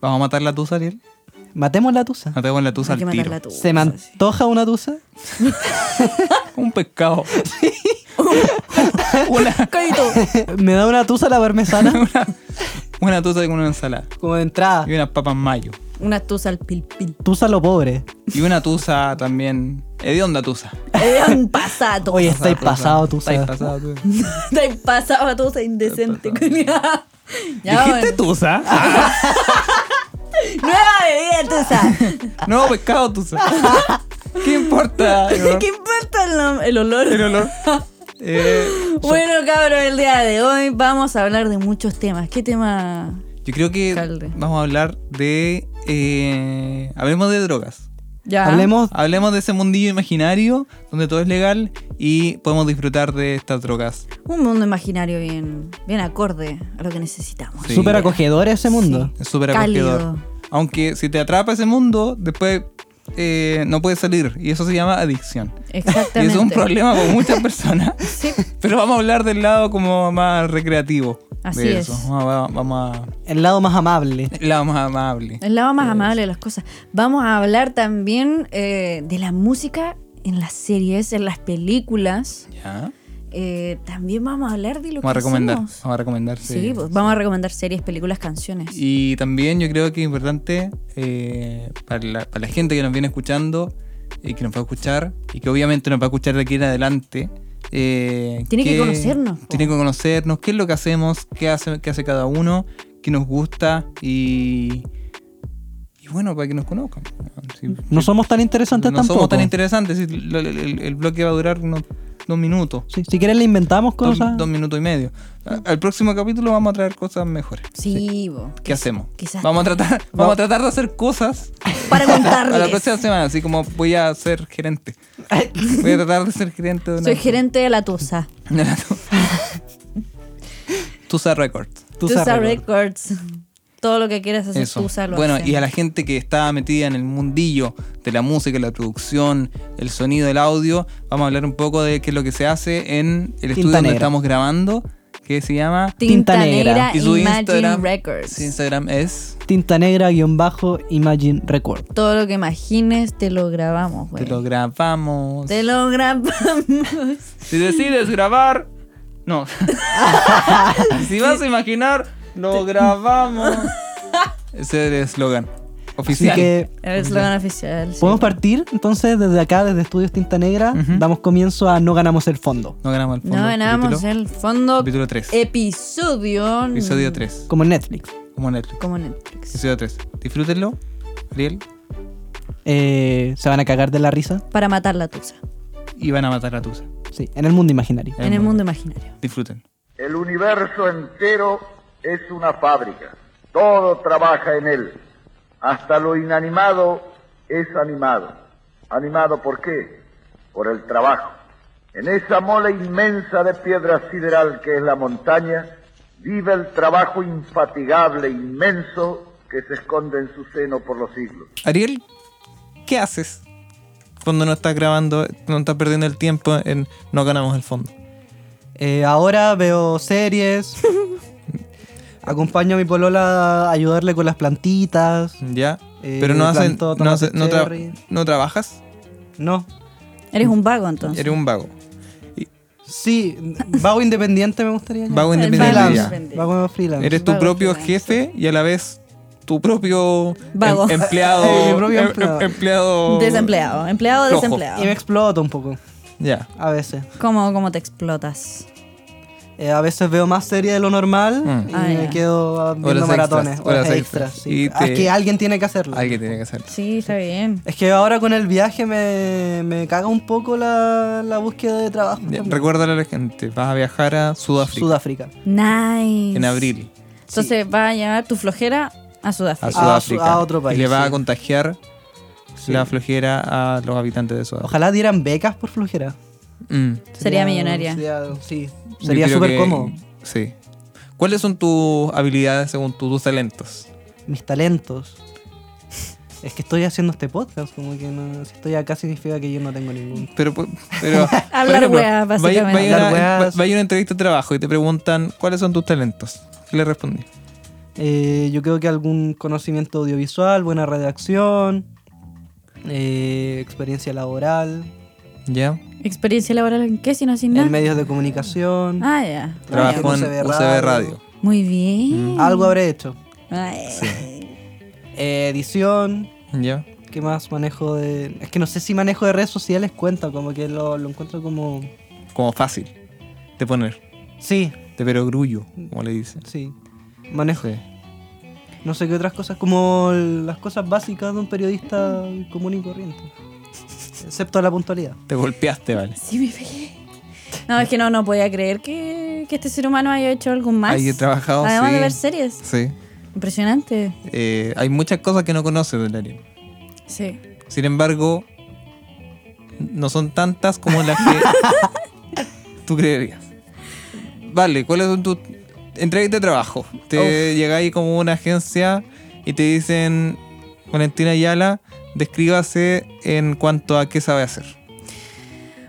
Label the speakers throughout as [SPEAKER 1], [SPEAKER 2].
[SPEAKER 1] Vamos a matar la tusa, Ariel.
[SPEAKER 2] Matemos la tusa.
[SPEAKER 1] Matemos la tusa
[SPEAKER 3] Hay que
[SPEAKER 1] al
[SPEAKER 3] matar
[SPEAKER 1] tiro.
[SPEAKER 3] la tusa,
[SPEAKER 2] ¿Se me
[SPEAKER 3] sí.
[SPEAKER 2] antoja una tusa?
[SPEAKER 1] Un pescado. una,
[SPEAKER 3] Caído.
[SPEAKER 2] ¿Me da una tusa la parmesana?
[SPEAKER 1] una tusa con una ensalada.
[SPEAKER 2] Como de entrada.
[SPEAKER 1] Y unas papas mayo.
[SPEAKER 3] Una tusa al pil pil.
[SPEAKER 2] Tusa lo pobre.
[SPEAKER 1] Y una tusa también. Hedionda tusa.
[SPEAKER 3] Eh, han pasado.
[SPEAKER 2] Oye,
[SPEAKER 3] está
[SPEAKER 2] estáis pasado tusa.
[SPEAKER 1] Estáis pasado tusa.
[SPEAKER 3] Estáis pasado a tusa indecente. culiao. ya,
[SPEAKER 1] ¿Dijiste
[SPEAKER 3] bueno.
[SPEAKER 1] tusa?
[SPEAKER 3] Nueva bebida tusa.
[SPEAKER 1] No, pescado tusa. ¿Qué importa?
[SPEAKER 3] ¿Qué importa el, nom- el olor?
[SPEAKER 1] El olor. Eh,
[SPEAKER 3] Bueno, cabros, el día de hoy vamos a hablar de muchos temas. ¿Qué tema?
[SPEAKER 1] yo creo que
[SPEAKER 3] Calde.
[SPEAKER 1] vamos a hablar de. eh, hablemos de drogas.
[SPEAKER 3] Ya.
[SPEAKER 2] Hablemos.
[SPEAKER 1] Hablemos de ese mundillo imaginario donde todo es legal y podemos disfrutar de estas drogas.
[SPEAKER 3] Un mundo imaginario bien, bien acorde a lo que necesitamos.
[SPEAKER 1] Sí.
[SPEAKER 2] Súper acogedor ese mundo.
[SPEAKER 1] Es súper
[SPEAKER 3] Cálido.
[SPEAKER 1] acogedor. Aunque si te atrapa ese mundo, después eh, no puedes salir. Y eso se llama adicción. Y
[SPEAKER 3] Exactamente.
[SPEAKER 1] eso es un problema con muchas personas.
[SPEAKER 3] Sí.
[SPEAKER 1] Pero vamos a hablar del lado como más recreativo.
[SPEAKER 3] Así
[SPEAKER 1] de
[SPEAKER 3] es.
[SPEAKER 1] eso. Vamos a. Vamos a-
[SPEAKER 2] El lado más amable.
[SPEAKER 1] el lado más amable.
[SPEAKER 3] El lado más amable de las cosas. Vamos a hablar también eh, de la música en las series, en las películas.
[SPEAKER 1] Ya.
[SPEAKER 3] Eh, también vamos a hablar de lo
[SPEAKER 1] Vamos a
[SPEAKER 3] que
[SPEAKER 1] recomendar.
[SPEAKER 3] hacemos.
[SPEAKER 1] Vamos a recomendar.
[SPEAKER 3] Sí, pues, vamos a recomendar series, películas, canciones.
[SPEAKER 1] Y también yo creo que es importante eh, para, la, para la gente que nos viene escuchando y que nos va a escuchar y que obviamente nos va a escuchar de aquí en adelante. eh,
[SPEAKER 3] Tiene que conocernos, po.
[SPEAKER 1] Tiene que conocernos, qué es lo que hacemos, qué hace, qué hace cada uno, qué nos gusta y, y bueno, para que nos conozcan. Si-
[SPEAKER 2] No somos tan interesantes
[SPEAKER 1] no
[SPEAKER 2] tampoco.
[SPEAKER 1] somos tan interesantes, si lo- el, el- el bloque va a durar unos dos minutos,
[SPEAKER 2] Sí, si quieres le inventamos
[SPEAKER 1] dos,
[SPEAKER 2] cosas.
[SPEAKER 1] dos minutos y medio. A- Al próximo capítulo vamos a traer cosas mejores.
[SPEAKER 3] Sí, po.
[SPEAKER 1] ¿Qué hacemos?
[SPEAKER 3] quizás-
[SPEAKER 1] Vamos a tratar, vamos a tratar de hacer cosas
[SPEAKER 3] para
[SPEAKER 1] a la
[SPEAKER 3] contarles.
[SPEAKER 1] próxima semana, así como voy a ser gerente. Voy a tratar de ser gerente de una.
[SPEAKER 3] Soy gerente de la Tusa.
[SPEAKER 1] de una- Tusa Records.
[SPEAKER 3] Tusa,
[SPEAKER 2] Tusa Records.
[SPEAKER 3] Records. Todo lo que quieras hacer
[SPEAKER 1] Eso.
[SPEAKER 3] Tusa lo
[SPEAKER 1] bueno,
[SPEAKER 3] hace.
[SPEAKER 1] y a la gente que está metida en el mundillo de la música, la producción, el sonido, el audio, vamos a hablar un poco de qué es lo que se hace en el estudio donde
[SPEAKER 2] Negra.
[SPEAKER 1] estamos grabando, que se llama.
[SPEAKER 3] Tinta,
[SPEAKER 2] Tinta
[SPEAKER 3] Negra,
[SPEAKER 2] Negra.
[SPEAKER 1] Y su
[SPEAKER 3] Imagine
[SPEAKER 1] Instagram.
[SPEAKER 3] Records.
[SPEAKER 1] su Instagram es.
[SPEAKER 2] Tinta negra guión bajo Imagine Record.
[SPEAKER 3] Todo lo que imagines te lo grabamos, güey.
[SPEAKER 1] Te lo grabamos.
[SPEAKER 3] Te lo grabamos.
[SPEAKER 1] Si decides grabar. No. si vas a imaginar, lo grabamos. Ese es el eslogan
[SPEAKER 2] Así
[SPEAKER 1] oficial.
[SPEAKER 2] que
[SPEAKER 3] El eslogan oficial. sí.
[SPEAKER 2] podemos partir entonces desde acá, desde Estudios Tinta Negra, damos comienzo a No Ganamos el Fondo,
[SPEAKER 1] No ganamos el fondo.
[SPEAKER 3] No ganamos
[SPEAKER 1] capítulo,
[SPEAKER 3] el fondo.
[SPEAKER 1] Capítulo 3.
[SPEAKER 3] Episodio.
[SPEAKER 1] Episodio 3.
[SPEAKER 2] como en Netflix.
[SPEAKER 1] Como Netflix.
[SPEAKER 3] Como Netflix.
[SPEAKER 1] Episodio 3. Disfrútenlo, Ariel,
[SPEAKER 2] Eh, ¿Se van a cagar de la risa?
[SPEAKER 3] Para matar la tusa.
[SPEAKER 1] y van a matar a Tusa.
[SPEAKER 2] Sí, en el mundo imaginario.
[SPEAKER 3] En el mundo imaginario.
[SPEAKER 1] Disfruten.
[SPEAKER 4] El universo entero es una fábrica. Todo trabaja en él. Hasta lo inanimado es animado. ¿Animado por qué? Por el trabajo. En esa mola inmensa de piedra sideral que es la montaña, vive el trabajo infatigable, inmenso, que se esconde en su seno por los siglos.
[SPEAKER 1] Ariel, ¿qué haces cuando no estás grabando, no estás perdiendo el tiempo en No ganamos el fondo?
[SPEAKER 2] Eh, ahora veo series. Acompaño a mi polola a ayudarle con las plantitas.
[SPEAKER 1] ¿Ya?
[SPEAKER 2] Eh,
[SPEAKER 1] Pero no, haces-
[SPEAKER 2] plantó
[SPEAKER 1] no, haces- no, tra-
[SPEAKER 2] tomate cherry.
[SPEAKER 1] no trabajas,
[SPEAKER 2] No.
[SPEAKER 3] Eres un vago entonces.
[SPEAKER 1] eres un vago.
[SPEAKER 2] Sí, vago independiente me gustaría. llamar.
[SPEAKER 1] Vago
[SPEAKER 3] El
[SPEAKER 1] independiente.
[SPEAKER 3] vago
[SPEAKER 1] ya.
[SPEAKER 3] independiente.
[SPEAKER 2] Vago freelance.
[SPEAKER 1] Eres tu
[SPEAKER 3] Vago
[SPEAKER 1] propio
[SPEAKER 3] freelance.
[SPEAKER 1] jefe y a la vez tu propio em-
[SPEAKER 3] Vago.
[SPEAKER 1] empleado.
[SPEAKER 2] Mi propio
[SPEAKER 1] em-
[SPEAKER 2] empleado.
[SPEAKER 1] em- empleado-
[SPEAKER 3] Desempleado. Empleado
[SPEAKER 1] Flojo.
[SPEAKER 3] desempleado.
[SPEAKER 2] Y me exploto un poco,
[SPEAKER 1] Ya.
[SPEAKER 2] a veces.
[SPEAKER 3] ¿Cómo, ¿Cómo te explotas?
[SPEAKER 2] Eh, a veces veo más series de lo normal
[SPEAKER 1] Mm.
[SPEAKER 2] y
[SPEAKER 3] Ah,
[SPEAKER 2] me
[SPEAKER 3] ya.
[SPEAKER 2] quedo viendo
[SPEAKER 1] Horas
[SPEAKER 2] maratones,
[SPEAKER 1] extras,
[SPEAKER 2] horas
[SPEAKER 1] horas
[SPEAKER 2] extras.
[SPEAKER 1] extras.
[SPEAKER 2] sí.
[SPEAKER 1] Y
[SPEAKER 2] Ah,
[SPEAKER 1] te-
[SPEAKER 2] Es que alguien tiene que hacerlo.
[SPEAKER 1] Alguien tiene que hacerlo.
[SPEAKER 3] Sí, está bien.
[SPEAKER 2] Es que ahora con el viaje me, me caga un poco la, la búsqueda de trabajo.
[SPEAKER 1] Ya,
[SPEAKER 2] también.
[SPEAKER 1] Recuérdale a la gente, vas a viajar a Sudáfrica
[SPEAKER 2] Sudáfrica.
[SPEAKER 3] Nice.
[SPEAKER 1] en abril.
[SPEAKER 3] Entonces va a llevar tu flojera a
[SPEAKER 1] A
[SPEAKER 3] Sudáfrica.
[SPEAKER 1] Sudáfrica.
[SPEAKER 2] a otro país,
[SPEAKER 1] Y le vas a
[SPEAKER 2] sí.
[SPEAKER 1] contagiar la flojera a los habitantes de Sudáfrica.
[SPEAKER 2] Ojalá dieran becas por flujera.
[SPEAKER 1] Mm.
[SPEAKER 3] Sería millonaria.
[SPEAKER 2] sería- sí,
[SPEAKER 1] Yo
[SPEAKER 2] sería
[SPEAKER 1] creo
[SPEAKER 2] súper
[SPEAKER 1] que-
[SPEAKER 2] cómodo.
[SPEAKER 1] Sí. ¿Cuáles son tus habilidades según tú, tus talentos?
[SPEAKER 2] Mis talentos. Es que estoy haciendo este podcast, como que no, si estoy acá significa que yo no tengo ningún.
[SPEAKER 1] Pero, pu- pero por
[SPEAKER 3] Hablar
[SPEAKER 1] ejemplo,
[SPEAKER 3] weas,
[SPEAKER 1] vaya-
[SPEAKER 3] básicamente.
[SPEAKER 1] Vaya,
[SPEAKER 2] Hablar
[SPEAKER 1] una-
[SPEAKER 2] weas.
[SPEAKER 1] va- vaya una entrevista de trabajo y te preguntan cuáles son tus talentos. ¿Qué le respondí?
[SPEAKER 2] Eh, yo creo que algún conocimiento audiovisual, buena redacción, eh, experiencia laboral,
[SPEAKER 1] ¿Ya?
[SPEAKER 3] Ah, ¿Experiencia laboral en qué? Si no sin nada.
[SPEAKER 2] en medios de comunicación.
[SPEAKER 3] Ah, ya.
[SPEAKER 1] Trabajó en
[SPEAKER 2] UCB
[SPEAKER 1] UCB
[SPEAKER 2] Radio.
[SPEAKER 1] Radio.
[SPEAKER 3] Muy
[SPEAKER 1] Mm.
[SPEAKER 3] bien.
[SPEAKER 2] Algo habré hecho.
[SPEAKER 3] Ay.
[SPEAKER 2] Eh, edición.
[SPEAKER 1] ¿Ya?
[SPEAKER 2] ¿Qué más manejo de.? Es que no sé si manejo de redes sociales cuenta, como que lo, lo encuentro como.
[SPEAKER 1] Como fácil de poner.
[SPEAKER 2] Sí,
[SPEAKER 1] De perogrullo, como le dicen.
[SPEAKER 2] sí. Manejo.
[SPEAKER 1] Sí.
[SPEAKER 2] No sé qué otras cosas, como las cosas básicas de un periodista común y corriente. Excepto la puntualidad.
[SPEAKER 1] Te golpeaste, vale.
[SPEAKER 3] Sí, me pegué. No, es que no, no podía creer que, que este ser humano haya hecho algo más.
[SPEAKER 1] Haya trabajado,
[SPEAKER 3] Además
[SPEAKER 1] sí.
[SPEAKER 3] de ver series.
[SPEAKER 1] Sí.
[SPEAKER 3] Impresionante.
[SPEAKER 1] Eh, hay muchas cosas que no conoces del anime.
[SPEAKER 3] Sí.
[SPEAKER 1] Sin embargo, no son tantas como las que tú creerías. Vale, ¿cuáles son tus entrevistas de trabajo? Te llegáis como una agencia y te dicen, Valentina Ayala, descríbase en cuanto a qué sabe hacer.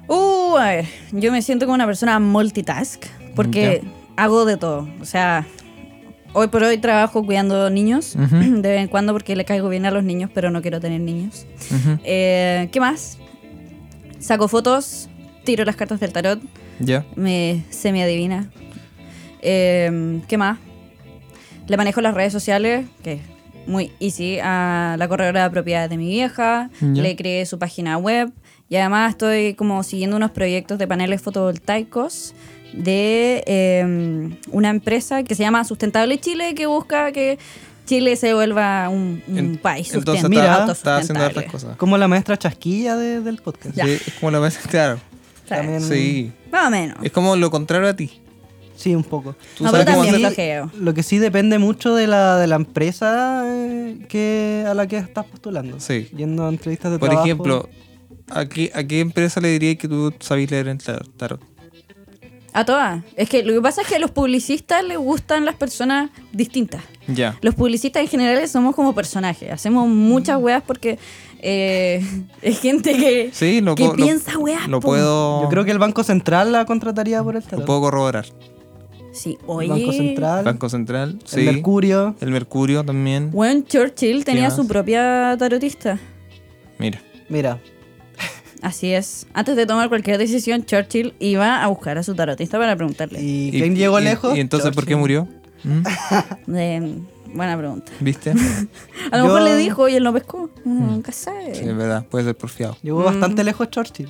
[SPEAKER 3] Uh, a ver, yo me siento como una persona multitask porque hago de todo. O sea, hoy por hoy trabajo cuidando niños,
[SPEAKER 1] Ujú.
[SPEAKER 3] de vez en cuando porque le caigo bien a los niños, pero no quiero tener niños.
[SPEAKER 1] Ujú.
[SPEAKER 3] Eh, ¿Qué más? Saco fotos, tiro las cartas del tarot,
[SPEAKER 1] ¿Ya?
[SPEAKER 3] me, se me adivina. Eh, ¿Qué más? Le manejo las redes sociales, que es muy easy, a la corredora de propiedades de mi vieja.
[SPEAKER 1] Ya.
[SPEAKER 3] Le creé su página web. Y además estoy como siguiendo unos proyectos de paneles fotovoltaicos de eh, una empresa que se llama Sustentable Chile, que busca que Chile se vuelva un, un
[SPEAKER 1] En-
[SPEAKER 3] país
[SPEAKER 1] Entonces
[SPEAKER 3] sustentable.
[SPEAKER 2] Mira,
[SPEAKER 1] está, está
[SPEAKER 3] autosustentable.
[SPEAKER 1] haciendo otras cosas.
[SPEAKER 2] Como la maestra chasquilla de- del podcast.
[SPEAKER 3] Ya.
[SPEAKER 1] Sí, es como lo ves, claro.
[SPEAKER 3] O sea,
[SPEAKER 2] También-
[SPEAKER 1] Sí.
[SPEAKER 3] Más o menos.
[SPEAKER 1] Es como lo contrario a ti.
[SPEAKER 2] Sí, un poco.
[SPEAKER 1] Tú
[SPEAKER 3] No,
[SPEAKER 1] sabes
[SPEAKER 3] pero
[SPEAKER 1] cómo
[SPEAKER 3] también
[SPEAKER 1] hacer-
[SPEAKER 3] flojeo.
[SPEAKER 2] Lo que sí depende mucho de la, de la empresa eh, que, a la que estás postulando.
[SPEAKER 1] Sí.
[SPEAKER 2] Yendo a entrevistas de
[SPEAKER 1] Por
[SPEAKER 2] trabajo.
[SPEAKER 1] ejemplo, ¿a qué, ¿a qué empresa le dirías que tú sabes leer en tar- tarot?
[SPEAKER 3] A todas. Es que lo que pasa es que a los publicistas les gustan las personas distintas.
[SPEAKER 1] Ya.
[SPEAKER 3] Los publicistas en general somos como personajes. Hacemos muchas weas porque eh, es gente que,
[SPEAKER 1] Sí, lo
[SPEAKER 3] que
[SPEAKER 1] puedo- lo-
[SPEAKER 3] piensa weas.
[SPEAKER 1] Lo
[SPEAKER 3] po.
[SPEAKER 1] puedo,
[SPEAKER 2] Yo creo que el Banco Central la contrataría por el
[SPEAKER 1] lo
[SPEAKER 2] tarot.
[SPEAKER 1] puedo corroborar.
[SPEAKER 3] Sí,
[SPEAKER 2] El
[SPEAKER 3] oye.
[SPEAKER 2] Banco Central,
[SPEAKER 1] Banco Central,
[SPEAKER 2] el
[SPEAKER 1] sí.
[SPEAKER 2] Mercurio.
[SPEAKER 1] El Mercurio también.
[SPEAKER 3] Weón, Churchill tenía
[SPEAKER 1] más?
[SPEAKER 3] su propia tarotista.
[SPEAKER 1] Mira,
[SPEAKER 2] Mira,
[SPEAKER 3] Así es. Antes de tomar cualquier decisión, Churchill iba a buscar a su tarotista para preguntarle.
[SPEAKER 2] ¿y quién llegó lejos?
[SPEAKER 1] ¿Y entonces por qué
[SPEAKER 2] Churchill.
[SPEAKER 1] murió? ¿Mm?
[SPEAKER 3] Eh, buena pregunta.
[SPEAKER 1] ¿Viste?
[SPEAKER 3] A lo mejor
[SPEAKER 2] Yo- Mm.
[SPEAKER 3] le dijo y él no pescó. Mm, Uno Nunca sabe.
[SPEAKER 1] Sí, es verdad, puede ser porfiado.
[SPEAKER 2] Llegó bastante lejos Churchill.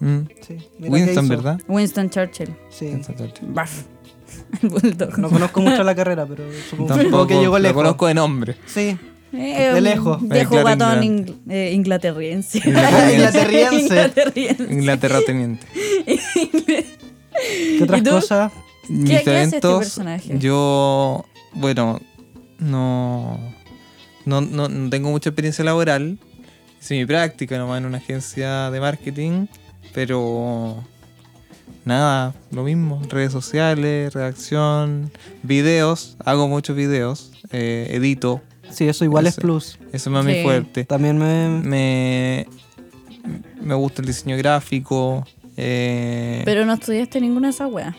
[SPEAKER 1] Mm.
[SPEAKER 2] Sí, mira qué
[SPEAKER 1] Winston,
[SPEAKER 2] hizo.
[SPEAKER 1] ¿verdad?
[SPEAKER 3] Winston Churchill.
[SPEAKER 2] Sí.
[SPEAKER 1] Winston Churchill.
[SPEAKER 3] Barf. El bulldog.
[SPEAKER 2] No conozco mucho la carrera, pero supongo
[SPEAKER 1] Tampoco
[SPEAKER 2] que llegó
[SPEAKER 1] lo
[SPEAKER 2] lejos.
[SPEAKER 1] conozco de nombre.
[SPEAKER 2] Sí.
[SPEAKER 3] Eh,
[SPEAKER 2] De
[SPEAKER 3] un
[SPEAKER 2] lejos.
[SPEAKER 3] Viejo
[SPEAKER 1] Eh, claro,
[SPEAKER 3] guatón ingl- eh, inglaterriense.
[SPEAKER 2] Inglaterriense.
[SPEAKER 3] Inglaterriense.
[SPEAKER 1] Inglaterra teniente.
[SPEAKER 2] ¿Qué otras
[SPEAKER 3] ¿Y tú?
[SPEAKER 2] cosas?
[SPEAKER 3] qué
[SPEAKER 1] Mis
[SPEAKER 3] hace este
[SPEAKER 1] eventos,
[SPEAKER 3] personaje?
[SPEAKER 1] yo, bueno, no, no, no, no tengo mucha experiencia laboral. Hice mi práctica nomás en una agencia de marketing, pero nada, lo mismo. Redes sociales, redacción, videos, hago muchos videos, eh, edito,
[SPEAKER 2] Sí, eso igual es
[SPEAKER 1] Eso. Mm.
[SPEAKER 2] plus.
[SPEAKER 1] eso me es
[SPEAKER 3] Sí.
[SPEAKER 1] muy fuerte.
[SPEAKER 2] También me...
[SPEAKER 1] Me, me gusta el diseño gráfico, eh,
[SPEAKER 3] Pero no estudiaste ninguna de esas weas.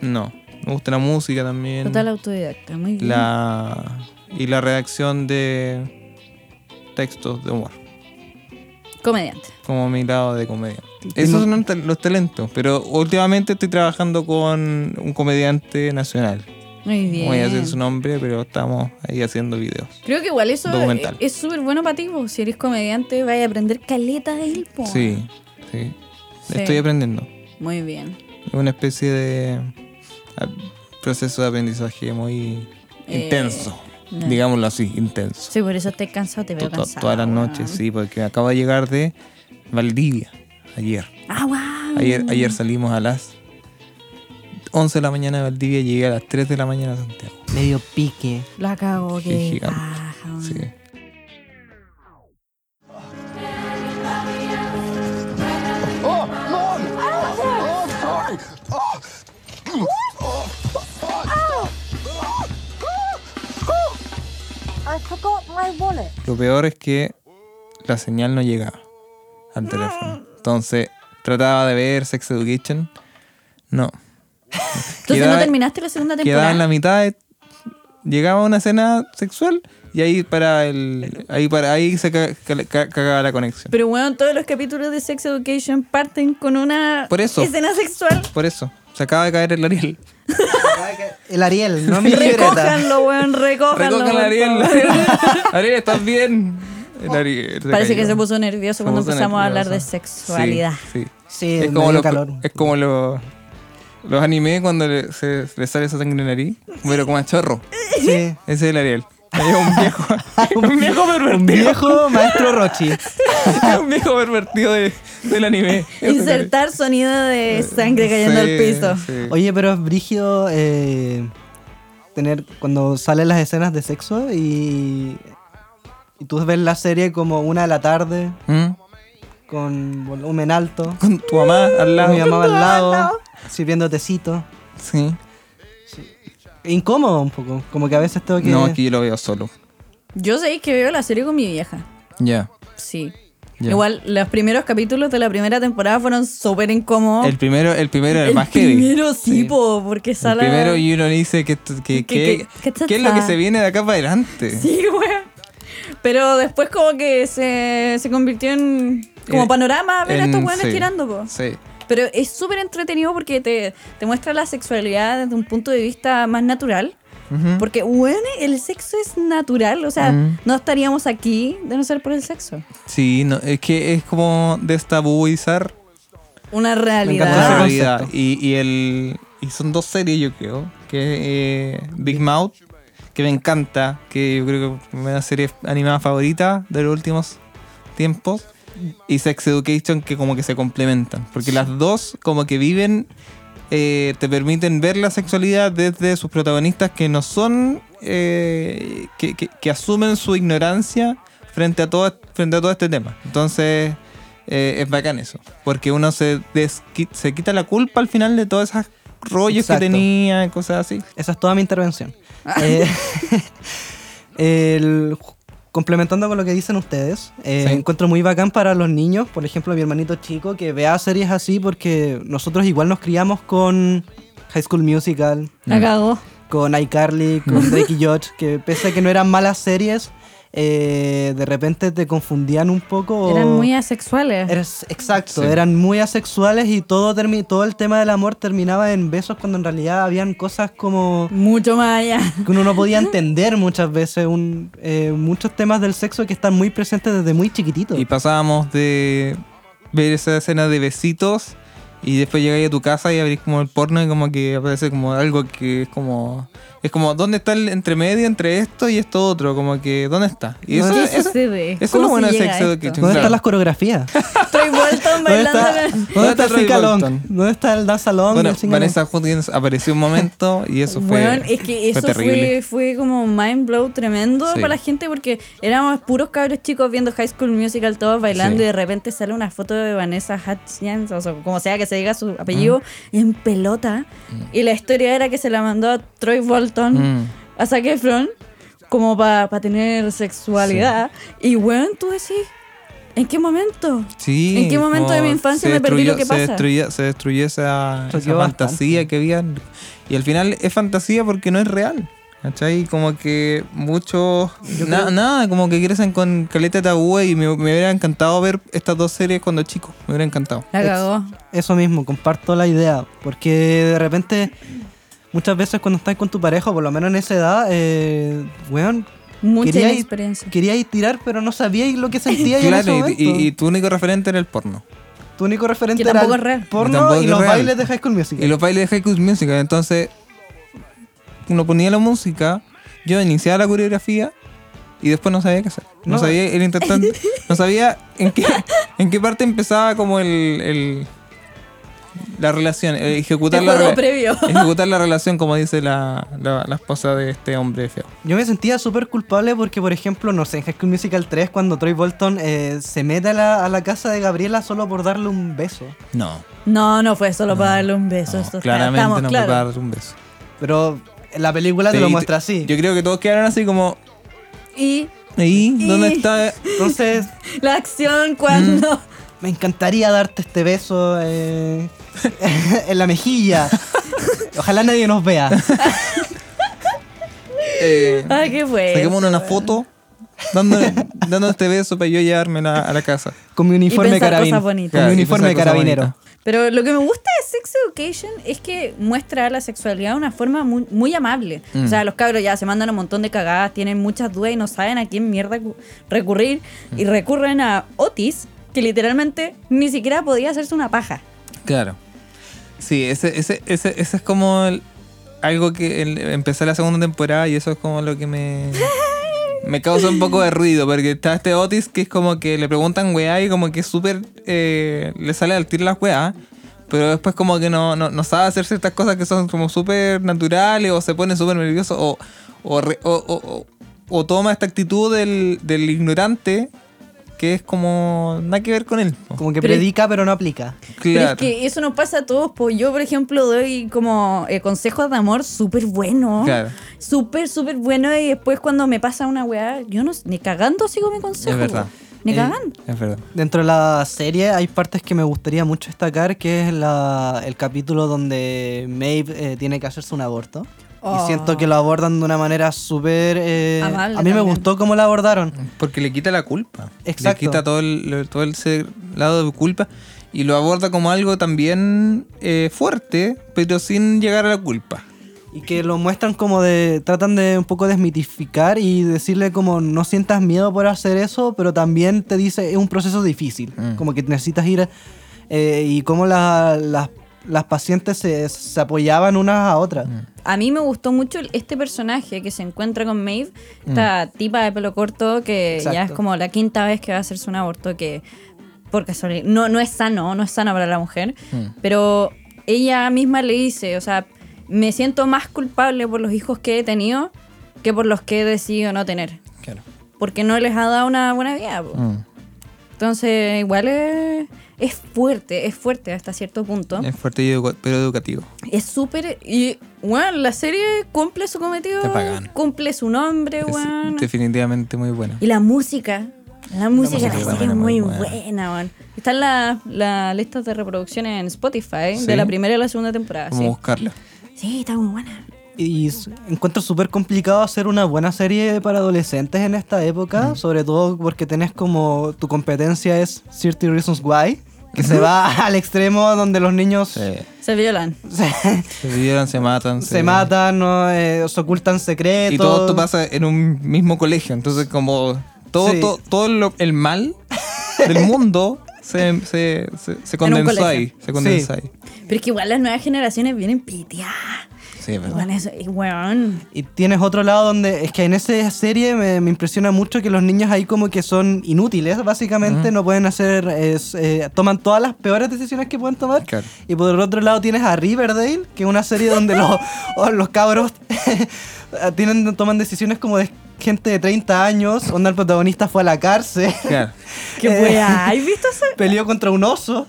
[SPEAKER 1] no, me gusta la música también.
[SPEAKER 3] Total autodidacta. Muy bien.
[SPEAKER 1] la y la redacción de textos de humor
[SPEAKER 3] Comediante.
[SPEAKER 1] como mi lado de comedia esos son los tal- los talentos pero últimamente estoy trabajando con un comediante nacional
[SPEAKER 3] Muy
[SPEAKER 1] no voy a decir
[SPEAKER 3] bien.
[SPEAKER 1] su nombre pero estamos ahí haciendo videos
[SPEAKER 3] Creo que igual eso
[SPEAKER 1] Documental.
[SPEAKER 3] es es súper bueno para ti. po. Si eres comediante, vas a aprender caleta de él. po.
[SPEAKER 1] sí sí
[SPEAKER 3] Sí.
[SPEAKER 1] estoy aprendiendo
[SPEAKER 3] Muy bien.
[SPEAKER 1] es una especie de ah, proceso de aprendizaje muy
[SPEAKER 3] Eh,
[SPEAKER 1] intenso
[SPEAKER 3] no.
[SPEAKER 1] digámoslo así intenso
[SPEAKER 3] Sí, por eso estoy cansado, te veo
[SPEAKER 1] To- to-
[SPEAKER 3] cansado.
[SPEAKER 1] todas las
[SPEAKER 3] weón.
[SPEAKER 1] noches sí porque acabo de llegar de Valdivia ayer
[SPEAKER 3] Ah, wow.
[SPEAKER 1] Ayer, ayer salimos a las 11 de la mañana de Valdivia y llegué a las 3 de la mañana a Santiago.
[SPEAKER 2] Medio pique.
[SPEAKER 3] La cago,
[SPEAKER 1] Qué
[SPEAKER 3] que
[SPEAKER 1] gigante.
[SPEAKER 3] paja, weón.
[SPEAKER 1] Sí.
[SPEAKER 5] I forgot my wallet.
[SPEAKER 1] Lo peor es que la señal no llegaba al
[SPEAKER 3] Ah.
[SPEAKER 1] teléfono. Entonces trataba de ver Sex Education. No.
[SPEAKER 3] Entonces no
[SPEAKER 1] Quedaba-
[SPEAKER 3] terminaste la segunda
[SPEAKER 1] Quedaba
[SPEAKER 3] temporada.
[SPEAKER 1] en la mitad de llegaba a una escena sexual y ahí para el ahí para ahí se ca- ca- ca- cagaba la conexión.
[SPEAKER 3] Pero bueno, todos los capítulos de Sex Education parten con una
[SPEAKER 1] Por eso.
[SPEAKER 3] escena sexual.
[SPEAKER 1] Por eso, se acaba de caer el Ariel.
[SPEAKER 2] El Ariel, no mi libreta.
[SPEAKER 3] Recójanlo, weón, recójanlo.
[SPEAKER 1] Recoge el
[SPEAKER 3] por
[SPEAKER 1] Ariel.
[SPEAKER 3] favor.
[SPEAKER 1] Ariel, Ariel, ¿estás bien? El Ariel.
[SPEAKER 3] Parece
[SPEAKER 1] cayó.
[SPEAKER 3] que se puso nervioso
[SPEAKER 1] Se
[SPEAKER 3] cuando
[SPEAKER 1] puso
[SPEAKER 3] empezamos a hablar de
[SPEAKER 1] nervioso.
[SPEAKER 3] sexualidad.
[SPEAKER 1] Sí, sí.
[SPEAKER 2] Sí,
[SPEAKER 1] es
[SPEAKER 2] me
[SPEAKER 1] como,
[SPEAKER 2] dio
[SPEAKER 1] los,
[SPEAKER 2] calor.
[SPEAKER 1] es como los, los animes cuando le, se, le sale esa sangre en la nariz, pero como a chorro.
[SPEAKER 2] Sí.
[SPEAKER 1] Ese es el Ariel. Ahí Es un viejo, un viejo pervertido.
[SPEAKER 2] Un viejo maestro Rochi.
[SPEAKER 1] Es un viejo pervertido de- del anime.
[SPEAKER 3] Insertar sonido de sangre cayendo
[SPEAKER 1] Eh, Sí,
[SPEAKER 3] al piso.
[SPEAKER 1] sí.
[SPEAKER 2] Oye, pero es brígido eh, tener cuando salen las escenas de sexo y, y tú ves la serie como una de la tarde
[SPEAKER 1] ¿Mm?
[SPEAKER 2] con volumen alto,
[SPEAKER 1] Con tu mamá al
[SPEAKER 2] con
[SPEAKER 1] lado.
[SPEAKER 2] mi mamá al lado, sirviendo tecito.
[SPEAKER 1] Sí.
[SPEAKER 2] Incómodo un poco, como que a veces tengo que...
[SPEAKER 1] No, aquí yo lo veo solo.
[SPEAKER 3] Yo sé que veo la serie con mi vieja.
[SPEAKER 1] Ya.
[SPEAKER 3] Sí.
[SPEAKER 1] Ya.
[SPEAKER 3] Igual, los primeros capítulos de la primera temporada fueron súper incómodos.
[SPEAKER 1] El primero, el primero era el,
[SPEAKER 3] El
[SPEAKER 1] más heavy.
[SPEAKER 3] primero sí, po, porque
[SPEAKER 1] El
[SPEAKER 3] sale.
[SPEAKER 1] primero y uno dice que, que, que,
[SPEAKER 3] Que- que- que
[SPEAKER 1] qué es lo que se viene de acá para adelante.
[SPEAKER 3] Sí, weón. Pero después como que se, se convirtió en como
[SPEAKER 1] Eh,
[SPEAKER 3] panorama a ver a
[SPEAKER 1] En-
[SPEAKER 3] estos weones
[SPEAKER 1] sí,
[SPEAKER 3] tirando, po.
[SPEAKER 1] Sí.
[SPEAKER 3] Pero es súper entretenido porque te, te muestra la sexualidad desde un punto de vista más natural.
[SPEAKER 2] Mm.
[SPEAKER 1] Ujú.
[SPEAKER 3] Porque, weón, el sexo es natural. O sea,
[SPEAKER 1] Mm.
[SPEAKER 3] no estaríamos aquí de no ser por el sexo.
[SPEAKER 1] Sí, no, es que es como destabuizar la
[SPEAKER 3] Una
[SPEAKER 2] ese
[SPEAKER 3] realidad.
[SPEAKER 1] realidad.
[SPEAKER 2] concepto.
[SPEAKER 1] Y, y el y son dos series, yo creo, que eh, Big Mouth, que me encanta, que yo creo que es una serie animada favorita de los últimos tiempos, y Sex Education, que como que se complementan, porque las dos como que viven, eh, te permiten ver la sexualidad desde sus protagonistas que no son, eh, que, que- que asumen su ignorancia frente a todo, frente a todo este tema. Entonces... Eh, es bacán eso. Porque uno se, desqui- se quita la culpa al final de todas esas rollos
[SPEAKER 2] Exacto.
[SPEAKER 1] que tenía, cosas así.
[SPEAKER 2] Esa es toda mi intervención.
[SPEAKER 1] Ah.
[SPEAKER 2] Eh, el- complementando con lo que dicen ustedes, eh,
[SPEAKER 1] Sí.
[SPEAKER 2] encuentro muy bacán para los niños, por ejemplo, mi hermanito chico, que vea series así porque nosotros igual nos criamos con High School Musical,
[SPEAKER 3] La cagó.
[SPEAKER 2] con iCarly, con Drake y George, que pese a que no eran malas series, eh, de repente te confundían un poco. o-
[SPEAKER 3] Eran muy asexuales.
[SPEAKER 2] Eres- exacto,
[SPEAKER 1] Sí.
[SPEAKER 2] eran muy asexuales y todo, termi- todo el tema del amor terminaba en besos cuando en realidad habían cosas como
[SPEAKER 3] Mucho más allá.
[SPEAKER 2] que uno no podía entender muchas veces un- eh, muchos temas del sexo que están muy presentes desde muy chiquitito.
[SPEAKER 1] Y pasábamos de ver esa escena de besitos y después llegáis a tu casa y abrís como el porno y como que aparece como algo que es como... Es como, ¿dónde está el entremedio entre esto y esto otro? Como que, ¿dónde está? Y eso,
[SPEAKER 3] ¿Qué
[SPEAKER 1] eso-
[SPEAKER 3] sucede?
[SPEAKER 1] eso es
[SPEAKER 3] ¿Cómo
[SPEAKER 1] lo
[SPEAKER 3] se
[SPEAKER 1] bueno de
[SPEAKER 3] llega
[SPEAKER 1] Sex
[SPEAKER 3] a esto?
[SPEAKER 1] Education.
[SPEAKER 2] ¿Dónde
[SPEAKER 1] claro.
[SPEAKER 2] están las coreografías?
[SPEAKER 3] Estoy vuelta
[SPEAKER 2] ¿Dónde
[SPEAKER 3] bailando.
[SPEAKER 2] está,
[SPEAKER 3] con-
[SPEAKER 2] dónde está
[SPEAKER 1] está
[SPEAKER 2] el
[SPEAKER 1] Troy
[SPEAKER 2] Finca Long?
[SPEAKER 1] Bolton?
[SPEAKER 2] ¿Dónde está el Danza Long?
[SPEAKER 1] Bueno,
[SPEAKER 2] el Singalong?
[SPEAKER 1] Vanessa Hudgens apareció un momento y eso fue,
[SPEAKER 3] Weón, es que eso
[SPEAKER 1] fue terrible.
[SPEAKER 3] fue, fue como mind blow tremendo
[SPEAKER 1] Sí.
[SPEAKER 3] para la gente porque éramos puros cabros chicos viendo High School Musical, todos bailando
[SPEAKER 1] Sí.
[SPEAKER 3] y de repente sale una foto de Vanessa Hutchins, o sea, como sea que se diga su apellido,
[SPEAKER 1] Mm.
[SPEAKER 3] en pelota. Y la historia era que se la mandó a Troy Bolton,
[SPEAKER 1] Mm.
[SPEAKER 3] a Zac Efron, como para tener sexualidad. Y weón, tú decís, ¿en qué momento?
[SPEAKER 1] Sí,
[SPEAKER 3] ¿En qué momento de mi
[SPEAKER 1] como
[SPEAKER 3] infancia
[SPEAKER 1] se
[SPEAKER 3] me perdí lo que
[SPEAKER 1] Se
[SPEAKER 3] pasa?
[SPEAKER 1] destruyó, se destruyó esa,
[SPEAKER 2] Se
[SPEAKER 1] esa
[SPEAKER 2] destruyó
[SPEAKER 1] fantasía
[SPEAKER 2] bastante.
[SPEAKER 1] que había. Y al final es fantasía porque no es real. ¿Cachai? Como que muchos. na- Nada, como que crecen con caleta tabú y me, me hubiera encantado ver estas dos series cuando chico. Me hubiera encantado.
[SPEAKER 3] La cagó.
[SPEAKER 2] Eso mismo, comparto la idea. Porque de repente, muchas veces cuando estás con tu pareja, por lo menos en esa edad, eh, weón,
[SPEAKER 3] Mucha
[SPEAKER 2] queríais-
[SPEAKER 3] experiencia.
[SPEAKER 2] queríais tirar, pero no sabíais lo que sentíais en ese
[SPEAKER 1] Claro, y,
[SPEAKER 2] momento.
[SPEAKER 1] y- y tu único referente era el porno.
[SPEAKER 2] tu único referente
[SPEAKER 3] Que
[SPEAKER 2] era
[SPEAKER 3] tampoco
[SPEAKER 2] el
[SPEAKER 3] es real.
[SPEAKER 1] Que tampoco
[SPEAKER 2] porno y
[SPEAKER 1] es
[SPEAKER 2] los
[SPEAKER 1] real.
[SPEAKER 2] bailes de High School Music.
[SPEAKER 1] Y los bailes de High School Musical. Entonces, uno ponía la música, yo iniciaba la coreografía y después no sabía qué hacer. No,
[SPEAKER 2] No.
[SPEAKER 1] sabía el intentante, no sabía en qué, en qué parte empezaba como el, el- la relación, eh, ejecutar
[SPEAKER 3] El
[SPEAKER 1] la
[SPEAKER 3] juego
[SPEAKER 1] re-
[SPEAKER 3] previo.
[SPEAKER 1] ejecutar la relación como dice la, la- la esposa de este hombre feo.
[SPEAKER 2] Yo me sentía súper culpable porque, por ejemplo, no sé, en High School Musical 3, cuando Troy Bolton eh, se mete a la, a la casa de Gabriela solo por darle un beso.
[SPEAKER 1] No,
[SPEAKER 3] No, no fue solo para darle un beso. esto está-
[SPEAKER 1] claramente
[SPEAKER 3] estamos
[SPEAKER 1] no
[SPEAKER 3] claros.
[SPEAKER 1] me va a dar un beso.
[SPEAKER 2] Pero en la película te
[SPEAKER 1] Sí,
[SPEAKER 2] lo
[SPEAKER 1] te-
[SPEAKER 2] muestra así.
[SPEAKER 1] Yo creo que todos quedaron así como,
[SPEAKER 3] Y
[SPEAKER 1] ¿y dónde
[SPEAKER 3] Y-
[SPEAKER 1] está?
[SPEAKER 2] Entonces,
[SPEAKER 3] la acción cuando...
[SPEAKER 1] Mm.
[SPEAKER 2] me encantaría darte este beso eh, en la mejilla. Ojalá nadie nos vea.
[SPEAKER 1] eh,
[SPEAKER 3] Ay, qué bueno.
[SPEAKER 1] saquémonos una foto dando, dando este beso para yo llevármela a la casa.
[SPEAKER 2] Con mi uniforme de
[SPEAKER 3] pensar cosas
[SPEAKER 2] carabinero.
[SPEAKER 3] bonitas.
[SPEAKER 2] Con mi
[SPEAKER 1] Y
[SPEAKER 2] uniforme de
[SPEAKER 1] pensar cosas
[SPEAKER 2] carabinero.
[SPEAKER 1] bonitas.
[SPEAKER 3] Pero lo que me gusta de Sex Education es que muestra la sexualidad de una forma muy, muy amable.
[SPEAKER 1] Mm.
[SPEAKER 3] O sea, los cabros ya se mandan un montón de cagadas, tienen muchas dudas y no saben a quién mierda cu- recurrir.
[SPEAKER 1] Mm.
[SPEAKER 3] Y recurren a Otis, que literalmente ni siquiera podía hacerse una paja.
[SPEAKER 1] Claro. Sí, ese, ese, ese, ese es como el- algo que el- empecé la segunda temporada y eso es como lo que me. Me causa un poco de ruido porque está este Otis que es como que le preguntan weá y como que es súper eh, le sale al tiro las weá, pero después como que no, no, no sabe hacer ciertas cosas que son como súper naturales o se pone súper nervioso o, o, re- o, o- o- o toma esta actitud del, del ignorante que es como nada que ver con él. po.
[SPEAKER 2] Como que
[SPEAKER 3] Pero-
[SPEAKER 2] predica, pero no aplica.
[SPEAKER 3] Pero
[SPEAKER 1] Claro.
[SPEAKER 3] es que eso nos pasa a todos. Pues yo, por ejemplo, doy como eh, consejos de amor súper buenos.
[SPEAKER 1] Claro.
[SPEAKER 3] Súper, súper buenos. Y después cuando me pasa una weá, yo no ni cagando sigo mi consejo.
[SPEAKER 1] Es verdad.
[SPEAKER 3] po. Ni
[SPEAKER 2] Eh,
[SPEAKER 3] cagando.
[SPEAKER 1] Es verdad.
[SPEAKER 2] Dentro de la serie hay partes que me gustaría mucho destacar, que es la- el capítulo donde Maeve eh, tiene que hacerse un aborto.
[SPEAKER 3] Oh.
[SPEAKER 2] Y siento que lo abordan de una manera súper... eh, a
[SPEAKER 3] Amable
[SPEAKER 2] mí me
[SPEAKER 3] también.
[SPEAKER 2] gustó cómo la abordaron.
[SPEAKER 1] Porque le quita la culpa.
[SPEAKER 2] Exacto.
[SPEAKER 1] Le quita todo el, lo- todo el ser- lado de culpa y lo aborda como algo también eh, fuerte, pero sin llegar a la culpa.
[SPEAKER 2] Y que lo muestran como de... Tratan de un poco desmitificar y decirle como no sientas miedo por hacer eso, pero también te dice es un proceso difícil. Como que necesitas ir... eh, y cómo la- las- las pacientes se, se apoyaban unas a otras.
[SPEAKER 3] A mí me gustó mucho el- este personaje que se encuentra con Maeve, esta
[SPEAKER 1] Mm.
[SPEAKER 3] tipa de pelo corto que ya es
[SPEAKER 2] Exacto.
[SPEAKER 3] como la quinta vez que va a hacerse un aborto que por casualidad no, no es sano, no es sano para la mujer,
[SPEAKER 1] Mm.
[SPEAKER 3] pero ella misma le dice, o sea, me siento más culpable por los hijos que he tenido que por los que he decidido no tener,
[SPEAKER 1] Claro. Mm.
[SPEAKER 3] porque no les ha dado una buena vida. po. Entonces, igual es, es fuerte, es fuerte hasta cierto punto.
[SPEAKER 1] Es fuerte y educa- pero educativo.
[SPEAKER 3] Es súper. Y, weón, la serie cumple su cometido.
[SPEAKER 1] Te pagan.
[SPEAKER 3] Cumple su nombre,
[SPEAKER 1] Es
[SPEAKER 3] weón.
[SPEAKER 1] definitivamente muy buena.
[SPEAKER 3] Y la música. La música de
[SPEAKER 1] música
[SPEAKER 3] la
[SPEAKER 1] es
[SPEAKER 3] serie es
[SPEAKER 1] buena,
[SPEAKER 3] muy
[SPEAKER 1] muy
[SPEAKER 3] buena,
[SPEAKER 1] buena.
[SPEAKER 3] weón. Están las las listas de reproducción en Spotify
[SPEAKER 1] Sí.
[SPEAKER 3] de la primera y la segunda temporada.
[SPEAKER 1] Vamos a
[SPEAKER 3] Sí.
[SPEAKER 1] buscarla.
[SPEAKER 3] sí, está muy buena.
[SPEAKER 2] Y s- encuentro súper complicado hacer una buena serie para adolescentes en esta época, sobre todo porque tenés como tu competencia es 30 Reasons Why, que se va al extremo donde los niños
[SPEAKER 3] Se violan.
[SPEAKER 2] se,
[SPEAKER 1] Se violan, se matan.
[SPEAKER 2] se matan, ¿no? Eh, se ocultan secretos.
[SPEAKER 1] Y todo esto pasa en un mismo colegio. Entonces, como todo,
[SPEAKER 2] Sí.
[SPEAKER 1] todo, todo lo- el mal del mundo se, se, se, se condensó
[SPEAKER 3] colegio.
[SPEAKER 1] ahí. Se condensó
[SPEAKER 2] Sí.
[SPEAKER 1] ahí.
[SPEAKER 3] Pero es que igual las nuevas generaciones vienen piteadas.
[SPEAKER 1] Sí, es verdad.
[SPEAKER 3] Weón, eso- y, weón.
[SPEAKER 2] Y tienes otro lado donde es que en esa serie me, me impresiona mucho que los niños ahí como que son inútiles, básicamente, no pueden hacer, es, eh, toman todas las peores decisiones que pueden tomar.
[SPEAKER 1] Claro.
[SPEAKER 2] Y por el otro lado tienes a Riverdale, que es una serie donde los, oh, los cabros tienen, toman decisiones como de gente de 30 años, donde el protagonista fue a la cárcel,
[SPEAKER 1] Claro.
[SPEAKER 3] Qué
[SPEAKER 2] Eh.
[SPEAKER 3] weá. ¿Has visto, eso?
[SPEAKER 2] peleó contra un oso.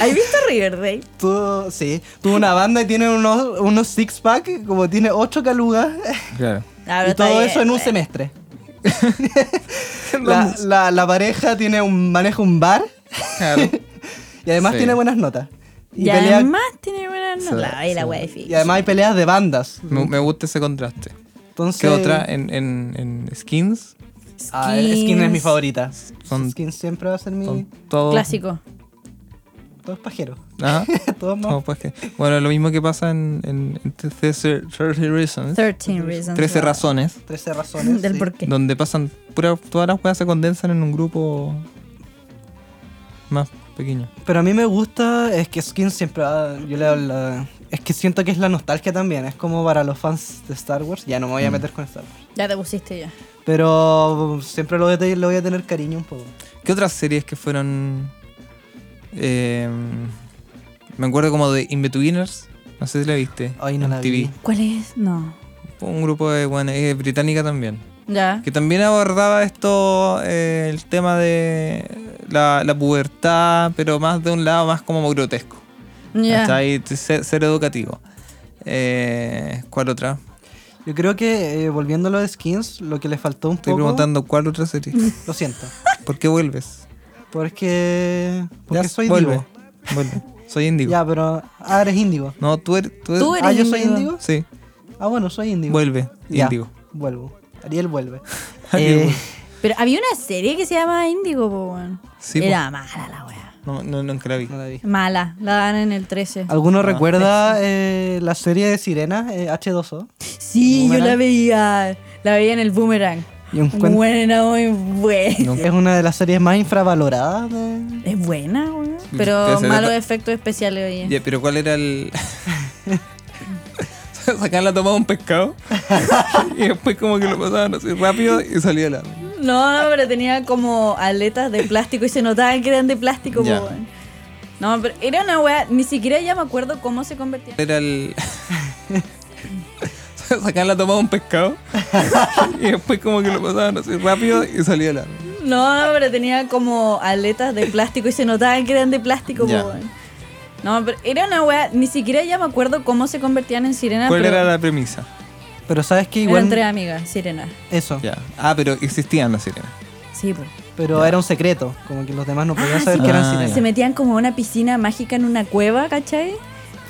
[SPEAKER 3] ¿Has visto Riverdale?
[SPEAKER 2] Tuvo, sí, tuvo una banda y tiene unos, unos six-pack, como tiene ocho calugas,
[SPEAKER 1] Claro.
[SPEAKER 3] Ah, pero
[SPEAKER 2] y
[SPEAKER 3] está
[SPEAKER 2] todo
[SPEAKER 3] bien,
[SPEAKER 2] eso en un
[SPEAKER 3] weón.
[SPEAKER 2] semestre. La, la- la pareja tiene un, maneja un bar
[SPEAKER 1] Claro.
[SPEAKER 2] y además
[SPEAKER 1] Sí.
[SPEAKER 2] tiene buenas notas. Y,
[SPEAKER 3] Y
[SPEAKER 2] pelea-
[SPEAKER 3] además tiene buena nota. Ay, la weá difícil.
[SPEAKER 2] y además hay peleas de bandas.
[SPEAKER 1] Me, me gusta ese contraste.
[SPEAKER 2] Entonces,
[SPEAKER 1] ¿Qué otra? En, en, en skins
[SPEAKER 2] Ah, el Skin es mi favorita.
[SPEAKER 1] Son-
[SPEAKER 2] Skin siempre va a ser mi.
[SPEAKER 1] son todos.
[SPEAKER 3] Clásico.
[SPEAKER 2] ¿Eh? Todos pajeros.
[SPEAKER 1] Ajá.
[SPEAKER 2] Todos más.
[SPEAKER 1] No, pues que- bueno, lo mismo que pasa en, en, en 13, 13 Reasons.
[SPEAKER 3] 13 Reasons.
[SPEAKER 2] Ah.
[SPEAKER 1] 13
[SPEAKER 3] Why.
[SPEAKER 1] razones.
[SPEAKER 2] 13 razones.
[SPEAKER 3] Del
[SPEAKER 2] sí.
[SPEAKER 3] por qué.
[SPEAKER 1] Donde pasan pura- todas las weas se condensan en un grupo más pequeño.
[SPEAKER 2] Pero a mí me gusta, es que Skin siempre va. Yo le doy la- Es que siento que es la nostalgia también. Es como para los fans de Star Wars. Ya no
[SPEAKER 1] Mm.
[SPEAKER 2] me voy a meter con Star Wars.
[SPEAKER 3] Ya te pusiste ya.
[SPEAKER 2] Pero siempre lo voy a, te- lo voy a tener cariño un poco.
[SPEAKER 1] ¿Qué otras series que fueron. eh, me acuerdo como de Inbetweeners. No sé si la viste.
[SPEAKER 2] Ay, no la
[SPEAKER 1] MTV.
[SPEAKER 2] vi.
[SPEAKER 3] ¿Cuál es? No.
[SPEAKER 1] Un grupo de bueno, es británica también.
[SPEAKER 3] Ya.
[SPEAKER 1] Que también abordaba esto, eh, el tema de la, la pubertad, pero más de un lado más como grotesco.
[SPEAKER 3] Ya.
[SPEAKER 1] ¿Cachai? Ser, ser educativo. Eh, ¿Cuál otra?
[SPEAKER 2] Yo creo que eh, volviendo a lo de skins, lo que le faltó un
[SPEAKER 1] Estoy
[SPEAKER 2] poco.
[SPEAKER 1] preguntando cuál otra serie.
[SPEAKER 2] Lo siento.
[SPEAKER 1] ¿Por qué vuelves?
[SPEAKER 2] Porque. Porque
[SPEAKER 1] Ya,
[SPEAKER 2] soy
[SPEAKER 1] vuelve,
[SPEAKER 2] divo.
[SPEAKER 1] vuelve. Soy índigo.
[SPEAKER 2] Ya, pero. Ah, eres índigo.
[SPEAKER 1] No, tú eres. Tú eres-
[SPEAKER 3] Tú eres
[SPEAKER 2] Ah, yo soy
[SPEAKER 3] índigo.
[SPEAKER 2] índigo.
[SPEAKER 1] Sí,
[SPEAKER 2] Ah, bueno, soy índigo.
[SPEAKER 1] vuelve,
[SPEAKER 2] Ya.
[SPEAKER 1] índigo.
[SPEAKER 2] Vuelvo. Ariel vuelve.
[SPEAKER 1] Ariel
[SPEAKER 2] Eh,
[SPEAKER 1] vuelve.
[SPEAKER 3] Pero había una serie que se llamaba Índigo, po, weón.
[SPEAKER 1] Sí, po.
[SPEAKER 3] Era mala la weá.
[SPEAKER 1] No, no, nunca la vi.
[SPEAKER 2] no la vi. Ah,
[SPEAKER 3] Mala. La dan en el 13.
[SPEAKER 2] ¿Alguno recuerda eh, la serie de Sirena, eh, H2O?
[SPEAKER 3] Sí, yo
[SPEAKER 2] Boomerang.
[SPEAKER 3] la veía. La veía en el boomerang.
[SPEAKER 2] Y un cuento-
[SPEAKER 3] Buena, muy buena.
[SPEAKER 1] Nunca-
[SPEAKER 2] Es una de las series más infravaloradas. de-
[SPEAKER 3] Es buena, weón.
[SPEAKER 1] Te
[SPEAKER 3] Pero
[SPEAKER 1] hace
[SPEAKER 3] malos
[SPEAKER 1] data-
[SPEAKER 3] efectos especiales, oye.
[SPEAKER 1] Ya, pero ¿cuál era el...? Sacaban la toma de un pescado y después como que lo pasaban así rápido y salía la...
[SPEAKER 3] No, no, pero tenía como aletas de plástico y se notaban que eran de plástico, po,
[SPEAKER 1] Ya.
[SPEAKER 3] weón. No, pero era una weá. Ni siquiera ya me acuerdo cómo se convertía.
[SPEAKER 1] Era el... Sacaban la toma de un pescado y después como que lo pasaban así rápido y salía la...
[SPEAKER 3] No, pero tenía como aletas de plástico y se notaban que eran de plástico, po,
[SPEAKER 1] Ya.
[SPEAKER 3] weón. No, pero era una weá. Ni siquiera ya me acuerdo cómo se convertían en sirenas.
[SPEAKER 1] ¿Cuál
[SPEAKER 3] Ah, pero
[SPEAKER 1] era la premisa?
[SPEAKER 2] Pero sabes que
[SPEAKER 3] eran
[SPEAKER 2] igual.
[SPEAKER 3] entre amigas, sirenas.
[SPEAKER 2] Eso.
[SPEAKER 1] Ya. Ah, pero existían las sirenas.
[SPEAKER 3] Sí, pues.
[SPEAKER 2] Pero era un secreto. Como que los demás no podían saber
[SPEAKER 1] sí.
[SPEAKER 2] que
[SPEAKER 1] Ah,
[SPEAKER 2] eran
[SPEAKER 1] ya.
[SPEAKER 2] sirenas.
[SPEAKER 3] Se metían como a una piscina mágica en una cueva, ¿cachai?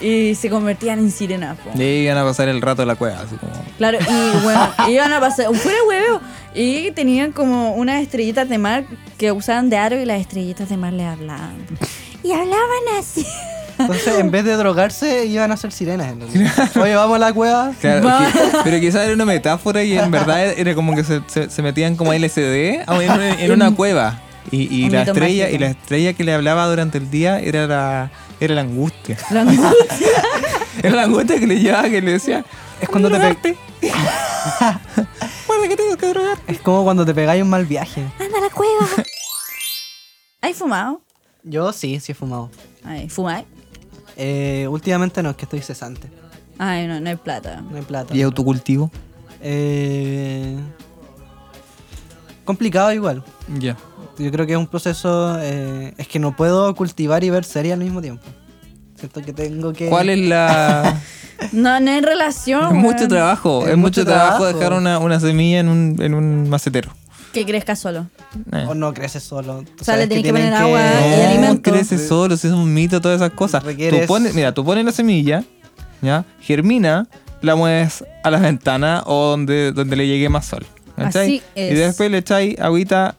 [SPEAKER 3] Y se convertían en sirenas, po.
[SPEAKER 1] Y ahí iban a pasar el rato en la cueva, así como...
[SPEAKER 3] Claro, y bueno, iban a pasar, fuera de huevo, y tenían como unas estrellitas de mar que usaban de aro y las estrellitas de mar le hablaban. Y hablaban así.
[SPEAKER 2] Entonces, en vez de drogarse, iban a ser sirenas. en realidad. Oye, vamos a la cueva.
[SPEAKER 1] Claro, que- pero quizás era una metáfora y en verdad era como que se, se- se metían como LSD a- en, una- en una cueva. Y, y
[SPEAKER 3] Un
[SPEAKER 1] la
[SPEAKER 3] mito
[SPEAKER 1] estrella
[SPEAKER 3] mágico.
[SPEAKER 1] y la estrella que le hablaba durante el día era la, era la angustia.
[SPEAKER 3] Lo angustia.
[SPEAKER 1] Era la angustia que le llevaba, que le decía,
[SPEAKER 2] Es cuando te pe-
[SPEAKER 1] guarda que tengo que drogar.
[SPEAKER 2] Es como cuando te pegáis un mal viaje.
[SPEAKER 3] ¡Anda a la cueva! ¿Hay fumado?
[SPEAKER 2] Yo sí, sí he fumado.
[SPEAKER 3] Ay, ¿fumáis?
[SPEAKER 2] Eh, últimamente no, es que estoy cesante.
[SPEAKER 3] Ay, no, no hay plata.
[SPEAKER 2] No hay plata.
[SPEAKER 1] Y autocultivo.
[SPEAKER 2] Eh, complicado igual.
[SPEAKER 1] Ya.
[SPEAKER 2] Yo creo que es un proceso. eh, es que no puedo cultivar y ver series al mismo tiempo. Siento que tengo que.
[SPEAKER 1] ¿Cuál es la...?
[SPEAKER 3] No, Eh. no hay relación.
[SPEAKER 1] es mucho
[SPEAKER 3] weón.
[SPEAKER 1] trabajo,
[SPEAKER 2] Es
[SPEAKER 1] es,
[SPEAKER 2] mucho
[SPEAKER 1] mucho, trabajo,
[SPEAKER 2] trabajo.
[SPEAKER 1] dejar una, una semilla en un, en un macetero.
[SPEAKER 3] Que crezca solo.
[SPEAKER 1] Eh.
[SPEAKER 2] O no creces solo. Tú
[SPEAKER 3] O sea, le
[SPEAKER 2] sabes
[SPEAKER 3] tenés que
[SPEAKER 2] tienen
[SPEAKER 3] poner agua Ah, y
[SPEAKER 1] No,
[SPEAKER 3] alimento.
[SPEAKER 1] crece solo, si es un mito, todas esas cosas.
[SPEAKER 2] Requieres-
[SPEAKER 1] Tú pones, mira, tú pones la semilla, ¿ya? Germina, la mueves a la ventana o donde, donde le llegue más sol. ¿cachai?
[SPEAKER 3] Así
[SPEAKER 1] Y
[SPEAKER 3] es.
[SPEAKER 1] después le echáis agüita.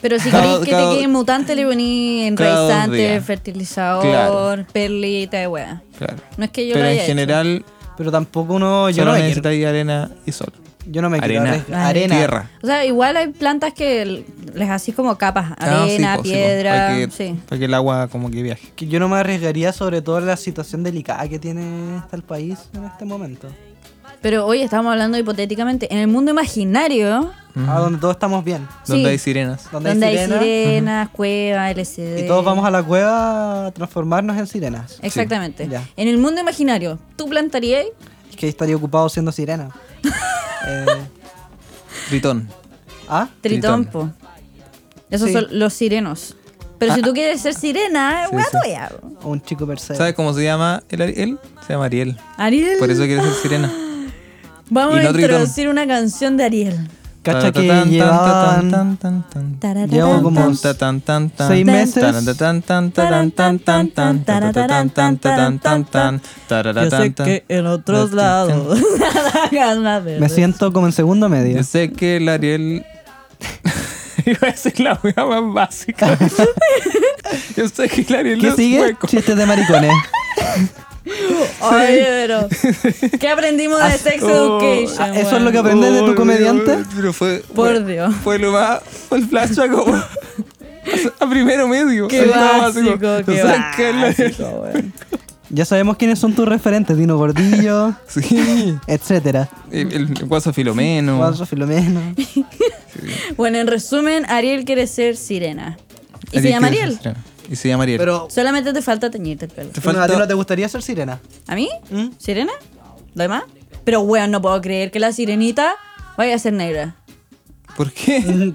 [SPEAKER 3] Pero si
[SPEAKER 1] Cada-
[SPEAKER 3] queréis que
[SPEAKER 1] cada-
[SPEAKER 3] te quede mutante, le poní
[SPEAKER 1] cada dos
[SPEAKER 3] enraizante,
[SPEAKER 1] días.
[SPEAKER 3] fertilizador,
[SPEAKER 1] Claro.
[SPEAKER 3] perlita de wea.
[SPEAKER 1] Claro.
[SPEAKER 3] No es que yo
[SPEAKER 1] Pero
[SPEAKER 3] lo
[SPEAKER 1] en
[SPEAKER 3] haya hecho.
[SPEAKER 1] general,
[SPEAKER 2] Pero tampoco uno. Yo
[SPEAKER 1] solo
[SPEAKER 2] no me, quiero,
[SPEAKER 1] necesitáis arena y sol.
[SPEAKER 2] yo no me quiero
[SPEAKER 1] arena.
[SPEAKER 2] arriesgar.
[SPEAKER 3] Ay.
[SPEAKER 2] Arena.
[SPEAKER 1] Ah, Tierra.
[SPEAKER 3] O sea, igual hay plantas que l- les así como capas,
[SPEAKER 1] Ah, sí,
[SPEAKER 3] arena,
[SPEAKER 1] po, sí, po,
[SPEAKER 3] piedra,
[SPEAKER 1] para, que,
[SPEAKER 3] sí.
[SPEAKER 1] para que el agua como que viaje.
[SPEAKER 2] Que yo no me arriesgaría, sobre todo en la situación delicada que tiene hasta el país en este momento.
[SPEAKER 3] Pero hoy estamos hablando hipotéticamente en el mundo imaginario,
[SPEAKER 2] A donde todos estamos bien.
[SPEAKER 1] Donde
[SPEAKER 3] Sí.
[SPEAKER 1] hay sirenas.
[SPEAKER 2] Donde,
[SPEAKER 3] donde
[SPEAKER 2] hay sirenas.
[SPEAKER 3] hay sirenas, cuevas, LCD.
[SPEAKER 2] Y todos vamos a la cueva a transformarnos en sirenas.
[SPEAKER 3] Exactamente.
[SPEAKER 2] Sí, ya.
[SPEAKER 3] En el mundo imaginario, ¿tú plantarías?
[SPEAKER 2] Es que ahí estaría ocupado siendo sirena. Eh,
[SPEAKER 1] Tritón.
[SPEAKER 2] ¿Ah?
[SPEAKER 3] Tritón,
[SPEAKER 1] Tritón. Ah.
[SPEAKER 3] po. Esos
[SPEAKER 2] Sí.
[SPEAKER 3] son los sirenos. Pero si tú quieres ser sirena, es
[SPEAKER 1] Sí,
[SPEAKER 3] wea
[SPEAKER 1] sí.
[SPEAKER 3] tuya, po.
[SPEAKER 2] O un chico per se.
[SPEAKER 1] ¿Sabes cómo se llama el Ariel? Se llama Ariel.
[SPEAKER 3] Ariel.
[SPEAKER 1] Por eso quiere ser sirena.
[SPEAKER 3] Vamos
[SPEAKER 1] y no
[SPEAKER 3] a
[SPEAKER 1] Tritón.
[SPEAKER 3] introducir una canción de Ariel.
[SPEAKER 2] Cacha
[SPEAKER 1] Tan, tan,
[SPEAKER 2] que
[SPEAKER 1] tan,
[SPEAKER 2] llevaban-
[SPEAKER 1] tan, tan, tan.
[SPEAKER 3] Tarararán,
[SPEAKER 2] Llevo como
[SPEAKER 3] tan.
[SPEAKER 2] s-
[SPEAKER 1] seis
[SPEAKER 2] seis meses.
[SPEAKER 1] Yo
[SPEAKER 3] en
[SPEAKER 1] otros lados
[SPEAKER 2] Me siento como en segundo medio.
[SPEAKER 1] Yo sé que el Ariel iba a decir la hueá más básica. Yo sé que el Ariel
[SPEAKER 2] ¿Qué
[SPEAKER 1] es
[SPEAKER 2] sigue?
[SPEAKER 1] hueco.
[SPEAKER 2] Chistes de maricones.
[SPEAKER 3] Oye, pero. ¿Qué aprendimos de Sex
[SPEAKER 1] Oh,
[SPEAKER 3] Education?
[SPEAKER 2] ah, eso es
[SPEAKER 3] weón?
[SPEAKER 2] lo que- ¿Aprendes de tu
[SPEAKER 1] Oh,
[SPEAKER 2] comediante?
[SPEAKER 1] Pero fue
[SPEAKER 3] Por
[SPEAKER 1] fue-
[SPEAKER 3] Dios.
[SPEAKER 1] Fue lo más fue el flashback como a primero medio.
[SPEAKER 3] Qué
[SPEAKER 1] Así como
[SPEAKER 3] básico,
[SPEAKER 1] Yo
[SPEAKER 3] qué
[SPEAKER 1] sé que el Ariel-
[SPEAKER 3] básico, weón.
[SPEAKER 2] Ya sabemos quiénes son tus referentes. Dino Gordillo,
[SPEAKER 1] Sí.
[SPEAKER 2] etcétera.
[SPEAKER 1] El, el guaso Filomeno.
[SPEAKER 2] Juanzo Filomeno.
[SPEAKER 1] Eh,
[SPEAKER 3] Bueno, en resumen, Ariel quiere ser sirena. Y se
[SPEAKER 1] Ariel
[SPEAKER 3] llama
[SPEAKER 1] quiere
[SPEAKER 3] Ariel.
[SPEAKER 1] ser sirena. Y se llama Ariel.
[SPEAKER 2] Pero,
[SPEAKER 3] Solamente te falta teñirte el pelo.
[SPEAKER 1] te
[SPEAKER 2] bueno, ¿a ti
[SPEAKER 1] falta-
[SPEAKER 2] no te gustaría ser sirena?
[SPEAKER 3] ¿A mí?
[SPEAKER 2] ¿Mm?
[SPEAKER 3] ¿Sirena? ¿Lo demás? Pero, weón, no puedo creer que la sirenita vaya a ser negra.
[SPEAKER 1] ¿Por qué?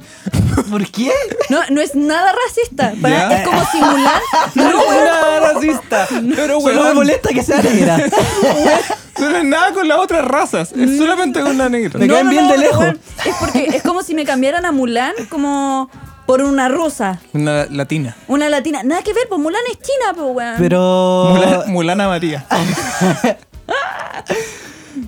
[SPEAKER 2] ¿Por qué?
[SPEAKER 3] No, no es nada racista. Para-
[SPEAKER 1] Ya.
[SPEAKER 3] es como simular.
[SPEAKER 2] No, nada racista.
[SPEAKER 1] Pero,
[SPEAKER 2] Solo me
[SPEAKER 1] weón.
[SPEAKER 2] molesta que sea negra.
[SPEAKER 1] No es nada con las otras razas. Es solamente con la negra.
[SPEAKER 2] Me caen bien de
[SPEAKER 3] pero,
[SPEAKER 2] lejos.
[SPEAKER 3] weón, es porque es como si me cambiaran a Mulan como por una rusa.
[SPEAKER 1] Una latina.
[SPEAKER 3] Una latina. Nada que ver, pues Mulan es Ah. china, pues, weón.
[SPEAKER 1] Ah,
[SPEAKER 2] Pero.
[SPEAKER 1] Mula- Mulana María.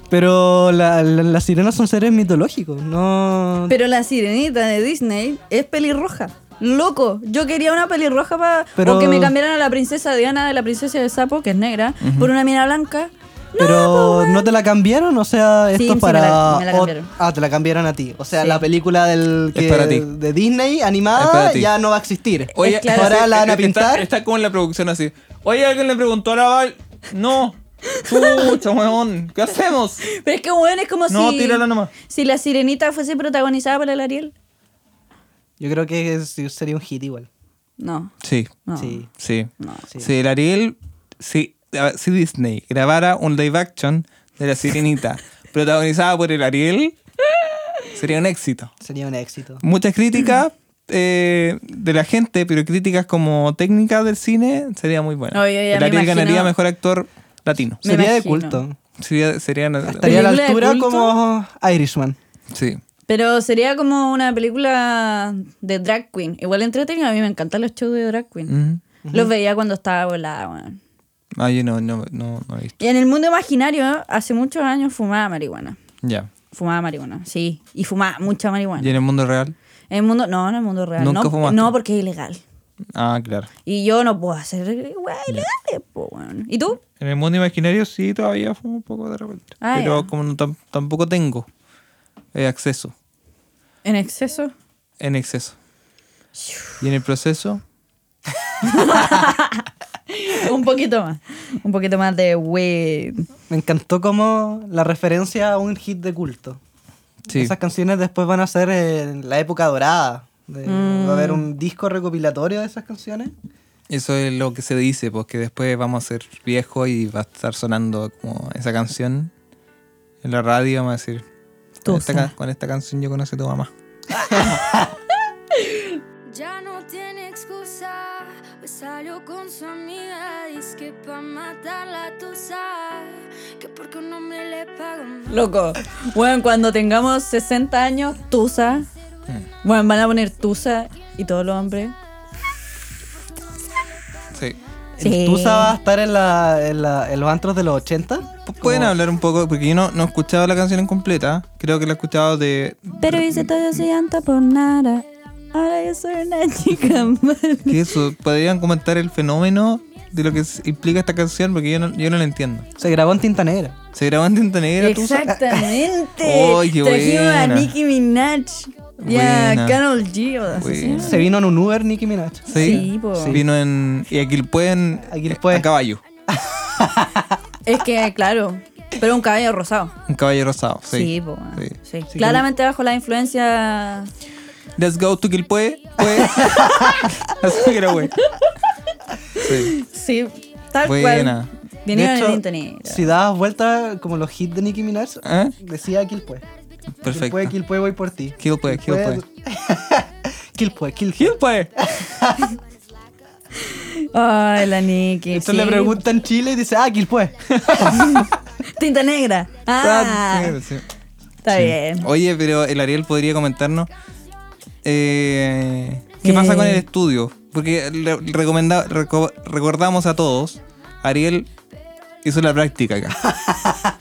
[SPEAKER 2] Pero la- la- las sirenas son seres mitológicos, no...
[SPEAKER 3] Pero la sirenita de Disney es pelirroja. Loco, yo quería una pelirroja para
[SPEAKER 2] Pero-
[SPEAKER 3] que me cambiaran a la princesa Diana de la princesa del sapo, que es negra, por una mina blanca.
[SPEAKER 2] Pero no te la cambiaron, o sea, esto
[SPEAKER 3] pues, Sí,
[SPEAKER 2] es
[SPEAKER 3] sí, me
[SPEAKER 2] para...
[SPEAKER 3] la- me la
[SPEAKER 2] ot-
[SPEAKER 3] cambiaron.
[SPEAKER 2] ah, te la cambiaron a ti. O sea,
[SPEAKER 3] Sí.
[SPEAKER 2] la película del
[SPEAKER 1] Es para ti.
[SPEAKER 2] de Disney
[SPEAKER 1] Es para
[SPEAKER 2] animada
[SPEAKER 1] ti.
[SPEAKER 2] ya no va a existir.
[SPEAKER 3] Oye, claro.
[SPEAKER 2] Ahora
[SPEAKER 1] sí,
[SPEAKER 2] la van a
[SPEAKER 1] está-
[SPEAKER 2] pintar.
[SPEAKER 1] Está, como en la producción así. Oye, alguien le preguntó a la Val. No. Pucha, weón. ¿Qué hacemos?
[SPEAKER 3] Pero es que bueno, es como
[SPEAKER 1] No,
[SPEAKER 3] si.
[SPEAKER 1] tírala nomás.
[SPEAKER 3] Si la sirenita fuese protagonizada por el Ariel.
[SPEAKER 2] Yo creo que es- sería un hit igual.
[SPEAKER 3] No,
[SPEAKER 1] Sí,
[SPEAKER 3] no.
[SPEAKER 2] Sí.
[SPEAKER 1] sí.
[SPEAKER 3] No.
[SPEAKER 2] Sí.
[SPEAKER 1] Si el Ariel, si, a ver, si Disney grabara un live action de la sirenita protagonizada por el Ariel, sería un éxito.
[SPEAKER 2] Sería un éxito.
[SPEAKER 1] Muchas críticas eh, de la gente, pero críticas como técnicas del cine, sería muy buena.
[SPEAKER 3] No, yo ya
[SPEAKER 1] el
[SPEAKER 3] me
[SPEAKER 1] Ariel
[SPEAKER 3] imagino-
[SPEAKER 1] ganaría mejor actor latino.
[SPEAKER 3] Me
[SPEAKER 2] Sería de
[SPEAKER 3] imagino.
[SPEAKER 2] culto.
[SPEAKER 1] Sería, sería una-
[SPEAKER 2] Estaría a la
[SPEAKER 3] ¿Película de
[SPEAKER 2] altura
[SPEAKER 3] culto?
[SPEAKER 2] como Irishman.
[SPEAKER 1] sí.
[SPEAKER 3] Pero sería como una película de drag queen. Igual entretenido, a mí me encantan los shows de drag queen.
[SPEAKER 1] Ujú.
[SPEAKER 3] Los veía cuando estaba volada, weón.
[SPEAKER 1] Ah, yo no, no, no, no he visto.
[SPEAKER 3] Y en el mundo imaginario, hace muchos años fumaba marihuana.
[SPEAKER 1] Ya.
[SPEAKER 3] Fumaba marihuana, sí. Y fumaba mucha marihuana.
[SPEAKER 1] ¿Y en el mundo real?
[SPEAKER 3] En el mundo, no, en el mundo real.
[SPEAKER 1] ¿Nunca
[SPEAKER 3] no,
[SPEAKER 1] fumaste?
[SPEAKER 3] no, porque es ilegal.
[SPEAKER 1] Ah, claro.
[SPEAKER 3] Y yo no puedo hacer weas ilegales, po, weón. ¿Y tú?
[SPEAKER 1] En el mundo imaginario sí, todavía fumo un poco de repente.
[SPEAKER 3] Ah,
[SPEAKER 1] pero
[SPEAKER 3] ya.
[SPEAKER 1] como no tam- tampoco tengo eh, acceso,
[SPEAKER 3] ¿En exceso?
[SPEAKER 1] en exceso. Y en el proceso,
[SPEAKER 3] un poquito más. Un poquito más de weed.
[SPEAKER 2] Me encantó como la referencia a un hit de culto.
[SPEAKER 1] sí.
[SPEAKER 2] Esas canciones después van a ser en la época dorada. de- Va a haber
[SPEAKER 1] Mm.
[SPEAKER 2] un disco recopilatorio de esas canciones.
[SPEAKER 1] Eso es lo que se dice, porque después vamos a ser viejos y va a estar sonando como esa canción en la radio, vamos a decir. Con
[SPEAKER 3] Tú
[SPEAKER 1] esta,
[SPEAKER 3] sabes.
[SPEAKER 1] ca- con esta canción yo conocí a tu mamá.
[SPEAKER 5] Ya no tiene excusa, hoy salió con su amiga, dice que pa' matar la tusa, que porque un hombre le paga más.
[SPEAKER 3] Loco. Weón, cuando tengamos 60 años, tusa.
[SPEAKER 1] Hmm.
[SPEAKER 3] Weón, van a poner tusa y todos los hombres.
[SPEAKER 1] Sí.
[SPEAKER 3] Sí.
[SPEAKER 2] ¿Tú Tusa va a estar en, la, en, la- en los antros de los 80.
[SPEAKER 1] P- ¿Pueden hablar un poco? Porque yo no, no he escuchado la canción en completa. Creo que la he escuchado de...
[SPEAKER 3] Pero hice todo sin llanta por nada. Ahora yo soy una chica mala.
[SPEAKER 1] ¿Qué es eso? ¿Podrían comentar el fenómeno de lo que s- implica esta canción? Porque yo no, yo no la entiendo.
[SPEAKER 2] Se grabó en tinta negra.
[SPEAKER 1] ¿Se grabó en tinta negra? tú?
[SPEAKER 3] Exactamente.
[SPEAKER 1] Oh, qué
[SPEAKER 3] Trajimos a
[SPEAKER 1] buena.
[SPEAKER 3] Nicki Minaj. Y
[SPEAKER 1] Buena.
[SPEAKER 3] a Carol G. o así se
[SPEAKER 1] Buena.
[SPEAKER 3] llama.
[SPEAKER 2] Se vino en un Uber Nicki Minaj.
[SPEAKER 3] Sí, po. Sí.
[SPEAKER 1] Vino en... Y aquí pueden...
[SPEAKER 2] Aquí el pueden.
[SPEAKER 1] A caballo.
[SPEAKER 3] Es que, claro. Pero un cabello rosado.
[SPEAKER 1] Un caballo rosado. Sí.
[SPEAKER 3] Sí, po,
[SPEAKER 1] Sí.
[SPEAKER 3] sí. Claramente bajo la influencia.
[SPEAKER 1] Let's go to Quilpue. Pue. Así que era güey. Sí.
[SPEAKER 3] Sí, tal
[SPEAKER 1] Buena.
[SPEAKER 3] cual.
[SPEAKER 2] De
[SPEAKER 3] Vinieron
[SPEAKER 2] hecho,
[SPEAKER 3] en internet.
[SPEAKER 2] Si dabas vuelta como los hits de Nicki Minaj,
[SPEAKER 1] ¿Eh?
[SPEAKER 2] decía Kill Pue. Kill
[SPEAKER 1] Perfecto.
[SPEAKER 2] Pue, Kill Pue, voy por ti.
[SPEAKER 1] Kill Pue, Kill Pue.
[SPEAKER 2] Kill Pue, Kill Pue.
[SPEAKER 1] Quilpue.
[SPEAKER 3] Ay, la Nicki.
[SPEAKER 2] Entonces
[SPEAKER 3] sí.
[SPEAKER 2] le preguntan Chile y dice, ah, Kill Pue.
[SPEAKER 3] Tinta negra. Ah,
[SPEAKER 1] Sí.
[SPEAKER 3] está bien.
[SPEAKER 1] Oye, pero el Ariel podría comentarnos eh, qué
[SPEAKER 3] Eh.
[SPEAKER 1] pasa con el estudio. Porque le- le recomenda- reco- recordamos a todos, Ariel hizo la práctica acá.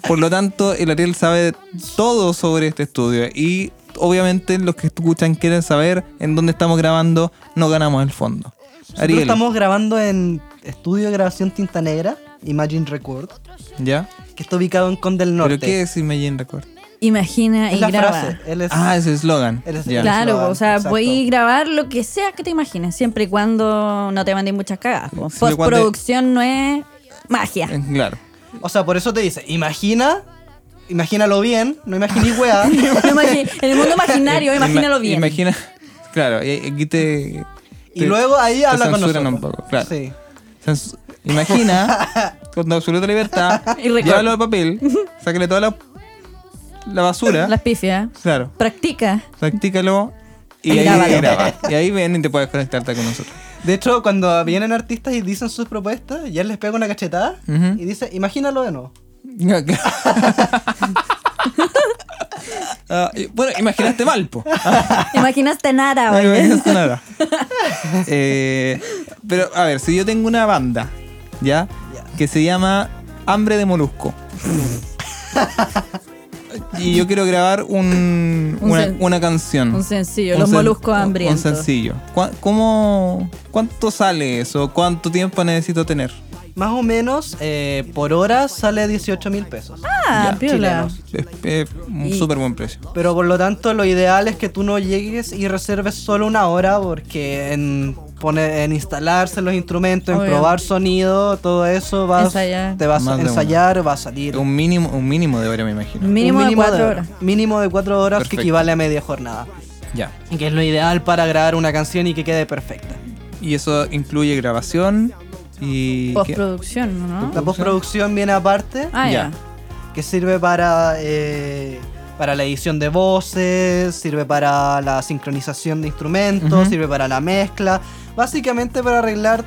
[SPEAKER 1] Por lo tanto, el Ariel sabe todo sobre este estudio. Y obviamente los que escuchan quieren saber en dónde estamos grabando, no ganamos el fondo.
[SPEAKER 2] Nosotros
[SPEAKER 1] Ariel,
[SPEAKER 2] estamos grabando en estudio de grabación tinta negra, Imagine Record,
[SPEAKER 1] ¿ya?
[SPEAKER 2] que está ubicado en Conde del Norte.
[SPEAKER 1] ¿Pero qué es Imagine Record?
[SPEAKER 3] Imagina
[SPEAKER 2] es
[SPEAKER 3] y
[SPEAKER 2] la
[SPEAKER 3] graba.
[SPEAKER 2] frase. Él es,
[SPEAKER 1] Ah, es el eslogan.
[SPEAKER 2] Él es-
[SPEAKER 1] Ya.
[SPEAKER 2] Claro.
[SPEAKER 3] Claro,
[SPEAKER 2] Slogan,
[SPEAKER 3] o sea,
[SPEAKER 2] exacto.
[SPEAKER 3] voy a grabar lo que sea que te imagines, siempre y cuando no te manden muchas cagas. po.
[SPEAKER 1] Siempre y cuando-
[SPEAKER 3] Postproducción no es magia.
[SPEAKER 1] Eh, Claro.
[SPEAKER 2] O sea, por eso te dice, imagina, imagínalo bien, no imaginé weá.
[SPEAKER 3] No imagi- en el mundo imaginario,
[SPEAKER 1] Ima-
[SPEAKER 3] imagínalo bien.
[SPEAKER 1] Imagina, claro, y- y aquí te.
[SPEAKER 2] y
[SPEAKER 1] te-
[SPEAKER 2] luego ahí
[SPEAKER 1] te
[SPEAKER 2] habla con nosotros.
[SPEAKER 1] censuran un poco, claro.
[SPEAKER 2] Sí.
[SPEAKER 1] Censu- Imagina, con absoluta libertad,
[SPEAKER 3] Y recorta.
[SPEAKER 1] llévalo de papel, sácale toda la, la basura,
[SPEAKER 3] Las pifias. ¿eh?
[SPEAKER 1] claro,
[SPEAKER 3] Practica.
[SPEAKER 1] practícalo y,
[SPEAKER 3] Y
[SPEAKER 1] ahí
[SPEAKER 3] grábalo.
[SPEAKER 1] graba. Y ahí ven y te puedes conectarte con nosotros.
[SPEAKER 2] De hecho, cuando vienen artistas y dicen sus propuestas, ya les pega una cachetada
[SPEAKER 1] Ujú.
[SPEAKER 2] y dice, imagínalo de nuevo.
[SPEAKER 1] Ah, y- bueno, imaginaste mal, po.
[SPEAKER 3] Imaginaste nada,
[SPEAKER 1] Ay,
[SPEAKER 3] güey.
[SPEAKER 1] bueno, eso nada. Eh, pero, a ver, si yo tengo una banda, ¿ya? Que se llama Hambre de Molusco. y yo quiero grabar un,
[SPEAKER 3] Un
[SPEAKER 1] una,
[SPEAKER 3] sen-
[SPEAKER 1] una canción.
[SPEAKER 3] Un sencillo,
[SPEAKER 1] Un
[SPEAKER 3] Los
[SPEAKER 1] sen-
[SPEAKER 3] Moluscos
[SPEAKER 1] un-
[SPEAKER 3] Hambrientos.
[SPEAKER 1] Un sencillo. ¿Cuá- ¿Cómo, ¿Cuánto sale eso? ¿Cuánto tiempo necesito tener?
[SPEAKER 2] Más o menos, eh, por hora sale 18 mil pesos.
[SPEAKER 3] Ah,
[SPEAKER 1] Ya,
[SPEAKER 3] piola.
[SPEAKER 2] chilenos.
[SPEAKER 1] Es, es un
[SPEAKER 3] Y-
[SPEAKER 1] súper buen precio.
[SPEAKER 2] Pero por lo tanto, lo ideal es que tú no llegues y reserves solo una hora, porque en, poner, en instalarse los instrumentos, en
[SPEAKER 3] Obvio.
[SPEAKER 2] probar sonido, todo eso, vas,
[SPEAKER 3] Ensayar.
[SPEAKER 2] te vas
[SPEAKER 1] Más
[SPEAKER 2] a
[SPEAKER 1] de una.
[SPEAKER 2] ensayar, va a salir.
[SPEAKER 1] Un mínimo, un mínimo de hora, me imagino.
[SPEAKER 3] Mínimo,
[SPEAKER 2] Un
[SPEAKER 3] de cuatro horas.
[SPEAKER 2] Mínimo de cuatro horas,
[SPEAKER 1] Perfecto.
[SPEAKER 2] que equivale a media jornada.
[SPEAKER 1] Ya.
[SPEAKER 2] Y que es lo ideal para grabar una canción y que quede perfecta.
[SPEAKER 1] Y eso incluye grabación y. ¿qué?
[SPEAKER 3] Postproducción, ¿no?
[SPEAKER 2] La postproducción viene aparte,
[SPEAKER 3] Ah,
[SPEAKER 1] Ya.
[SPEAKER 3] ya.
[SPEAKER 2] que sirve para, eh, para la edición de voces, sirve para la sincronización de instrumentos,
[SPEAKER 1] Ujú.
[SPEAKER 2] sirve para la mezcla, básicamente para arreglar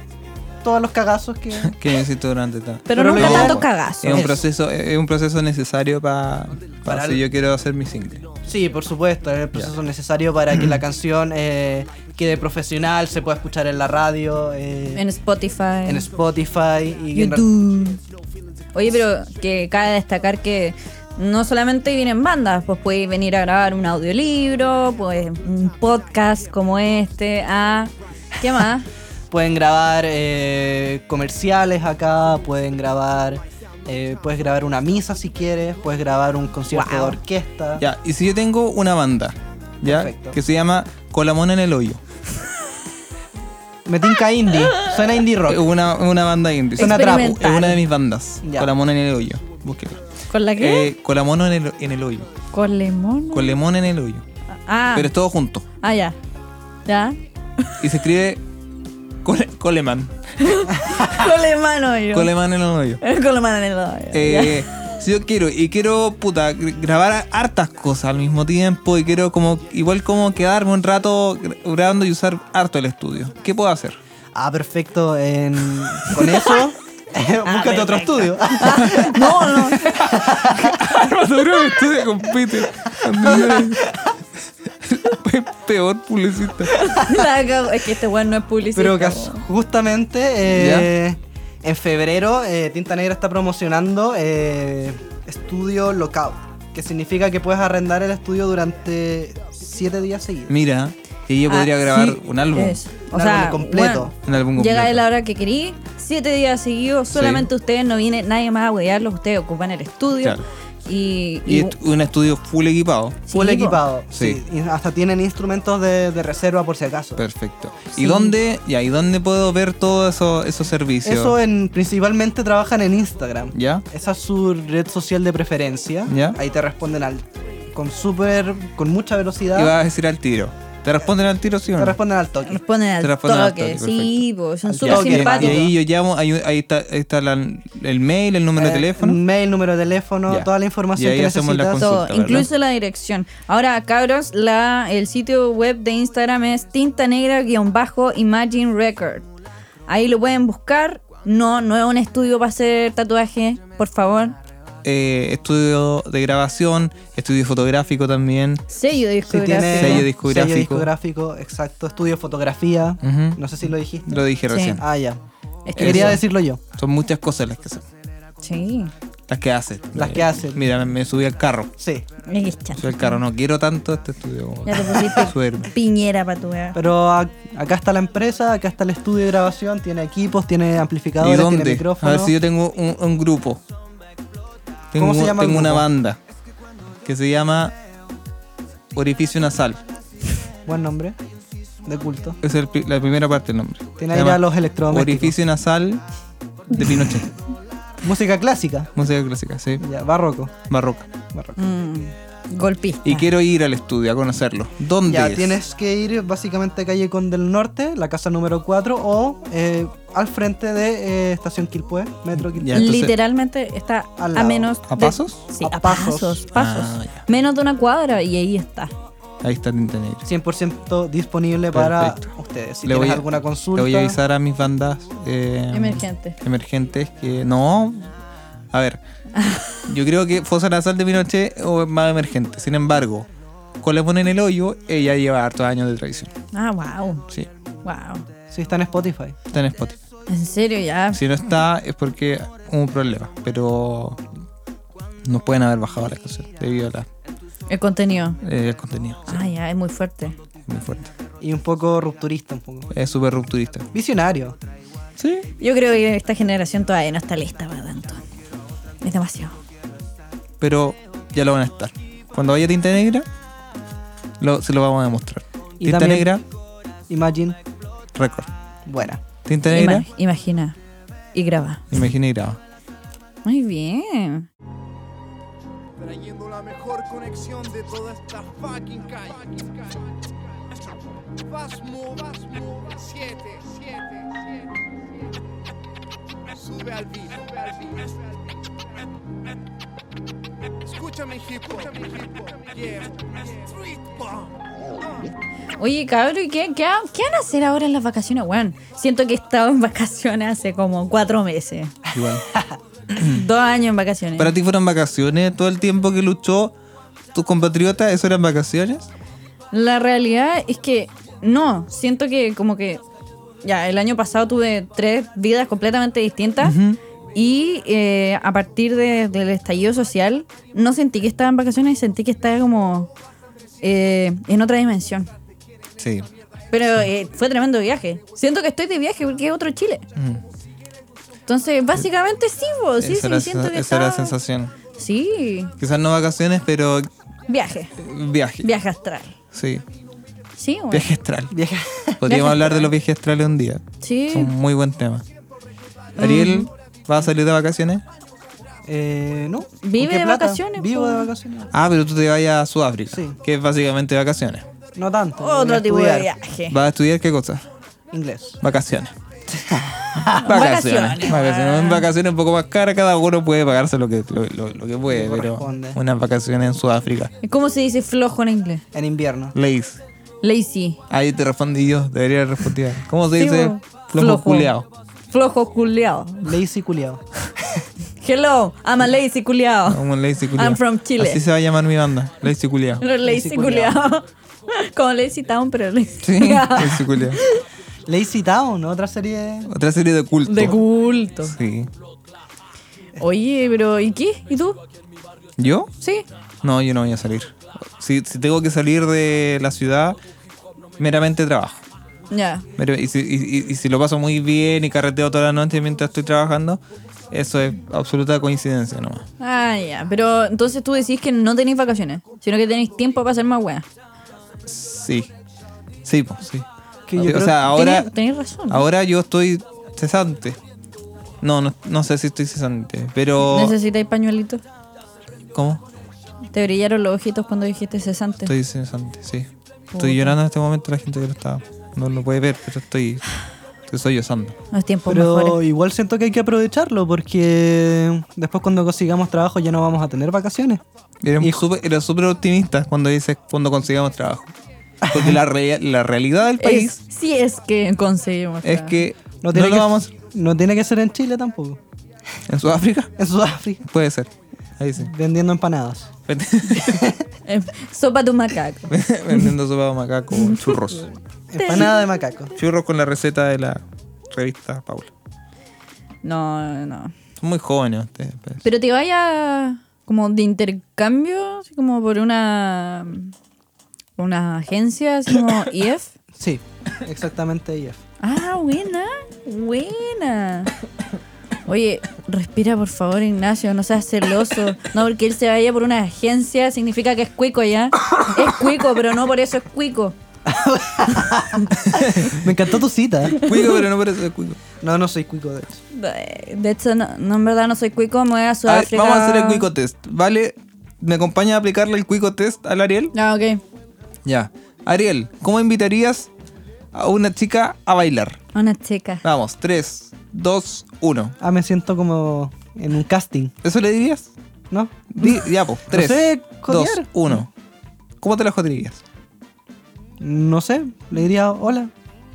[SPEAKER 2] todos los cagazos que...
[SPEAKER 1] ¿Qué necesito durante tal?
[SPEAKER 3] Pero,
[SPEAKER 2] Pero lo
[SPEAKER 3] nunca
[SPEAKER 2] ideal-
[SPEAKER 3] tanto cagazo.
[SPEAKER 1] Es un
[SPEAKER 2] Eso.
[SPEAKER 1] proceso, es un proceso necesario pa- para,
[SPEAKER 2] Para
[SPEAKER 1] si
[SPEAKER 2] el-
[SPEAKER 1] yo quiero hacer mi single.
[SPEAKER 2] Sí, por supuesto, es el proceso necesario para que la canción eh, quede profesional, se pueda escuchar en la radio, eh,
[SPEAKER 3] En
[SPEAKER 2] en,
[SPEAKER 3] Spotify.
[SPEAKER 2] Spotify y en-
[SPEAKER 3] YouTube. Oye, pero que cabe destacar que no solamente vienen bandas, pues puedes venir a grabar un audiolibro, pues un podcast como este, a... ¿Qué más?
[SPEAKER 2] Pueden grabar eh, comerciales acá, pueden grabar, eh, puedes grabar una misa si quieres, puedes grabar un concierto de
[SPEAKER 3] Wow.
[SPEAKER 2] orquesta.
[SPEAKER 1] Ya, y si yo tengo una banda, ¿ya?
[SPEAKER 2] Perfecto.
[SPEAKER 1] Que se llama Colamón en el Hoyo.
[SPEAKER 2] Me tinca indie, suena indie
[SPEAKER 1] Es
[SPEAKER 2] rock.
[SPEAKER 1] una, una banda indie.
[SPEAKER 2] Suena
[SPEAKER 1] Es
[SPEAKER 2] trap.
[SPEAKER 1] es una de mis bandas.
[SPEAKER 2] Ya.
[SPEAKER 1] Colamón en el Hoyo. Búsquelo.
[SPEAKER 3] ¿Con la qué?
[SPEAKER 1] Eh, Colamón en el, en el Hoyo.
[SPEAKER 3] Con limón.
[SPEAKER 1] Colemón en el Hoyo.
[SPEAKER 3] ah,
[SPEAKER 1] Pero es todo junto.
[SPEAKER 3] ah, ya. ¿Ya?
[SPEAKER 1] Y se escribe Cole- Coleman.
[SPEAKER 3] Con limón hoyo.
[SPEAKER 1] Coleman en el Hoyo.
[SPEAKER 3] Eh, Con limón en el hoyo.
[SPEAKER 1] Eh, si yo quiero, y quiero, puta, gr- grabar hartas cosas al mismo tiempo, y quiero como, igual como quedarme un rato gra- grabando y usar harto el estudio. ¿Qué puedo hacer?
[SPEAKER 2] Ah, perfecto. en- con eso,
[SPEAKER 3] Ah,
[SPEAKER 2] eh, búscate otro estudio.
[SPEAKER 3] Ya. no, no.
[SPEAKER 1] Armadura de estudio con Peter. Peor publicista.
[SPEAKER 3] La cago- es que este weón no es publicista.
[SPEAKER 2] Pero que
[SPEAKER 3] weón.
[SPEAKER 2] justamente eh, en febrero eh, Tinta Negra está promocionando eh, Estudio Lockout, que significa que puedes arrendar el estudio durante 7 días seguidos.
[SPEAKER 1] Mira, que yo
[SPEAKER 3] Ah,
[SPEAKER 1] podría grabar
[SPEAKER 3] sí,
[SPEAKER 1] un álbum.
[SPEAKER 3] eso. O
[SPEAKER 2] Un
[SPEAKER 3] sea,
[SPEAKER 2] álbum completo.
[SPEAKER 3] bueno,
[SPEAKER 1] Un álbum completo.
[SPEAKER 3] Llega a la hora que querí, siete días seguidos, solamente ustedes no viene nadie más a huearlos, ustedes ocupan el estudio.
[SPEAKER 1] Claro.
[SPEAKER 3] Y,
[SPEAKER 1] Y
[SPEAKER 3] y-
[SPEAKER 1] est- un estudio full equipado.
[SPEAKER 3] sí,
[SPEAKER 2] Full
[SPEAKER 3] po.
[SPEAKER 2] equipado.
[SPEAKER 1] Sí.
[SPEAKER 2] Sí. Y hasta tienen instrumentos de, de reserva por si acaso.
[SPEAKER 1] Perfecto. ¿Y
[SPEAKER 3] Sí.
[SPEAKER 1] dónde, ya, ¿y dónde puedo ver todos eso, esos servicios?
[SPEAKER 2] Eso en, principalmente trabajan en Instagram.
[SPEAKER 1] ¿Ya?
[SPEAKER 2] Esa es su red social de preferencia.
[SPEAKER 1] Ya.
[SPEAKER 2] Ahí te responden al, con súper, con
[SPEAKER 1] Y
[SPEAKER 2] mucha
[SPEAKER 1] vas
[SPEAKER 2] velocidad.
[SPEAKER 1] a decir al tiro. ¿Te responden al tiro, sí o
[SPEAKER 2] Te
[SPEAKER 1] no?
[SPEAKER 2] responden al toque.
[SPEAKER 3] Responden al
[SPEAKER 1] Te responden al
[SPEAKER 3] toque.
[SPEAKER 1] toque,
[SPEAKER 3] sí, po, son
[SPEAKER 2] Al
[SPEAKER 1] Ya,
[SPEAKER 3] súper
[SPEAKER 2] toque,
[SPEAKER 1] y-
[SPEAKER 3] simpáticos.
[SPEAKER 1] Y ahí yo llamo, ahí, ahí está, ahí está la- el mail, el número de
[SPEAKER 2] Eh,
[SPEAKER 1] teléfono.
[SPEAKER 2] Mail, número de teléfono,
[SPEAKER 1] Ya.
[SPEAKER 2] toda la
[SPEAKER 1] Y
[SPEAKER 2] información
[SPEAKER 1] ahí
[SPEAKER 2] que
[SPEAKER 1] hacemos la
[SPEAKER 2] necesitas.
[SPEAKER 1] consulta.
[SPEAKER 3] Todo,
[SPEAKER 1] ¿verdad?
[SPEAKER 3] incluso la dirección. Ahora, cabros, la, el sitio web de Instagram es tinta negra-imagine record. Ahí lo pueden buscar. No, no es un estudio para hacer tatuaje, por favor.
[SPEAKER 1] Eh, estudio de grabación, estudio fotográfico también.
[SPEAKER 3] Sello
[SPEAKER 2] Si
[SPEAKER 3] discográfico.
[SPEAKER 2] tiene
[SPEAKER 1] Sello discográfico.
[SPEAKER 2] sello discográfico, exacto. Estudio fotografía.
[SPEAKER 1] Ujú.
[SPEAKER 2] No sé si lo dijiste.
[SPEAKER 1] Lo dije
[SPEAKER 3] Sí.
[SPEAKER 1] recién.
[SPEAKER 2] Ah, ya.
[SPEAKER 3] Es que
[SPEAKER 2] Quería
[SPEAKER 1] Eso.
[SPEAKER 2] decirlo yo.
[SPEAKER 1] Son muchas cosas las que son.
[SPEAKER 3] Sí.
[SPEAKER 1] Las que haces.
[SPEAKER 2] Las
[SPEAKER 1] Eh,
[SPEAKER 2] que haces.
[SPEAKER 1] Mira, me, me subí al carro.
[SPEAKER 2] Sí.
[SPEAKER 3] Ahí está.
[SPEAKER 1] Subí al carro. No quiero tanto este estudio.
[SPEAKER 3] Ya te pusiste
[SPEAKER 1] Suerte.
[SPEAKER 3] piñera para tu wea.
[SPEAKER 2] Pero a- acá está la empresa, acá está el estudio de grabación, tiene equipos, tiene
[SPEAKER 1] ¿Y
[SPEAKER 2] amplificadores, tiene
[SPEAKER 1] dónde? A ver
[SPEAKER 2] micrófonos.
[SPEAKER 1] si yo tengo un, un grupo. Tengo,
[SPEAKER 2] ¿Cómo se llama el
[SPEAKER 1] tengo una
[SPEAKER 2] grupo?
[SPEAKER 1] banda que se llama Orificio Nasal.
[SPEAKER 2] Buen nombre. De culto.
[SPEAKER 1] Es el pri- la primera parte del nombre.
[SPEAKER 2] Tiene
[SPEAKER 1] Se
[SPEAKER 2] aire
[SPEAKER 1] llama
[SPEAKER 2] a los electrodomésticos.
[SPEAKER 1] Orificio Nasal de Pinochet.
[SPEAKER 2] Música clásica.
[SPEAKER 1] Música clásica, sí.
[SPEAKER 2] Ya, barroco.
[SPEAKER 1] Barroca.
[SPEAKER 2] barroco.
[SPEAKER 3] Mm, golpista.
[SPEAKER 1] Y quiero ir al estudio a conocerlo. ¿Dónde
[SPEAKER 2] Ah. Ya,
[SPEAKER 1] es?
[SPEAKER 2] tienes que ir básicamente a calle Condel Norte, la casa número 4, o eh, al frente de eh, Estación Quilpué, Metro Quilpué.
[SPEAKER 1] Ya, entonces-
[SPEAKER 3] Literalmente está
[SPEAKER 2] Al
[SPEAKER 3] a
[SPEAKER 2] lado.
[SPEAKER 3] menos.
[SPEAKER 1] ¿A
[SPEAKER 3] de-
[SPEAKER 1] pasos?
[SPEAKER 3] sí,
[SPEAKER 2] A
[SPEAKER 3] a, pasos.
[SPEAKER 2] pasos.
[SPEAKER 3] pasos.
[SPEAKER 1] Ah, ya.
[SPEAKER 3] menos de una cuadra y ahí está.
[SPEAKER 1] Ahí está Tinta Negra.
[SPEAKER 2] 100% disponible para
[SPEAKER 1] Perfecto.
[SPEAKER 2] ustedes. Si
[SPEAKER 1] Le voy
[SPEAKER 2] tienes
[SPEAKER 1] a-
[SPEAKER 2] alguna
[SPEAKER 1] Le
[SPEAKER 2] consulta,
[SPEAKER 1] voy a avisar a mis bandas eh,
[SPEAKER 3] Emergente.
[SPEAKER 1] emergentes que no. A ver, yo creo que Fosa Nasal de Pinochet o es más emergente. Sin embargo, con la pone en el hoyo, ella lleva hartos años de tradición.
[SPEAKER 3] Ah, wow.
[SPEAKER 1] Sí,
[SPEAKER 3] Wow.
[SPEAKER 2] si está en Spotify.
[SPEAKER 1] está en Spotify.
[SPEAKER 3] En serio, ya.
[SPEAKER 1] Si no está, es porque hubo un problema. Pero nos pueden haber bajado las canciones debido al
[SPEAKER 3] El contenido.
[SPEAKER 1] eh, contenido. sí,
[SPEAKER 3] Ah, ya, es muy fuerte.
[SPEAKER 1] muy fuerte.
[SPEAKER 2] Y un poco rupturista, un poco.
[SPEAKER 1] Es súper rupturista.
[SPEAKER 2] Visionario.
[SPEAKER 1] Sí.
[SPEAKER 3] Yo creo que esta generación todavía no está lista para tanto. Es demasiado.
[SPEAKER 1] Pero ya lo van a estar. Cuando vaya Tinta Negra, lo- se lo vamos a demostrar.
[SPEAKER 2] Y
[SPEAKER 1] Tinta
[SPEAKER 2] también-
[SPEAKER 1] Negra,
[SPEAKER 2] Imagine.
[SPEAKER 1] récord.
[SPEAKER 2] Buena.
[SPEAKER 1] Tinta Negra,
[SPEAKER 3] Ima- imagina y graba.
[SPEAKER 1] imagina y graba.
[SPEAKER 3] Muy bien.
[SPEAKER 6] trayendo la mejor conexión de toda esta fucking calle. Vasmo, Vasmo, 7, 7, 7. Sube al beat, sube al beat. sube al beat. Escúchame hip hop, hip hop, yeah, street bomb.
[SPEAKER 3] Oye, cabrón, ¿y ¿qué, qué, ha- qué van a hacer ahora en las vacaciones, weón? Siento que he estado en vacaciones hace como cuatro meses.
[SPEAKER 1] Igual.
[SPEAKER 3] Dos años en vacaciones.
[SPEAKER 1] Para ti fueron vacaciones, todo el tiempo que luchó tus compatriotas, ¿eso eran vacaciones?
[SPEAKER 3] La realidad es que no, siento que como que ya el año pasado tuve tres vidas completamente distintas y eh, a partir de- del estallido social no sentí que estaba en vacaciones, sentí que estaba como eh, en otra dimensión.
[SPEAKER 1] Sí.
[SPEAKER 3] Pero eh, fue tremendo viaje. Siento que estoy de viaje porque es otro Chile.
[SPEAKER 1] Mm.
[SPEAKER 3] Entonces, básicamente sí, vos, sí,
[SPEAKER 1] esa
[SPEAKER 3] sí,
[SPEAKER 1] era,
[SPEAKER 3] siento que
[SPEAKER 1] esa era la
[SPEAKER 3] estaba-
[SPEAKER 1] sensación.
[SPEAKER 3] Sí,
[SPEAKER 1] Quizás no vacaciones, pero
[SPEAKER 3] viaje,
[SPEAKER 1] viaje.
[SPEAKER 3] viaje astral.
[SPEAKER 1] Sí,
[SPEAKER 3] Sí, bueno.
[SPEAKER 1] viaje astral.
[SPEAKER 2] Vieja.
[SPEAKER 1] Podríamos hablar de los viajes astrales un día.
[SPEAKER 3] Sí. Mm.
[SPEAKER 1] Es un muy buen tema. Ariel, ¿vas a salir de vacaciones?
[SPEAKER 2] Eh, no. ¿Con
[SPEAKER 3] Vive
[SPEAKER 2] qué
[SPEAKER 3] de
[SPEAKER 2] plata?
[SPEAKER 3] vacaciones,
[SPEAKER 2] Vivo
[SPEAKER 3] po.
[SPEAKER 2] de vacaciones.
[SPEAKER 1] Ah, pero tú te vas a Sudáfrica,
[SPEAKER 2] Sí.
[SPEAKER 1] que es básicamente vacaciones.
[SPEAKER 2] No tanto. voy a
[SPEAKER 3] Otro tipo de
[SPEAKER 2] estudiar
[SPEAKER 3] viaje.
[SPEAKER 1] ¿Vas a estudiar qué cosa?
[SPEAKER 2] Inglés.
[SPEAKER 1] Vacaciones.
[SPEAKER 3] Vacaciones.
[SPEAKER 1] Vacaciones. Un vacaciones un poco más cara, cada uno puede pagarse lo que, lo, lo- lo que puede,
[SPEAKER 2] Lo que
[SPEAKER 1] pero
[SPEAKER 2] corresponde.
[SPEAKER 1] unas vacaciones en Sudáfrica.
[SPEAKER 3] ¿Cómo se dice flojo en inglés?
[SPEAKER 2] En invierno.
[SPEAKER 1] Leis.
[SPEAKER 3] Lazy.
[SPEAKER 1] Ahí te respondí yo, debería responder. ¿Cómo se
[SPEAKER 3] Sí,
[SPEAKER 1] dice?
[SPEAKER 3] bo.
[SPEAKER 1] Flojo culeado.
[SPEAKER 3] Flojo culeado.
[SPEAKER 2] Lazy culiao.
[SPEAKER 3] Hello, I'm a lazy culeado.
[SPEAKER 1] Un lazy culiao.
[SPEAKER 3] I'm from Chile.
[SPEAKER 1] Así se va a llamar mi banda, lazy culiao.
[SPEAKER 3] No lazy
[SPEAKER 2] Lazy culiao.
[SPEAKER 3] culeado. Como lazy town, pero lazy.
[SPEAKER 1] Sí,
[SPEAKER 3] culiao.
[SPEAKER 1] lazy culiao.
[SPEAKER 2] Lazy Town, otra serie.
[SPEAKER 1] Otra serie de culto.
[SPEAKER 3] De culto.
[SPEAKER 1] Sí.
[SPEAKER 3] Oye, pero ¿y qué? ¿Y tú?
[SPEAKER 1] ¿Yo?
[SPEAKER 3] ¿Sí?
[SPEAKER 1] No, yo no voy a salir. Si, si tengo que salir de la ciudad, meramente trabajo.
[SPEAKER 3] Ya.
[SPEAKER 1] Mero- Y si, y- y- y si lo paso muy bien y carreteo toda la noche mientras estoy trabajando, eso es absoluta coincidencia nomás.
[SPEAKER 3] Ah, ya. Pero entonces tú decís que no tenéis vacaciones, sino que tenéis tiempo para hacer más weas.
[SPEAKER 1] Sí. Sí, po, sí.
[SPEAKER 2] Que yo
[SPEAKER 1] Sí, o
[SPEAKER 2] creo-
[SPEAKER 1] sea, ahora,
[SPEAKER 3] Tenéis- Tenéis razón.
[SPEAKER 1] ahora yo estoy cesante. No, no, no sé si estoy cesante, pero...
[SPEAKER 3] ¿Necesitáis pañuelitos?
[SPEAKER 1] ¿Cómo?
[SPEAKER 3] Te brillaron los ojitos cuando dijiste cesante.
[SPEAKER 1] Estoy cesante, sí. Estoy llorando en este momento, la gente que lo está... No lo puede ver, pero estoy... Estoy llorando.
[SPEAKER 3] Los tiempos
[SPEAKER 2] Pero
[SPEAKER 3] mejores.
[SPEAKER 2] igual siento que hay que aprovecharlo porque después cuando consigamos trabajo ya no vamos a tener vacaciones.
[SPEAKER 1] Eres
[SPEAKER 2] Y-
[SPEAKER 1] súper eres súper optimista cuando dices cuando consigamos trabajo. Porque la, rea- la realidad del país
[SPEAKER 3] Es- sí es que conseguimos.
[SPEAKER 1] es
[SPEAKER 3] trabajo.
[SPEAKER 1] que no,
[SPEAKER 2] tiene
[SPEAKER 1] lo
[SPEAKER 2] que,
[SPEAKER 1] vamos
[SPEAKER 2] No tiene que ser en Chile tampoco.
[SPEAKER 1] en Sudáfrica.
[SPEAKER 2] En Sudáfrica.
[SPEAKER 1] Puede ser. Ahí sí.
[SPEAKER 2] Vendiendo empanadas.
[SPEAKER 3] Eh, sopa tu macaco.
[SPEAKER 1] Vendiendo sopa de macaco, churros.
[SPEAKER 2] Empanada de macaco.
[SPEAKER 1] Churros con la receta de la revista Paula.
[SPEAKER 3] No, no.
[SPEAKER 1] Son muy jóvenes ustedes. pues.
[SPEAKER 3] Pero te vaya como de intercambio, así como por una una agencia, así como IF.
[SPEAKER 2] Sí, exactamente, Jeff.
[SPEAKER 3] Ah, buena, buena. Oye, respira por favor, Ignacio, no seas celoso. No, porque él se vaya por una agencia significa que es cuico ya. Es cuico, pero no por eso es cuico.
[SPEAKER 2] Me encantó tu cita. ¿eh?
[SPEAKER 1] Cuico, pero no parece cuico.
[SPEAKER 2] No, no soy cuico, de hecho.
[SPEAKER 3] De hecho, no, no, en verdad no soy cuico, me voy a
[SPEAKER 1] A ver,
[SPEAKER 3] Sudáfrica.
[SPEAKER 1] vamos a hacer el cuico test. ¿Vale? ¿Me acompaña a aplicarle el cuico test al Ariel?
[SPEAKER 3] Ah, ok.
[SPEAKER 1] Ya. Ariel, ¿cómo invitarías a una chica a bailar?
[SPEAKER 3] Una chica.
[SPEAKER 1] Vamos, 3, 2, 1.
[SPEAKER 2] Ah, me siento como en un casting,
[SPEAKER 1] ¿Eso le dirías?
[SPEAKER 2] ¿no?
[SPEAKER 1] Di, ya, po. 3,
[SPEAKER 2] sé jodear.
[SPEAKER 1] 2, 1. ¿Cómo te la joderías?
[SPEAKER 2] No sé, le diría hola.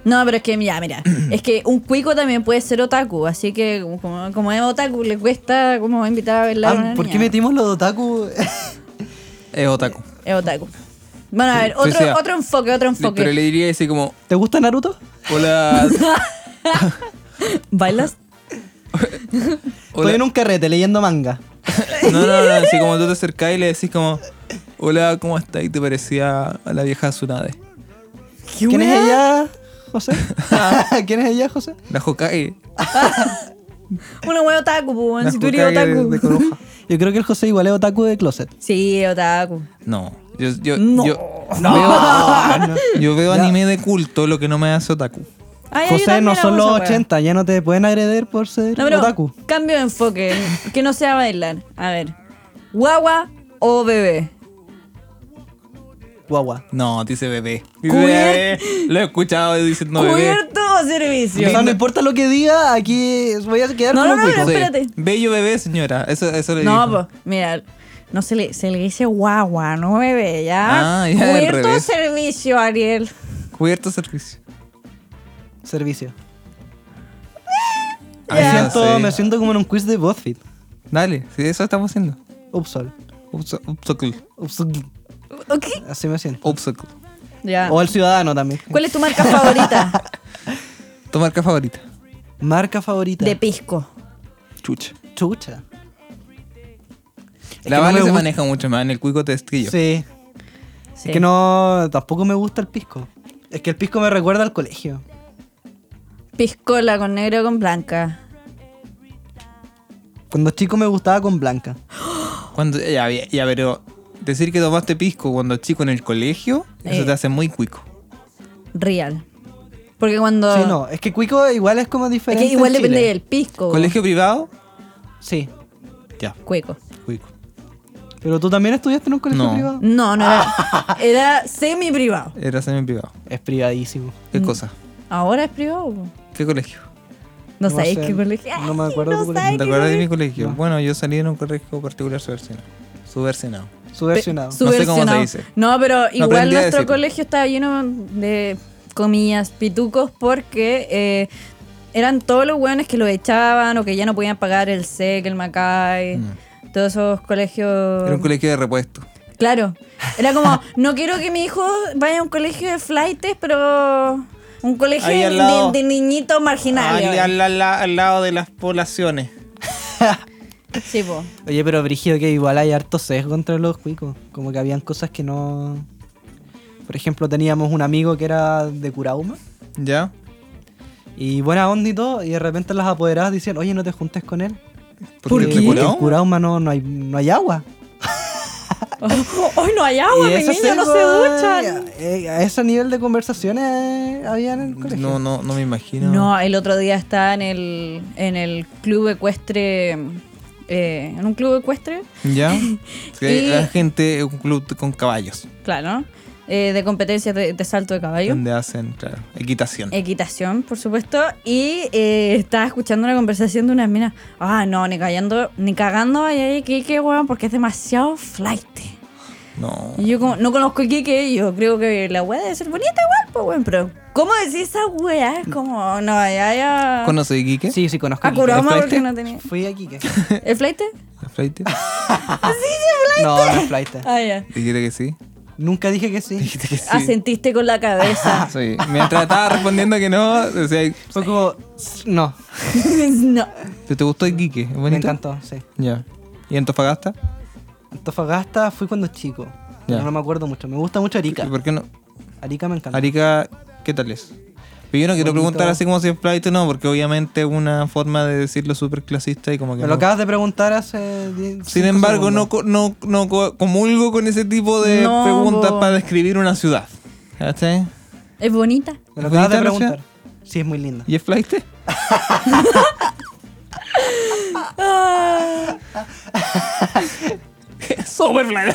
[SPEAKER 3] No, pero es que ya, mira, es que un cuico también puede ser otaku, así que como, como es otaku le cuesta como invitar a bailar a
[SPEAKER 2] Ah,
[SPEAKER 3] una
[SPEAKER 2] ¿Por qué
[SPEAKER 3] niña.
[SPEAKER 2] metimos los otaku?
[SPEAKER 1] Es otaku.
[SPEAKER 3] Es otaku. Bueno, a ver,
[SPEAKER 1] o sea,
[SPEAKER 3] otro, otro enfoque, otro enfoque.
[SPEAKER 1] Pero le diría así como,
[SPEAKER 2] ¿Te gusta Naruto?
[SPEAKER 1] hola,
[SPEAKER 3] ¿Bailas?
[SPEAKER 1] hola,
[SPEAKER 2] Estoy en un carrete leyendo manga.
[SPEAKER 1] No, no, no, así como tú te acercás y le decís como, hola, ¿cómo estás? Y te parecía a la vieja Tsunade.
[SPEAKER 2] ¿Quién es ella, José? ¿Quién es ella, José?
[SPEAKER 1] La Hokage.
[SPEAKER 3] Una wea otaku, po, weón,
[SPEAKER 1] La
[SPEAKER 3] si tú eres
[SPEAKER 1] Hokage de-
[SPEAKER 3] otaku.
[SPEAKER 1] de Konoha.
[SPEAKER 2] Yo creo que el José igual es otaku de closet.
[SPEAKER 3] sí, otaku.
[SPEAKER 1] No. Yo, yo,
[SPEAKER 3] No.
[SPEAKER 1] yo veo, yo veo anime de culto, lo que no me hace otaku.
[SPEAKER 3] Ay, yo
[SPEAKER 2] José,
[SPEAKER 3] también
[SPEAKER 2] no
[SPEAKER 3] hago
[SPEAKER 2] son los
[SPEAKER 3] esa wea.
[SPEAKER 2] 80, ya no te pueden agreder por ser
[SPEAKER 3] No, pero
[SPEAKER 2] otaku.
[SPEAKER 3] cambio de enfoque, que no sea bailar. A ver, guagua o bebé.
[SPEAKER 2] Guagua.
[SPEAKER 1] No, dice bebé. Dice
[SPEAKER 3] Queer.
[SPEAKER 1] bebé. Lo he escuchado diciendo bebé.
[SPEAKER 3] ¿Cubierto o servicio?
[SPEAKER 2] O sea, no importa lo que diga, aquí voy a quedar
[SPEAKER 3] No,
[SPEAKER 2] como
[SPEAKER 3] no, no,
[SPEAKER 2] pico.
[SPEAKER 3] pero- espérate.
[SPEAKER 1] Bello bebé, señora. Eso, eso le
[SPEAKER 3] No,
[SPEAKER 1] dijo.
[SPEAKER 3] pues, mira, no se le, se le dice guagua, no bebé, ya.
[SPEAKER 1] Ah, ya, al
[SPEAKER 3] Cubierto o
[SPEAKER 1] revés.
[SPEAKER 3] servicio, Ariel.
[SPEAKER 1] Cubierto servicio.
[SPEAKER 2] Servicio.
[SPEAKER 1] Ay,
[SPEAKER 2] Me,
[SPEAKER 1] no
[SPEAKER 2] siento,
[SPEAKER 1] sé.
[SPEAKER 2] me siento como en un quiz de BuzzFeed.
[SPEAKER 1] Dale, sí, eso estamos haciendo.
[SPEAKER 2] Upsol.
[SPEAKER 1] Obso- Obstacle.
[SPEAKER 2] Upsol.
[SPEAKER 3] Ok.
[SPEAKER 2] Así me siento.
[SPEAKER 1] Obstacle.
[SPEAKER 3] Ya.
[SPEAKER 2] O el ciudadano también.
[SPEAKER 3] ¿Cuál es tu marca favorita
[SPEAKER 1] ¿Tu marca favorita?
[SPEAKER 2] Marca favorita.
[SPEAKER 3] de pisco?
[SPEAKER 1] Chucha.
[SPEAKER 2] chucha. Es que
[SPEAKER 1] La
[SPEAKER 2] no
[SPEAKER 1] bala
[SPEAKER 2] me
[SPEAKER 1] se
[SPEAKER 2] gusta-
[SPEAKER 1] maneja mucho más en el cuico test que yo.
[SPEAKER 2] Sí.
[SPEAKER 3] Sí.
[SPEAKER 2] Es que no. Tampoco me gusta el pisco. Es que el pisco me recuerda al colegio.
[SPEAKER 3] Piscola con negro o con blanca.
[SPEAKER 2] Cuando chico me gustaba con blanca.
[SPEAKER 1] Cuando, ya, ya, ya, pero decir que tomaste pisco cuando chico en el colegio, eso
[SPEAKER 3] Eh.
[SPEAKER 1] te hace muy cuico.
[SPEAKER 3] Real. Porque cuando.
[SPEAKER 2] Sí, no. Es que cuico igual es como
[SPEAKER 3] Ah. Es
[SPEAKER 2] diferente.
[SPEAKER 3] que igual
[SPEAKER 2] en Chile.
[SPEAKER 3] depende del
[SPEAKER 2] Oh.
[SPEAKER 3] pisco.
[SPEAKER 1] ¿Colegio privado?
[SPEAKER 2] Sí.
[SPEAKER 1] Ya,
[SPEAKER 3] Cueco.
[SPEAKER 1] cuico.
[SPEAKER 2] Pero tú también estudiaste en un colegio
[SPEAKER 1] No.
[SPEAKER 2] privado.
[SPEAKER 3] No, no era. Era semi privado.
[SPEAKER 1] Era semi privado.
[SPEAKER 2] Es privadísimo.
[SPEAKER 1] ¿Qué cosa?
[SPEAKER 3] Ahora es privado. po.
[SPEAKER 1] ¿Qué colegio?
[SPEAKER 3] No,
[SPEAKER 2] No
[SPEAKER 3] sabéis
[SPEAKER 2] sé,
[SPEAKER 3] qué colegio.
[SPEAKER 2] no me acuerdo
[SPEAKER 3] No
[SPEAKER 2] tu colegio.
[SPEAKER 1] ¿No te
[SPEAKER 3] sabéis qué
[SPEAKER 1] acuerdas de mi
[SPEAKER 3] colegio.
[SPEAKER 1] colegio?
[SPEAKER 2] No.
[SPEAKER 1] Bueno, yo salí en un colegio particular subversionado. Subversionado.
[SPEAKER 2] Subversionado.
[SPEAKER 1] Pe- No sé cómo se
[SPEAKER 3] Subversionado.
[SPEAKER 1] dice.
[SPEAKER 3] No, pero igual
[SPEAKER 1] aprendí a
[SPEAKER 3] nuestro
[SPEAKER 1] decirlo.
[SPEAKER 3] colegio estaba lleno de comillas, pitucos, porque eh, eran todos los hueones que los echaban o que ya no podían pagar el SEC, el Macay, todos esos colegios.
[SPEAKER 1] Mm. Era un colegio de repuesto.
[SPEAKER 3] Claro. Era como, no quiero que mi hijo vaya a un colegio de flightes, pero un colegio
[SPEAKER 1] Ahí
[SPEAKER 3] de,
[SPEAKER 1] al lado.
[SPEAKER 3] de- de niñito marginal.
[SPEAKER 1] lado de las poblaciones.
[SPEAKER 3] Sí, po.
[SPEAKER 2] Oye, pero Brigido, que igual hay harto sesgo entre los cuicos. Como que habían cosas que no. Por ejemplo, teníamos un amigo que era de Curauma.
[SPEAKER 1] ¿Ya?
[SPEAKER 2] Y buena onda y todo, y de repente las apoderadas dicen, oye, no te juntes con él.
[SPEAKER 1] ¿Por
[SPEAKER 2] Eh,
[SPEAKER 1] qué?
[SPEAKER 2] Porque
[SPEAKER 1] ¿Curao?
[SPEAKER 2] en Curauma no, no hay, no hay agua.
[SPEAKER 3] Hoy no hay agua,
[SPEAKER 2] Y
[SPEAKER 3] mi
[SPEAKER 2] eso
[SPEAKER 3] niño, no se
[SPEAKER 2] se-
[SPEAKER 3] duchan.
[SPEAKER 2] eh, A ese nivel de conversaciones eh, había en el colegio.
[SPEAKER 1] No, no, no me imagino.
[SPEAKER 3] No, el otro día estaba en el, en el club ecuestre. eh, en un club ecuestre,
[SPEAKER 1] ¿Ya? Sí,
[SPEAKER 3] Y-
[SPEAKER 1] La gente, un club con caballos,
[SPEAKER 3] claro, eh, de competencias de, de salto de caballo.
[SPEAKER 1] donde hacen, claro,
[SPEAKER 3] Eh,
[SPEAKER 1] equitación.
[SPEAKER 3] Equitación, por supuesto. Y eh, estaba escuchando una conversación de unas minas. Ah, no, ni cagando, ni cagando ahí, ahí, Kike, weón, porque es demasiado flight.
[SPEAKER 1] No.
[SPEAKER 3] Y yo como, no conozco a Kike, yo creo que la weá debe ser bonita igual, pues weón, pero ¿cómo decís esa weá? Es como, no, ya, ya.
[SPEAKER 1] ¿Conoce a Quique?
[SPEAKER 2] Sí, sí, conozco.
[SPEAKER 3] A
[SPEAKER 2] Quique.
[SPEAKER 3] Kurama
[SPEAKER 1] ¿El
[SPEAKER 3] porque
[SPEAKER 1] flaite?
[SPEAKER 3] no tenía.
[SPEAKER 2] Fui a Quique.
[SPEAKER 3] ¿El flight?
[SPEAKER 1] ¿La flaite?
[SPEAKER 2] No, no es flight.
[SPEAKER 3] Ah, ya.
[SPEAKER 1] Dijiste que sí.
[SPEAKER 2] Nunca dije que sí.
[SPEAKER 1] Dijiste que sí.
[SPEAKER 3] Asentiste con la cabeza.
[SPEAKER 1] Sí. Mientras estaba respondiendo que no, o sea,
[SPEAKER 2] Fue como, no,
[SPEAKER 3] no.
[SPEAKER 1] ¿te, te gustó Quique? ¿Es bonito?
[SPEAKER 2] me encantó, sí.
[SPEAKER 1] Ya. ¿Y Antofagasta?
[SPEAKER 2] Antofagasta fui cuando chico.
[SPEAKER 1] Ya.
[SPEAKER 2] No, me acuerdo mucho. Me gusta
[SPEAKER 1] ¿Y
[SPEAKER 2] mucho Arica.
[SPEAKER 1] por qué no?
[SPEAKER 2] Arica me encanta.
[SPEAKER 1] Arica, ¿qué tal es? Pero yo no quiero
[SPEAKER 2] Bonito.
[SPEAKER 1] preguntar así como si es flight o no, porque obviamente es una forma de decirlo súper clasista y como que
[SPEAKER 2] Me lo
[SPEAKER 1] no-
[SPEAKER 2] acabas de preguntar hace 10
[SPEAKER 1] Sin embargo, no, co- no, no co- comulgo con ese tipo de
[SPEAKER 3] No,
[SPEAKER 1] preguntas
[SPEAKER 3] bo.
[SPEAKER 1] para describir una ciudad. ¿Cachai?
[SPEAKER 3] Es bonita.
[SPEAKER 2] Me lo acabas
[SPEAKER 1] ¿Bonita
[SPEAKER 2] de
[SPEAKER 1] la
[SPEAKER 2] preguntar. Sí, es muy linda.
[SPEAKER 1] ¿Y es flight? Súper flight.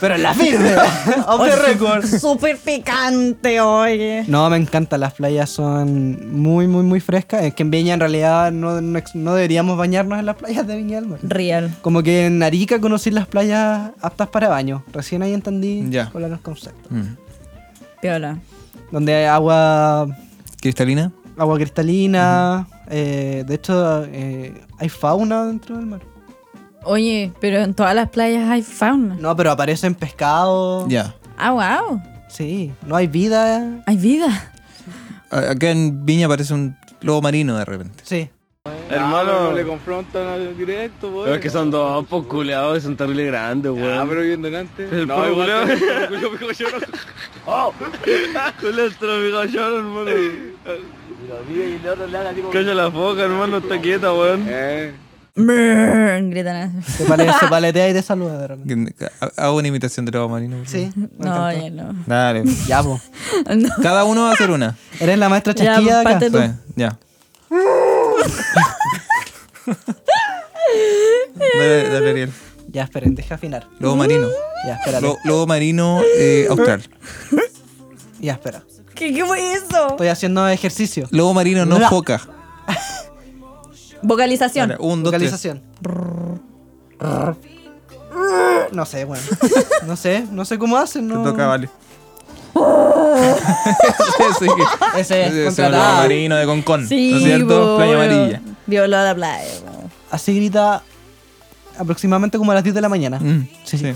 [SPEAKER 2] Pero la firme. Off the record.
[SPEAKER 3] Oh, Súper picante, oye.
[SPEAKER 2] No, me encanta. Las playas son muy, muy, muy frescas. Es que en Viña en realidad no, no ex- no deberíamos bañarnos en las playas de Viña del Mar.
[SPEAKER 3] Real.
[SPEAKER 2] Como que en Arica conocí las playas aptas para baño. Recién ahí entendí
[SPEAKER 1] Ya.
[SPEAKER 2] cuáles eran los conceptos.
[SPEAKER 3] Piola.
[SPEAKER 2] Donde hay agua,
[SPEAKER 1] ¿Cristalina?
[SPEAKER 2] agua cristalina. eh, de hecho, eh, hay fauna dentro del mar.
[SPEAKER 3] Oye, pero en todas las playas hay fauna.
[SPEAKER 2] No, pero aparecen pescados.
[SPEAKER 1] Ya.
[SPEAKER 3] Ah, wow.
[SPEAKER 2] Sí, no hay vida.
[SPEAKER 3] Hay vida.
[SPEAKER 1] A- Acá en Viña aparece un lobo marino de repente.
[SPEAKER 2] Sí.
[SPEAKER 7] Hermano.
[SPEAKER 8] No le confrontan al directo,
[SPEAKER 7] Pero
[SPEAKER 8] weón.
[SPEAKER 7] es que son dos, pues culeados, que son terrible grandes, weón.
[SPEAKER 8] Ah, pero bien delante.
[SPEAKER 7] El
[SPEAKER 8] no,
[SPEAKER 7] pobre
[SPEAKER 8] igual
[SPEAKER 7] culiao.
[SPEAKER 8] que el culiao pico llorón. ¡Oh!
[SPEAKER 7] Culeado, este lo pegó a llorar, hermano. Calla la boca, hermano, está quieta, weón.
[SPEAKER 8] Eh,
[SPEAKER 3] Brrr, Gritan así.
[SPEAKER 2] Se, pale- se paletea y te saluda de repente.
[SPEAKER 1] Hago una imitación de los marinos. por
[SPEAKER 2] Sí. me
[SPEAKER 3] No,
[SPEAKER 2] encantó.
[SPEAKER 3] ya no.
[SPEAKER 1] Dale.
[SPEAKER 2] Ya, po.
[SPEAKER 3] No.
[SPEAKER 1] Cada uno va a hacer una.
[SPEAKER 2] Eres la maestra
[SPEAKER 3] Ya, pues,
[SPEAKER 2] chasquilla de acá.
[SPEAKER 3] parte-
[SPEAKER 1] Sí, ya. dale, dale, Ariel.
[SPEAKER 2] Ya, esperen, deja afinar.
[SPEAKER 1] Lobo marino.
[SPEAKER 2] Ya, espérate.
[SPEAKER 1] Lo- lobo marino eh, austral.
[SPEAKER 2] Ya, espera.
[SPEAKER 3] ¿Qué, ¿Qué fue eso?
[SPEAKER 2] Estoy haciendo ejercicio.
[SPEAKER 1] Lobo marino no
[SPEAKER 2] Bla.
[SPEAKER 1] foca.
[SPEAKER 3] Vocalización.
[SPEAKER 1] Dale, un, dos, tres.
[SPEAKER 2] Localización. No sé, bueno. No sé, no sé cómo hacen,
[SPEAKER 1] Te
[SPEAKER 2] no.
[SPEAKER 1] toca, vale. Ese sí que-
[SPEAKER 2] Ese
[SPEAKER 1] ese
[SPEAKER 2] es
[SPEAKER 1] es un lobo
[SPEAKER 2] contratado.
[SPEAKER 1] marino de Concón.
[SPEAKER 3] Sí,
[SPEAKER 1] ¿No es cierto?
[SPEAKER 3] po,
[SPEAKER 1] Playa
[SPEAKER 3] weón.
[SPEAKER 1] amarilla.
[SPEAKER 3] Violó a la playa. weón.
[SPEAKER 2] Así grita aproximadamente como a las 10 de la mañana.
[SPEAKER 1] Mm,
[SPEAKER 2] Sí.
[SPEAKER 1] sí.
[SPEAKER 2] Eh,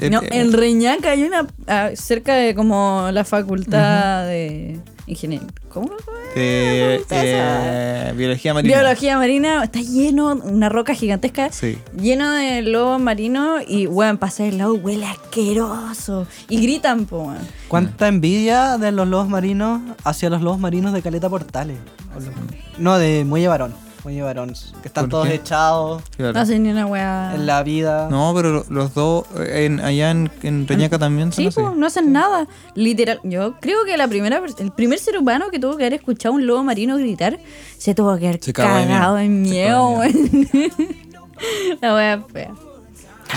[SPEAKER 1] Eh,
[SPEAKER 3] No,
[SPEAKER 1] eh,
[SPEAKER 3] en Reñaca hay una ah, cerca de como la facultad de ingeniería. ¿Cómo?
[SPEAKER 1] eh,
[SPEAKER 3] Esa.
[SPEAKER 1] eh, biología marina.
[SPEAKER 3] Biología marina está lleno, una roca gigantesca,
[SPEAKER 1] Sí.
[SPEAKER 3] lleno de lobo marino y weón, pasar el lado huele asqueroso. Y gritan, po, weón.
[SPEAKER 2] ¿Cuánta
[SPEAKER 1] Mm.
[SPEAKER 2] envidia de los lobos marinos hacia los lobos marinos de Caleta Portales? O lo- No, de Muelle Varón. Muelle Varón. Que están
[SPEAKER 1] ¿Por
[SPEAKER 2] todos
[SPEAKER 1] qué?
[SPEAKER 2] echados
[SPEAKER 1] Claro.
[SPEAKER 3] No hacen ni una weá.
[SPEAKER 2] en la vida.
[SPEAKER 1] No, pero lo- los dos, eh, en, allá en, en Reñaca también son
[SPEAKER 3] Sí,
[SPEAKER 1] así.
[SPEAKER 3] po, no hacen nada. Literal, yo creo que la primera, pers- el primer ser humano que tuvo que haber escuchado a un lobo marino gritar, se tuvo que haber
[SPEAKER 1] Se cagó de
[SPEAKER 3] cagado
[SPEAKER 1] miedo.
[SPEAKER 3] en
[SPEAKER 1] Se
[SPEAKER 3] miedo,
[SPEAKER 1] cagó de
[SPEAKER 3] weón. La wea fea.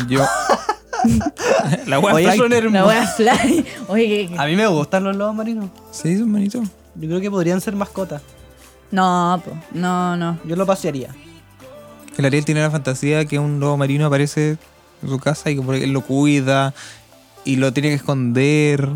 [SPEAKER 1] Yo. la wea
[SPEAKER 2] Oye,
[SPEAKER 1] flight.
[SPEAKER 2] son
[SPEAKER 3] La
[SPEAKER 2] hermosos.
[SPEAKER 3] wea fly. Oye, que-
[SPEAKER 2] A mí me gustan los lobos marinos.
[SPEAKER 1] Sí, son bonitos.
[SPEAKER 2] Yo creo que podrían ser mascotas.
[SPEAKER 3] No, po, no, no.
[SPEAKER 2] Yo lo pasearía.
[SPEAKER 1] El Ariel tiene la fantasía que un lobo marino aparece en su casa y que por ahí él lo cuida y lo tiene que esconder.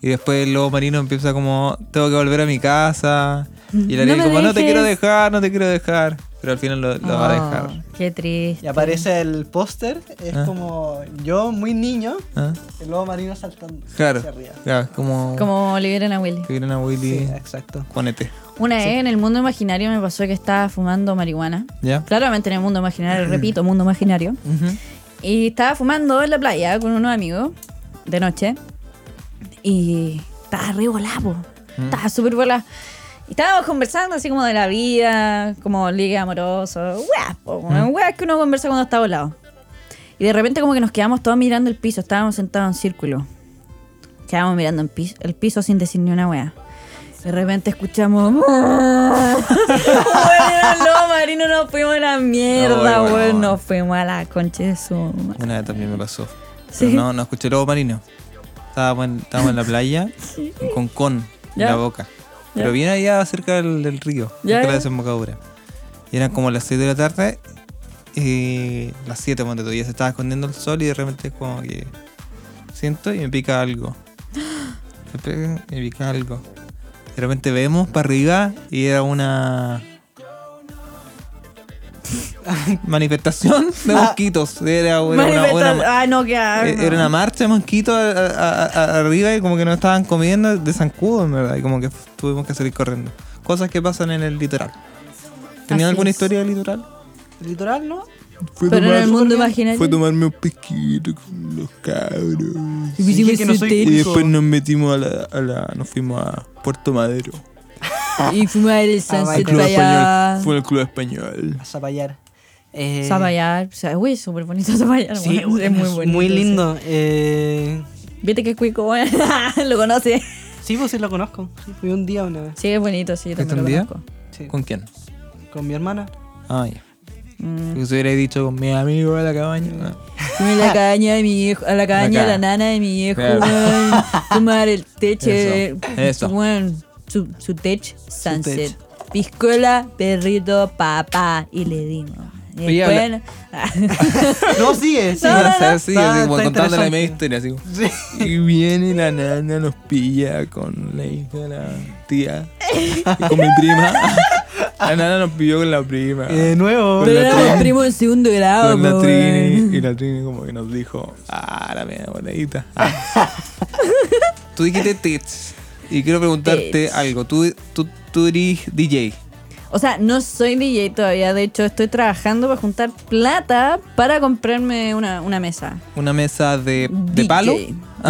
[SPEAKER 1] Y después el lobo marino empieza como, tengo que volver a mi casa. Y el
[SPEAKER 3] No
[SPEAKER 1] Ariel
[SPEAKER 3] me
[SPEAKER 1] como, no te
[SPEAKER 3] dejes".
[SPEAKER 1] quiero dejar, no te quiero dejar. Pero al final lo, lo va a dejar.
[SPEAKER 3] Oh, Qué triste.
[SPEAKER 2] Y aparece el póster. Es
[SPEAKER 1] Ah.
[SPEAKER 2] como yo, muy niño,
[SPEAKER 1] ¿Ah?
[SPEAKER 2] el lobo marino saltando
[SPEAKER 1] Claro.
[SPEAKER 2] hacia arriba.
[SPEAKER 1] Claro, es como,
[SPEAKER 3] Como liberan a Willy.
[SPEAKER 1] que vienen a
[SPEAKER 2] Sí,
[SPEAKER 1] Willy,
[SPEAKER 2] exacto.
[SPEAKER 1] ponete.
[SPEAKER 3] Una vez en el mundo imaginario me pasó que estaba fumando marihuana.
[SPEAKER 1] ¿Ya?
[SPEAKER 3] Claramente en el mundo imaginario, repito, mundo imaginario. Y estaba fumando en la playa con unos amigos de noche. Y estaba re volada, po. Estaba súper volada. Y estábamos conversando así como de la vida, como ligue amoroso. Weas, po, weón, weas que uno conversa cuando está volado. Y de repente como que nos quedamos todos mirando el piso. Estábamos sentados en círculo. Quedábamos mirando en pis- el piso sin decir ni una wea. De repente escuchamos. bueno, no, Marino, nos fuimos a la mierda,
[SPEAKER 1] Ay,
[SPEAKER 3] weón.
[SPEAKER 1] bueno.
[SPEAKER 3] Nos fuimos a la concha de su. madre.
[SPEAKER 1] Una vez también me pasó.
[SPEAKER 3] Sí.
[SPEAKER 1] Pero no, no escuché lobo marino. Estábamos en, estábamos en la playa con con en
[SPEAKER 3] Ya.
[SPEAKER 1] la boca. Pero
[SPEAKER 3] Ya.
[SPEAKER 1] bien allá cerca del, del río,
[SPEAKER 3] Ya,
[SPEAKER 1] cerca de la
[SPEAKER 3] ya.
[SPEAKER 1] desembocadura. Y eran como las 6 de la tarde, eh, las 7 cuando todavía se estaba escondiendo el sol y de repente como que siento y me pica algo. Me pega, me pica algo. De repente vemos para arriba y era una manifestación de
[SPEAKER 2] Ah.
[SPEAKER 1] mosquitos. Era una, una-
[SPEAKER 3] Manifestar-
[SPEAKER 1] una-
[SPEAKER 3] Ay, Ah, no, qué
[SPEAKER 1] eh,
[SPEAKER 3] asco.
[SPEAKER 1] Era una marcha de mosquitos a- a- a- a- arriba y como que no estaban comiendo de zancudo, en verdad. Y como que tuvimos que salir corriendo. Cosas que pasan en el litoral. ¿Tenían
[SPEAKER 3] Así
[SPEAKER 1] alguna
[SPEAKER 3] es.
[SPEAKER 1] historia del litoral?
[SPEAKER 2] El litoral, ¿no?
[SPEAKER 1] Fue
[SPEAKER 3] Pero en el mundo imaginario.
[SPEAKER 1] tomarme un pesquito con los cabros.
[SPEAKER 3] Y pusimos
[SPEAKER 2] Dije que no soy
[SPEAKER 3] sutil.
[SPEAKER 2] Y después
[SPEAKER 1] nos metimos a la, Nos fuimos a Puerto Madero.
[SPEAKER 3] Y fuimos a el sunset
[SPEAKER 2] Club
[SPEAKER 3] para allá.
[SPEAKER 1] el club español.
[SPEAKER 2] A Zapallar. Eh,
[SPEAKER 3] Zapallar, o sea, uy, súper bonito Zapallar.
[SPEAKER 2] Sí,
[SPEAKER 3] weón, es muy bonito.
[SPEAKER 2] Muy
[SPEAKER 3] sí.
[SPEAKER 2] lindo. Eh,
[SPEAKER 3] Viste que es cuico, weón. lo conoce.
[SPEAKER 2] sí, pues sí lo conozco. Sí, fui un día una vez
[SPEAKER 3] Sí, es bonito, sí, también
[SPEAKER 1] un
[SPEAKER 3] lo
[SPEAKER 1] día?
[SPEAKER 3] conozco.
[SPEAKER 2] sí,
[SPEAKER 1] ¿Con quién?
[SPEAKER 2] con mi hermana.
[SPEAKER 1] Ah, ya. Porque Si hubiera dicho con mis amigos de la cabaña. no.
[SPEAKER 3] Fui a la caña de mi viejo, a la caña de la
[SPEAKER 1] Acá.
[SPEAKER 3] nana de mi viejo,
[SPEAKER 1] Ah. Claro.
[SPEAKER 3] weón. Tomar el teche,
[SPEAKER 1] Eso, eso.
[SPEAKER 3] weón, su, su tech sunset.
[SPEAKER 1] tech.
[SPEAKER 3] Piscola, perrito, papá. Y le dimos. Y
[SPEAKER 1] Oye,
[SPEAKER 3] después-
[SPEAKER 1] habla-
[SPEAKER 2] No, sigue,
[SPEAKER 1] Sí, o sea, sí,
[SPEAKER 2] sigue. Está-
[SPEAKER 3] Ah,
[SPEAKER 1] así,
[SPEAKER 2] está
[SPEAKER 1] como contándole la
[SPEAKER 2] interesante.
[SPEAKER 1] media historia, así. como, Y viene la nana, nos pilla con la hija de la tía, y con mi prima. La nana nos pilló con la prima.
[SPEAKER 2] Eh, de nuevo.
[SPEAKER 1] Con
[SPEAKER 3] Pero
[SPEAKER 1] la
[SPEAKER 3] éramos
[SPEAKER 1] Trini.
[SPEAKER 3] primos en segundo grado,
[SPEAKER 1] con la
[SPEAKER 3] po,
[SPEAKER 1] Trini. Y
[SPEAKER 3] weón.
[SPEAKER 1] la Trini como que nos dijo, ah, la media bonita. Ah. Tú dijiste tits. Y quiero preguntarte
[SPEAKER 3] Tits.
[SPEAKER 1] algo. Tú, tú, tú eres DJ.
[SPEAKER 3] O sea, no soy DJ todavía. De hecho, estoy trabajando para juntar plata para comprarme una, una mesa.
[SPEAKER 1] ¿Una mesa de, de
[SPEAKER 3] DJ.
[SPEAKER 1] palo?
[SPEAKER 3] No,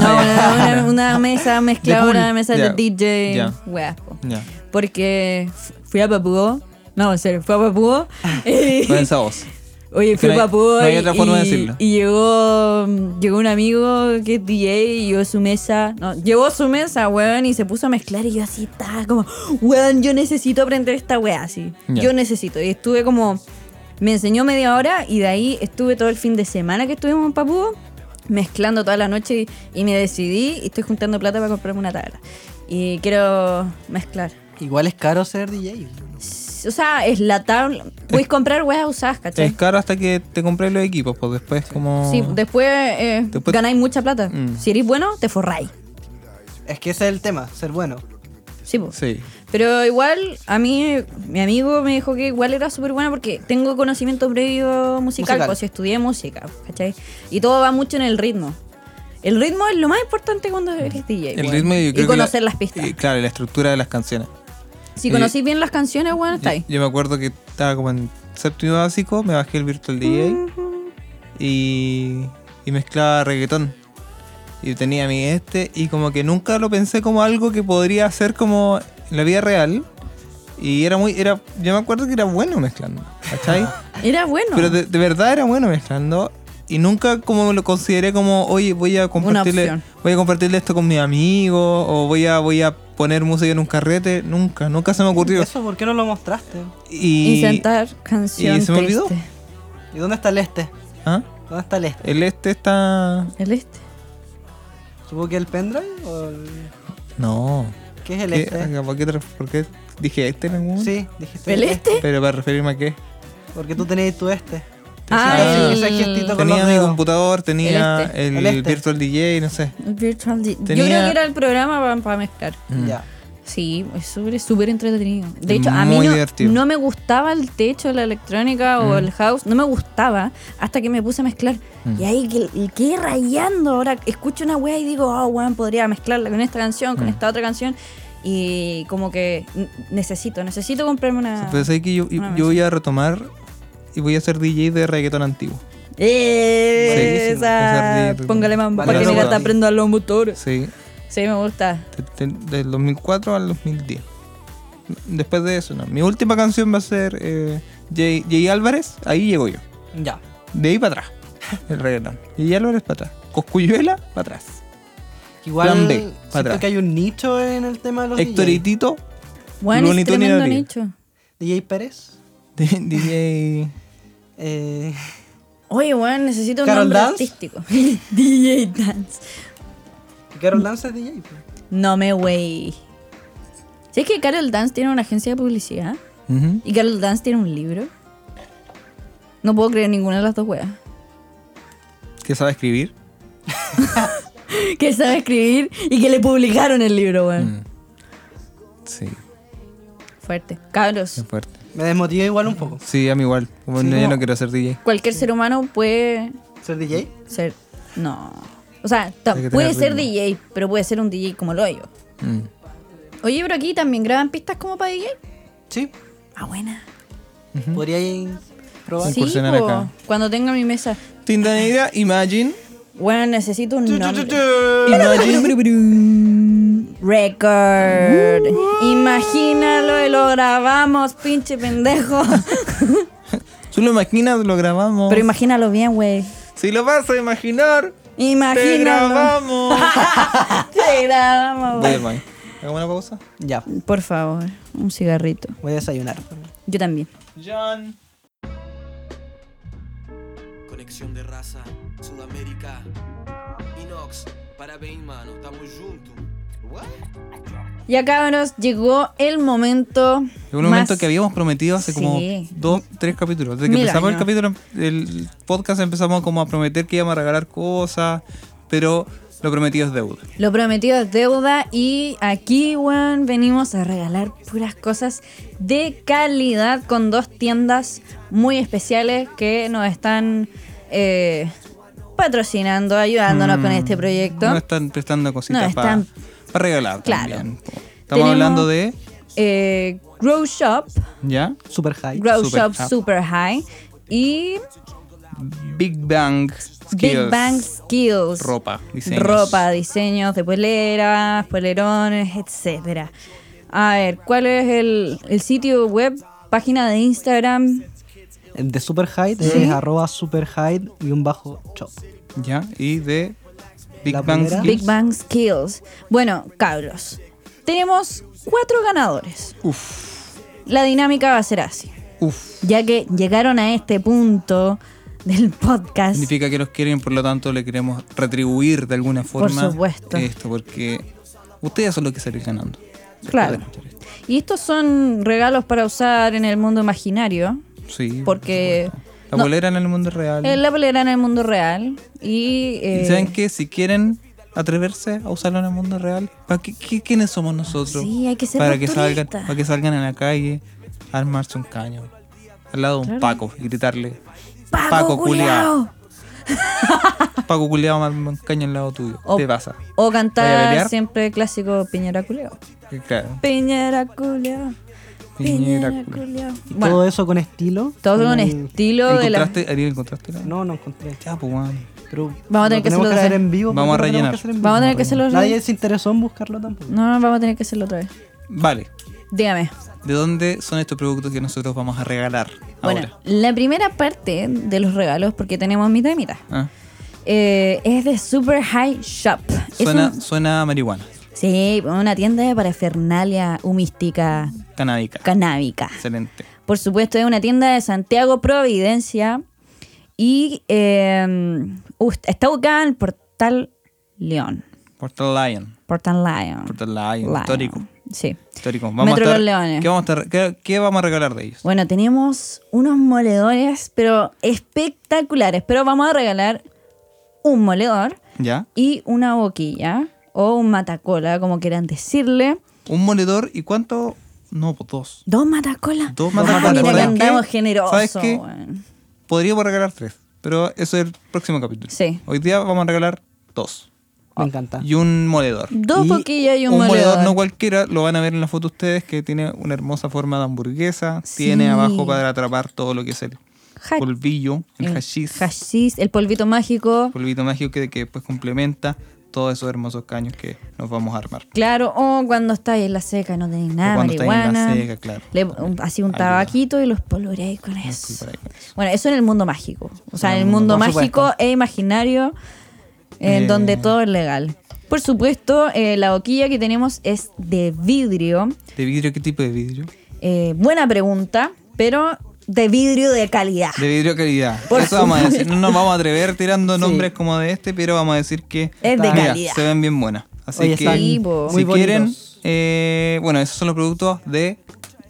[SPEAKER 3] una, una- una mesa mezcladora,
[SPEAKER 1] pool.
[SPEAKER 3] una mesa
[SPEAKER 1] Ya.
[SPEAKER 3] de DJ.
[SPEAKER 1] Ya.
[SPEAKER 3] weas, po.
[SPEAKER 1] Ya,
[SPEAKER 3] Porque f- fui a Papúo. No, en serio, fui a Papúo. y-
[SPEAKER 1] con esa voz.
[SPEAKER 3] Oye, fui
[SPEAKER 1] No hay-
[SPEAKER 3] a Papúa
[SPEAKER 1] no hay
[SPEAKER 3] y-
[SPEAKER 1] otra forma de
[SPEAKER 3] y-
[SPEAKER 1] decirlo.
[SPEAKER 3] Y llegó, llegó un amigo que es DJ y llevó su mesa. No, llevó su mesa, weón, y se puso a mezclar y yo así estaba como, weón, yo necesito aprender esta weá así.
[SPEAKER 1] Ya.
[SPEAKER 3] Yo necesito. Y estuve como, me enseñó media hora y de ahí estuve todo el fin de semana que estuvimos en Papúa mezclando toda la noche y, y me decidí y estoy juntando plata para comprarme una tabla. Y quiero mezclar.
[SPEAKER 2] Igual es caro ser DJ.
[SPEAKER 3] O sea, es la tabla. Puedes comprar weas usadas, ¿cachai?
[SPEAKER 1] Es caro hasta que te compré los equipos, pues después como...
[SPEAKER 3] Sí, después, eh,
[SPEAKER 1] Después-
[SPEAKER 3] ganáis mucha plata.
[SPEAKER 1] Mm.
[SPEAKER 3] Si eres bueno, te forráis.
[SPEAKER 2] Es que ese es el tema, ser bueno.
[SPEAKER 3] Sí, po.
[SPEAKER 1] Sí.
[SPEAKER 3] Pero igual, a mí, mi amigo me dijo que igual era súper buena porque tengo conocimiento previo musical,
[SPEAKER 2] Musical.
[SPEAKER 3] pues estudié música, ¿cachai? Y todo va mucho en el ritmo. El ritmo es lo más importante cuando eres DJ.
[SPEAKER 1] El
[SPEAKER 3] weón.
[SPEAKER 1] ritmo yo creo
[SPEAKER 3] y
[SPEAKER 1] que
[SPEAKER 3] conocer
[SPEAKER 1] la-
[SPEAKER 3] las pistas.
[SPEAKER 1] eh, claro, y la estructura de las canciones.
[SPEAKER 3] si
[SPEAKER 1] y-
[SPEAKER 3] conocís bien las canciones, bueno,
[SPEAKER 1] Yo,
[SPEAKER 3] está ahí.
[SPEAKER 1] yo me acuerdo que estaba como en séptimo básico, me bajé el Virtual DJ y, y mezclaba reggaetón. Y tenía mi este y como que nunca lo pensé como algo que podría hacer como en la vida real. Y era muy, era, yo me acuerdo que era bueno mezclando,
[SPEAKER 3] Ah.
[SPEAKER 1] ¿cachai?
[SPEAKER 3] Era bueno.
[SPEAKER 1] Pero de, de verdad era bueno mezclando. Y nunca como lo consideré como, oye, voy a compartirle,
[SPEAKER 3] opción.
[SPEAKER 1] voy a compartirle esto con mis amigos, o voy a, voy a poner música en un carrete. Nunca, nunca se me ocurrió.
[SPEAKER 2] ¿Eso por qué no lo mostraste?
[SPEAKER 1] Y,
[SPEAKER 3] Inventar canción
[SPEAKER 1] y se me
[SPEAKER 3] triste.
[SPEAKER 1] olvidó.
[SPEAKER 2] ¿Y dónde está el este?
[SPEAKER 1] ¿Ah?
[SPEAKER 2] ¿Dónde está el este?
[SPEAKER 1] El este está.
[SPEAKER 3] El este.
[SPEAKER 2] ¿Supongo que el pendrive? ¿O el-
[SPEAKER 1] No.
[SPEAKER 2] ¿Qué es el
[SPEAKER 1] ¿Qué?
[SPEAKER 2] este?
[SPEAKER 1] ¿Por, qué, te- por qué dije este en algún momento?
[SPEAKER 2] Sí, dijiste.
[SPEAKER 3] ¿El este?
[SPEAKER 1] Pero para referirme a qué.
[SPEAKER 2] Porque tú tenías tu este.
[SPEAKER 3] Ah,
[SPEAKER 2] Ese-
[SPEAKER 3] el-
[SPEAKER 2] ese gestito con
[SPEAKER 1] Tenía
[SPEAKER 2] los
[SPEAKER 1] mi
[SPEAKER 2] dedos.
[SPEAKER 1] computador, tenía
[SPEAKER 3] El
[SPEAKER 1] el,
[SPEAKER 2] El este.
[SPEAKER 1] Virtual DJ, no sé.
[SPEAKER 3] El Virtual Di-
[SPEAKER 1] Tenía-
[SPEAKER 3] Yo creo que era el programa para mezclar.
[SPEAKER 1] Mm.
[SPEAKER 2] Ya.
[SPEAKER 3] Sí, es súper, súper entretenido. De
[SPEAKER 1] Es
[SPEAKER 3] hecho, a mí
[SPEAKER 1] muy
[SPEAKER 3] no,
[SPEAKER 1] divertido. Mm.
[SPEAKER 3] no me gustaba el techo, la electrónica o el house. No me gustaba hasta que me puse a mezclar.
[SPEAKER 1] Mm.
[SPEAKER 3] Y ahí que- y quedé rayando. Ahora escucho una wea y digo, oh, weón, podría mezclarla con esta canción,
[SPEAKER 1] Mm.
[SPEAKER 3] con esta otra canción. Y como que n- necesito, necesito
[SPEAKER 2] Ah.
[SPEAKER 3] comprarme una...
[SPEAKER 1] Pero sé que yo, yo
[SPEAKER 3] una
[SPEAKER 1] yo voy a retomar y voy a ser DJ de reggaetón antiguo.
[SPEAKER 3] Eh,
[SPEAKER 1] Buenísimo.
[SPEAKER 3] esa...
[SPEAKER 1] Esa de-
[SPEAKER 3] Póngale más
[SPEAKER 2] Vale,
[SPEAKER 3] para que
[SPEAKER 1] no,
[SPEAKER 3] mira,
[SPEAKER 1] no,
[SPEAKER 3] te
[SPEAKER 1] no.
[SPEAKER 3] aprendo a los motores.
[SPEAKER 1] Sí.
[SPEAKER 3] Sí, me gusta.
[SPEAKER 1] de- de- del 2004 al 2010. Después de eso, no. Mi última canción va a ser eh, Jay, Jay Álvarez. Ahí llego yo.
[SPEAKER 2] Ya.
[SPEAKER 1] De ahí para atrás. El reggaetón. Jay Álvarez para atrás. Coscuyuela para atrás.
[SPEAKER 2] Igual
[SPEAKER 1] Plan B, para
[SPEAKER 2] siento
[SPEAKER 1] atrás.
[SPEAKER 2] que hay un nicho en el tema de los DJ.
[SPEAKER 1] Hectoritito.
[SPEAKER 3] Bueno, es
[SPEAKER 1] Looney Tunes y
[SPEAKER 3] tremendo
[SPEAKER 1] Looney.
[SPEAKER 3] nicho.
[SPEAKER 2] DJ Pérez.
[SPEAKER 1] DJ.
[SPEAKER 2] Eh,
[SPEAKER 3] Oye, weón, necesito un
[SPEAKER 2] Carol
[SPEAKER 3] nombre
[SPEAKER 2] Dance.
[SPEAKER 3] artístico. DJ Dance.
[SPEAKER 2] Carol Dance es DJ. pues.
[SPEAKER 3] No me wey. ¿Sabes que Carol Dance tiene una agencia de publicidad?
[SPEAKER 1] Ujú.
[SPEAKER 3] Y Carol Dance tiene un libro. No puedo creer ninguna de las dos weas.
[SPEAKER 1] Que sabe escribir.
[SPEAKER 3] Que sabe escribir y que le publicaron el libro,
[SPEAKER 1] Mm.
[SPEAKER 3] weón.
[SPEAKER 1] Sí,
[SPEAKER 3] Fuerte. Cabros.
[SPEAKER 1] es fuerte.
[SPEAKER 2] Me desmotiva igual un poco.
[SPEAKER 1] Sí, a mí igual. Como
[SPEAKER 2] Sí,
[SPEAKER 1] no, yo
[SPEAKER 2] como-
[SPEAKER 1] no quiero ser DJ.
[SPEAKER 3] Cualquier ser humano puede
[SPEAKER 2] ¿Ser DJ?
[SPEAKER 3] ser. No. O sea, ta-
[SPEAKER 1] Hay que
[SPEAKER 3] puede
[SPEAKER 1] tener
[SPEAKER 3] ser
[SPEAKER 1] ritmo.
[SPEAKER 3] DJ, pero puede ser un DJ como lo yo.
[SPEAKER 1] Mm.
[SPEAKER 3] Oye, pero aquí también graban pistas como para DJ.
[SPEAKER 2] Sí.
[SPEAKER 3] Ah, buena.
[SPEAKER 2] Podría ir probar.
[SPEAKER 3] Sí,
[SPEAKER 1] Incursionar
[SPEAKER 3] po.
[SPEAKER 1] acá.
[SPEAKER 3] cuando tenga mi mesa.
[SPEAKER 1] Tindanera, Imagine.
[SPEAKER 3] Bueno, necesito un nombre.
[SPEAKER 1] Imagine.
[SPEAKER 3] Record.
[SPEAKER 1] Uh.
[SPEAKER 3] Imagínalo y lo grabamos, pinche pendejo.
[SPEAKER 1] Tú lo imaginas, lo grabamos.
[SPEAKER 3] Pero imagínalo bien, güey.
[SPEAKER 1] si lo vas a imaginar, te
[SPEAKER 3] Imagínalo.
[SPEAKER 1] grabamos.
[SPEAKER 3] Te grabamos.
[SPEAKER 1] Voy,
[SPEAKER 3] güey.
[SPEAKER 1] Mike. ¿Hagamos una pausa?
[SPEAKER 2] Ya.
[SPEAKER 3] Por favor, un cigarrito.
[SPEAKER 2] Voy a desayunar.
[SPEAKER 3] Yo también.
[SPEAKER 1] John.
[SPEAKER 9] Conexão de raça, Sudamérica. Inox, parabéns, mano. Tamo junto.
[SPEAKER 3] Ya cabros, llegó el momento.
[SPEAKER 1] un
[SPEAKER 3] más-
[SPEAKER 1] momento que habíamos prometido hace como
[SPEAKER 3] Sí.
[SPEAKER 1] dos, tres capítulos. Desde que
[SPEAKER 3] Mil
[SPEAKER 1] empezamos
[SPEAKER 3] años.
[SPEAKER 1] el capítulo, el podcast empezamos como a prometer que íbamos a regalar cosas, pero lo prometido es deuda.
[SPEAKER 3] Lo prometido es deuda y aquí, weón, venimos a regalar puras cosas de calidad con dos tiendas muy especiales que nos están eh, patrocinando, ayudándonos
[SPEAKER 1] Mm.
[SPEAKER 3] con este proyecto.
[SPEAKER 1] No están prestando cositas
[SPEAKER 3] No, están-
[SPEAKER 1] para regalar.
[SPEAKER 3] Claro.
[SPEAKER 1] también. Estamos
[SPEAKER 3] Tenemos-
[SPEAKER 1] hablando de
[SPEAKER 3] eh, Grow Shop,
[SPEAKER 1] ¿Ya?
[SPEAKER 2] Super high.
[SPEAKER 3] Grow
[SPEAKER 1] Super
[SPEAKER 3] Shop
[SPEAKER 1] Hub.
[SPEAKER 3] Super High y
[SPEAKER 1] Big Bang Skills.
[SPEAKER 3] Big Bang Skills.
[SPEAKER 1] Ropa, diseños.
[SPEAKER 3] Ropa, diseños de poleras, polerones, etcétera. A ver, ¿cuál es el, el sitio web, página de Instagram?
[SPEAKER 2] El de Super High es arroba Super High y un bajo chop.
[SPEAKER 1] ¿Ya? Y de Big
[SPEAKER 2] La
[SPEAKER 1] Bang
[SPEAKER 2] primera.
[SPEAKER 1] Skills.
[SPEAKER 3] Big Bang Skills. Bueno, cabros, tenemos cuatro ganadores. La dinámica va a ser así.
[SPEAKER 1] Uf.
[SPEAKER 3] Ya que llegaron a este punto del podcast.
[SPEAKER 1] Significa que los quieren, por lo tanto le queremos retribuir de alguna forma
[SPEAKER 3] supuesto.
[SPEAKER 1] esto, porque ustedes son los que salen ganando.
[SPEAKER 3] Claro. Y estos son regalos para usar en el mundo imaginario.
[SPEAKER 1] Sí.
[SPEAKER 3] Porque
[SPEAKER 1] La
[SPEAKER 3] no.
[SPEAKER 1] bolera en el mundo real.
[SPEAKER 3] es la polera en el mundo real.
[SPEAKER 1] ¿Y
[SPEAKER 3] Y. eh,
[SPEAKER 1] ¿Saben qué? Si quieren atreverse a usarlo en el mundo real, ¿para qué, qué- ¿quiénes somos nosotros?
[SPEAKER 3] Sí, hay que ser
[SPEAKER 1] para que salgan,
[SPEAKER 3] rupturista.
[SPEAKER 1] para que salgan a la calle a armarse un caño al lado de un Paco y gritarle
[SPEAKER 3] ¡Paco,
[SPEAKER 1] culiao".
[SPEAKER 3] culiao!
[SPEAKER 1] Paco culiado arma un caño al lado tuyo.
[SPEAKER 3] O-
[SPEAKER 1] Te pasa.
[SPEAKER 3] O
[SPEAKER 1] ¿Vaya a
[SPEAKER 3] cantar
[SPEAKER 1] pelear?
[SPEAKER 3] siempre el clásico Piñera culiao.
[SPEAKER 1] Y Claro.
[SPEAKER 3] Piñera culiao.
[SPEAKER 1] Piñera
[SPEAKER 3] Piñera
[SPEAKER 1] culiao.
[SPEAKER 3] culiao.
[SPEAKER 2] Y
[SPEAKER 3] Bueno,
[SPEAKER 2] todo eso con estilo.
[SPEAKER 3] todo con
[SPEAKER 2] el-
[SPEAKER 3] estilo de la.
[SPEAKER 1] ¿Encontraste, Ariel, encontraste? la-
[SPEAKER 2] No, no encontré.
[SPEAKER 1] Ya, pues, weón.
[SPEAKER 2] Pero
[SPEAKER 3] Vamos a
[SPEAKER 2] lo
[SPEAKER 3] tener que
[SPEAKER 2] tenemos
[SPEAKER 3] hacerlo otra
[SPEAKER 2] hacer
[SPEAKER 3] vez.
[SPEAKER 2] en vivo.
[SPEAKER 1] Vamos a
[SPEAKER 2] porque lo tenemos
[SPEAKER 1] rellenar.
[SPEAKER 2] que hacer en
[SPEAKER 3] Vamos a
[SPEAKER 2] vivo.
[SPEAKER 3] tener que hacerlo otra
[SPEAKER 2] Nadie
[SPEAKER 3] vez.
[SPEAKER 2] se interesó en buscarlo tampoco.
[SPEAKER 3] No, no, vamos a tener que hacerlo otra vez.
[SPEAKER 1] Vale.
[SPEAKER 3] Dígame.
[SPEAKER 1] ¿De dónde son estos productos que nosotros vamos a regalar
[SPEAKER 3] Bueno,
[SPEAKER 1] ahora?
[SPEAKER 3] la primera parte de los regalos, porque tenemos mitad y mitad,
[SPEAKER 1] Ah,
[SPEAKER 3] eh, es de Super High Shop. Es
[SPEAKER 1] Suena,
[SPEAKER 3] un-
[SPEAKER 1] suena a marihuana,
[SPEAKER 3] sí, una tienda de parafernalia humística
[SPEAKER 1] canábica.
[SPEAKER 3] canábica.
[SPEAKER 1] Excelente.
[SPEAKER 3] Por supuesto, es una tienda de Santiago, Providencia. Y eh, uh, está ubicada en el Portal León.
[SPEAKER 1] Portal Lion.
[SPEAKER 3] Portal Lion.
[SPEAKER 1] Portal Lion,
[SPEAKER 3] Lion.
[SPEAKER 1] histórico.
[SPEAKER 3] Sí.
[SPEAKER 1] Histórico. a
[SPEAKER 3] Metro
[SPEAKER 1] estar-
[SPEAKER 3] Los Leones.
[SPEAKER 1] ¿qué vamos, a estar- qué- qué vamos a regalar de ellos?
[SPEAKER 3] Bueno, tenemos unos moledores, pero espectaculares. Pero vamos a regalar un moledor
[SPEAKER 1] ¿Ya?
[SPEAKER 3] y una boquilla o un matacola, como quieran decirle.
[SPEAKER 1] Un moledor y cuánto. No, pues dos.
[SPEAKER 3] Dos matacolas.
[SPEAKER 1] Dos
[SPEAKER 3] Ah,
[SPEAKER 1] matacolas.
[SPEAKER 3] mira que
[SPEAKER 1] ¿Sabes qué?
[SPEAKER 3] andamos generosos.
[SPEAKER 1] ¿Sabes qué?
[SPEAKER 3] weón.
[SPEAKER 1] Podríamos regalar tres, pero eso es el próximo capítulo.
[SPEAKER 3] Sí.
[SPEAKER 1] Hoy día vamos a regalar dos.
[SPEAKER 2] Me encanta.
[SPEAKER 1] Y un moledor.
[SPEAKER 3] Dos
[SPEAKER 2] Y
[SPEAKER 3] boquillas y un,
[SPEAKER 1] un
[SPEAKER 3] moledor.
[SPEAKER 1] no cualquiera, lo van a ver en la foto ustedes, que tiene una hermosa forma de hamburguesa.
[SPEAKER 3] Sí.
[SPEAKER 1] Tiene abajo para atrapar todo lo que es el
[SPEAKER 3] Ja-
[SPEAKER 1] polvillo, el,
[SPEAKER 3] el
[SPEAKER 1] hashish,
[SPEAKER 3] Eh, hashish, el polvito mágico.
[SPEAKER 1] polvito mágico que, que después complementa todos esos hermosos caños que nos vamos a armar.
[SPEAKER 3] Claro, o cuando estáis en la seca y no tenéis nada,
[SPEAKER 1] O cuando estáis en la
[SPEAKER 3] marihuana.
[SPEAKER 1] seca, claro.
[SPEAKER 3] Le- un- así un
[SPEAKER 1] Ayuda.
[SPEAKER 3] tabaquito y los polvoreáis con eso.
[SPEAKER 1] Disculpa, ahí con eso.
[SPEAKER 3] Bueno, eso en el mundo mágico. O sea, en el mundo
[SPEAKER 2] por
[SPEAKER 3] mágico
[SPEAKER 2] supuesto.
[SPEAKER 3] e imaginario, en
[SPEAKER 1] Eh.
[SPEAKER 3] donde todo es legal. Por supuesto, eh, la boquilla que tenemos es de vidrio.
[SPEAKER 1] ¿De vidrio qué tipo de vidrio?
[SPEAKER 3] Eh, buena pregunta, pero de vidrio de calidad.
[SPEAKER 1] De vidrio calidad.
[SPEAKER 3] Por
[SPEAKER 1] Eso vamos a
[SPEAKER 3] supuesto.
[SPEAKER 1] decir. No nos vamos a atrever tirando nombres como de este, pero vamos a decir que
[SPEAKER 3] Es de
[SPEAKER 1] mira,
[SPEAKER 3] calidad.
[SPEAKER 1] se ven bien buenas. Así
[SPEAKER 2] Oye,
[SPEAKER 1] que
[SPEAKER 2] están
[SPEAKER 3] Sí,
[SPEAKER 1] si
[SPEAKER 3] po.
[SPEAKER 2] muy bonitos.
[SPEAKER 1] quieren, eh, bueno, esos son los productos de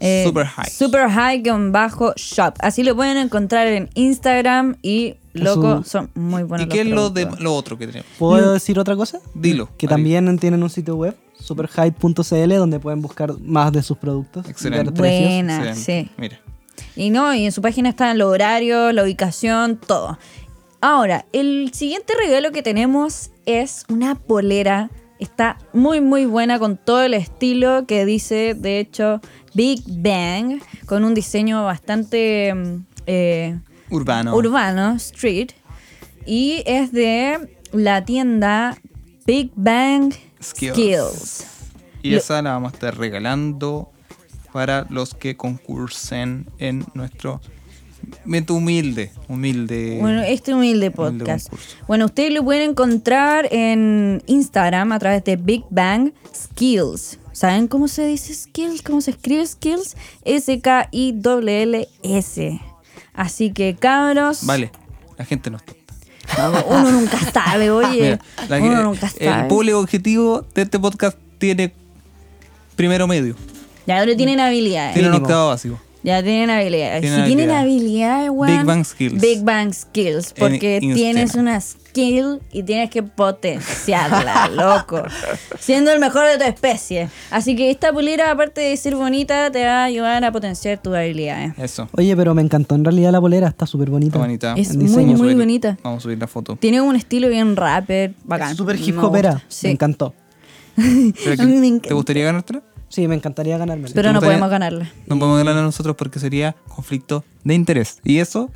[SPEAKER 3] Eh,
[SPEAKER 1] Super High.
[SPEAKER 3] Super High con bajo shop. Así lo pueden encontrar en Instagram y loco, son muy buenos.
[SPEAKER 1] ¿Y qué
[SPEAKER 3] los
[SPEAKER 1] es lo, de,
[SPEAKER 3] productos.
[SPEAKER 1] lo otro que tenemos?
[SPEAKER 2] ¿Puedo decir otra cosa?
[SPEAKER 1] Dilo.
[SPEAKER 2] Que
[SPEAKER 1] Ari.
[SPEAKER 2] también tienen un sitio web, superhype.cl, donde pueden buscar más de sus productos. y
[SPEAKER 1] Excelente.
[SPEAKER 2] ver precios.
[SPEAKER 3] Buena,
[SPEAKER 1] Excelente.
[SPEAKER 3] sí.
[SPEAKER 1] Mira.
[SPEAKER 3] Y no, y en su página están los horarios, la ubicación, todo. Ahora, el siguiente regalo que tenemos es una polera. Está muy, muy buena con todo el estilo que dice, de hecho, Big Bang, con un diseño bastante mm, eh,
[SPEAKER 1] Urbano.
[SPEAKER 3] urbano, street. Y es de la tienda Big Bang
[SPEAKER 1] Skills.
[SPEAKER 3] Skills.
[SPEAKER 1] Y esa la vamos a estar regalando para los que concursen en nuestro evento humilde. Humilde.
[SPEAKER 3] Bueno, este humilde podcast.
[SPEAKER 1] concurso.
[SPEAKER 3] bueno, ustedes lo pueden encontrar en Instagram a través de Big Bang Skills. ¿Saben cómo se dice skills? ¿Cómo se escribe skills? S-K-I-L-L-S. Así que, cabros.
[SPEAKER 1] Vale, la gente nos tonta.
[SPEAKER 3] no, Uno nunca sabe, oye.
[SPEAKER 1] Mira, la
[SPEAKER 3] eh, uno
[SPEAKER 1] que-
[SPEAKER 3] nunca
[SPEAKER 1] el
[SPEAKER 3] sabe.
[SPEAKER 1] público objetivo de este podcast tiene primero medio.
[SPEAKER 3] Ya ahora tienen habilidades.
[SPEAKER 1] Tiene un
[SPEAKER 2] Mínimo.
[SPEAKER 1] octavo básico.
[SPEAKER 3] Ya tienen habilidades.
[SPEAKER 1] Tienen
[SPEAKER 3] si tienen
[SPEAKER 1] habilidades.
[SPEAKER 3] habilidades, weón.
[SPEAKER 1] Big Bang Skills.
[SPEAKER 3] Big Bang Skills. Porque
[SPEAKER 1] Instagram.
[SPEAKER 3] tienes una skill y tienes que potenciarla, loco. Siendo el mejor de tu especie. Así que esta pulera, aparte de ser bonita, te va a ayudar a potenciar tus habilidades.
[SPEAKER 1] Eso.
[SPEAKER 2] Oye, pero me encantó en realidad la polera, está súper bonita.
[SPEAKER 1] Está bonita.
[SPEAKER 3] Es
[SPEAKER 1] Vamos
[SPEAKER 2] muy,
[SPEAKER 1] a
[SPEAKER 3] muy
[SPEAKER 1] subir-
[SPEAKER 3] bonita.
[SPEAKER 1] Vamos a subir la foto.
[SPEAKER 3] Tiene un estilo bien rapper, bacán.
[SPEAKER 2] Súper
[SPEAKER 3] Me
[SPEAKER 2] hip hopera.
[SPEAKER 3] gusta. Sí.
[SPEAKER 2] Me encantó.
[SPEAKER 1] Pero
[SPEAKER 3] A mí me
[SPEAKER 1] que-
[SPEAKER 3] encanta.
[SPEAKER 1] ¿Te gustaría ganártela?
[SPEAKER 2] Sí, me encantaría ganármelo.
[SPEAKER 3] Pero no
[SPEAKER 1] gustaría-
[SPEAKER 3] podemos ganarle.
[SPEAKER 1] No podemos ganar a nosotros porque sería conflicto de interés. Y eso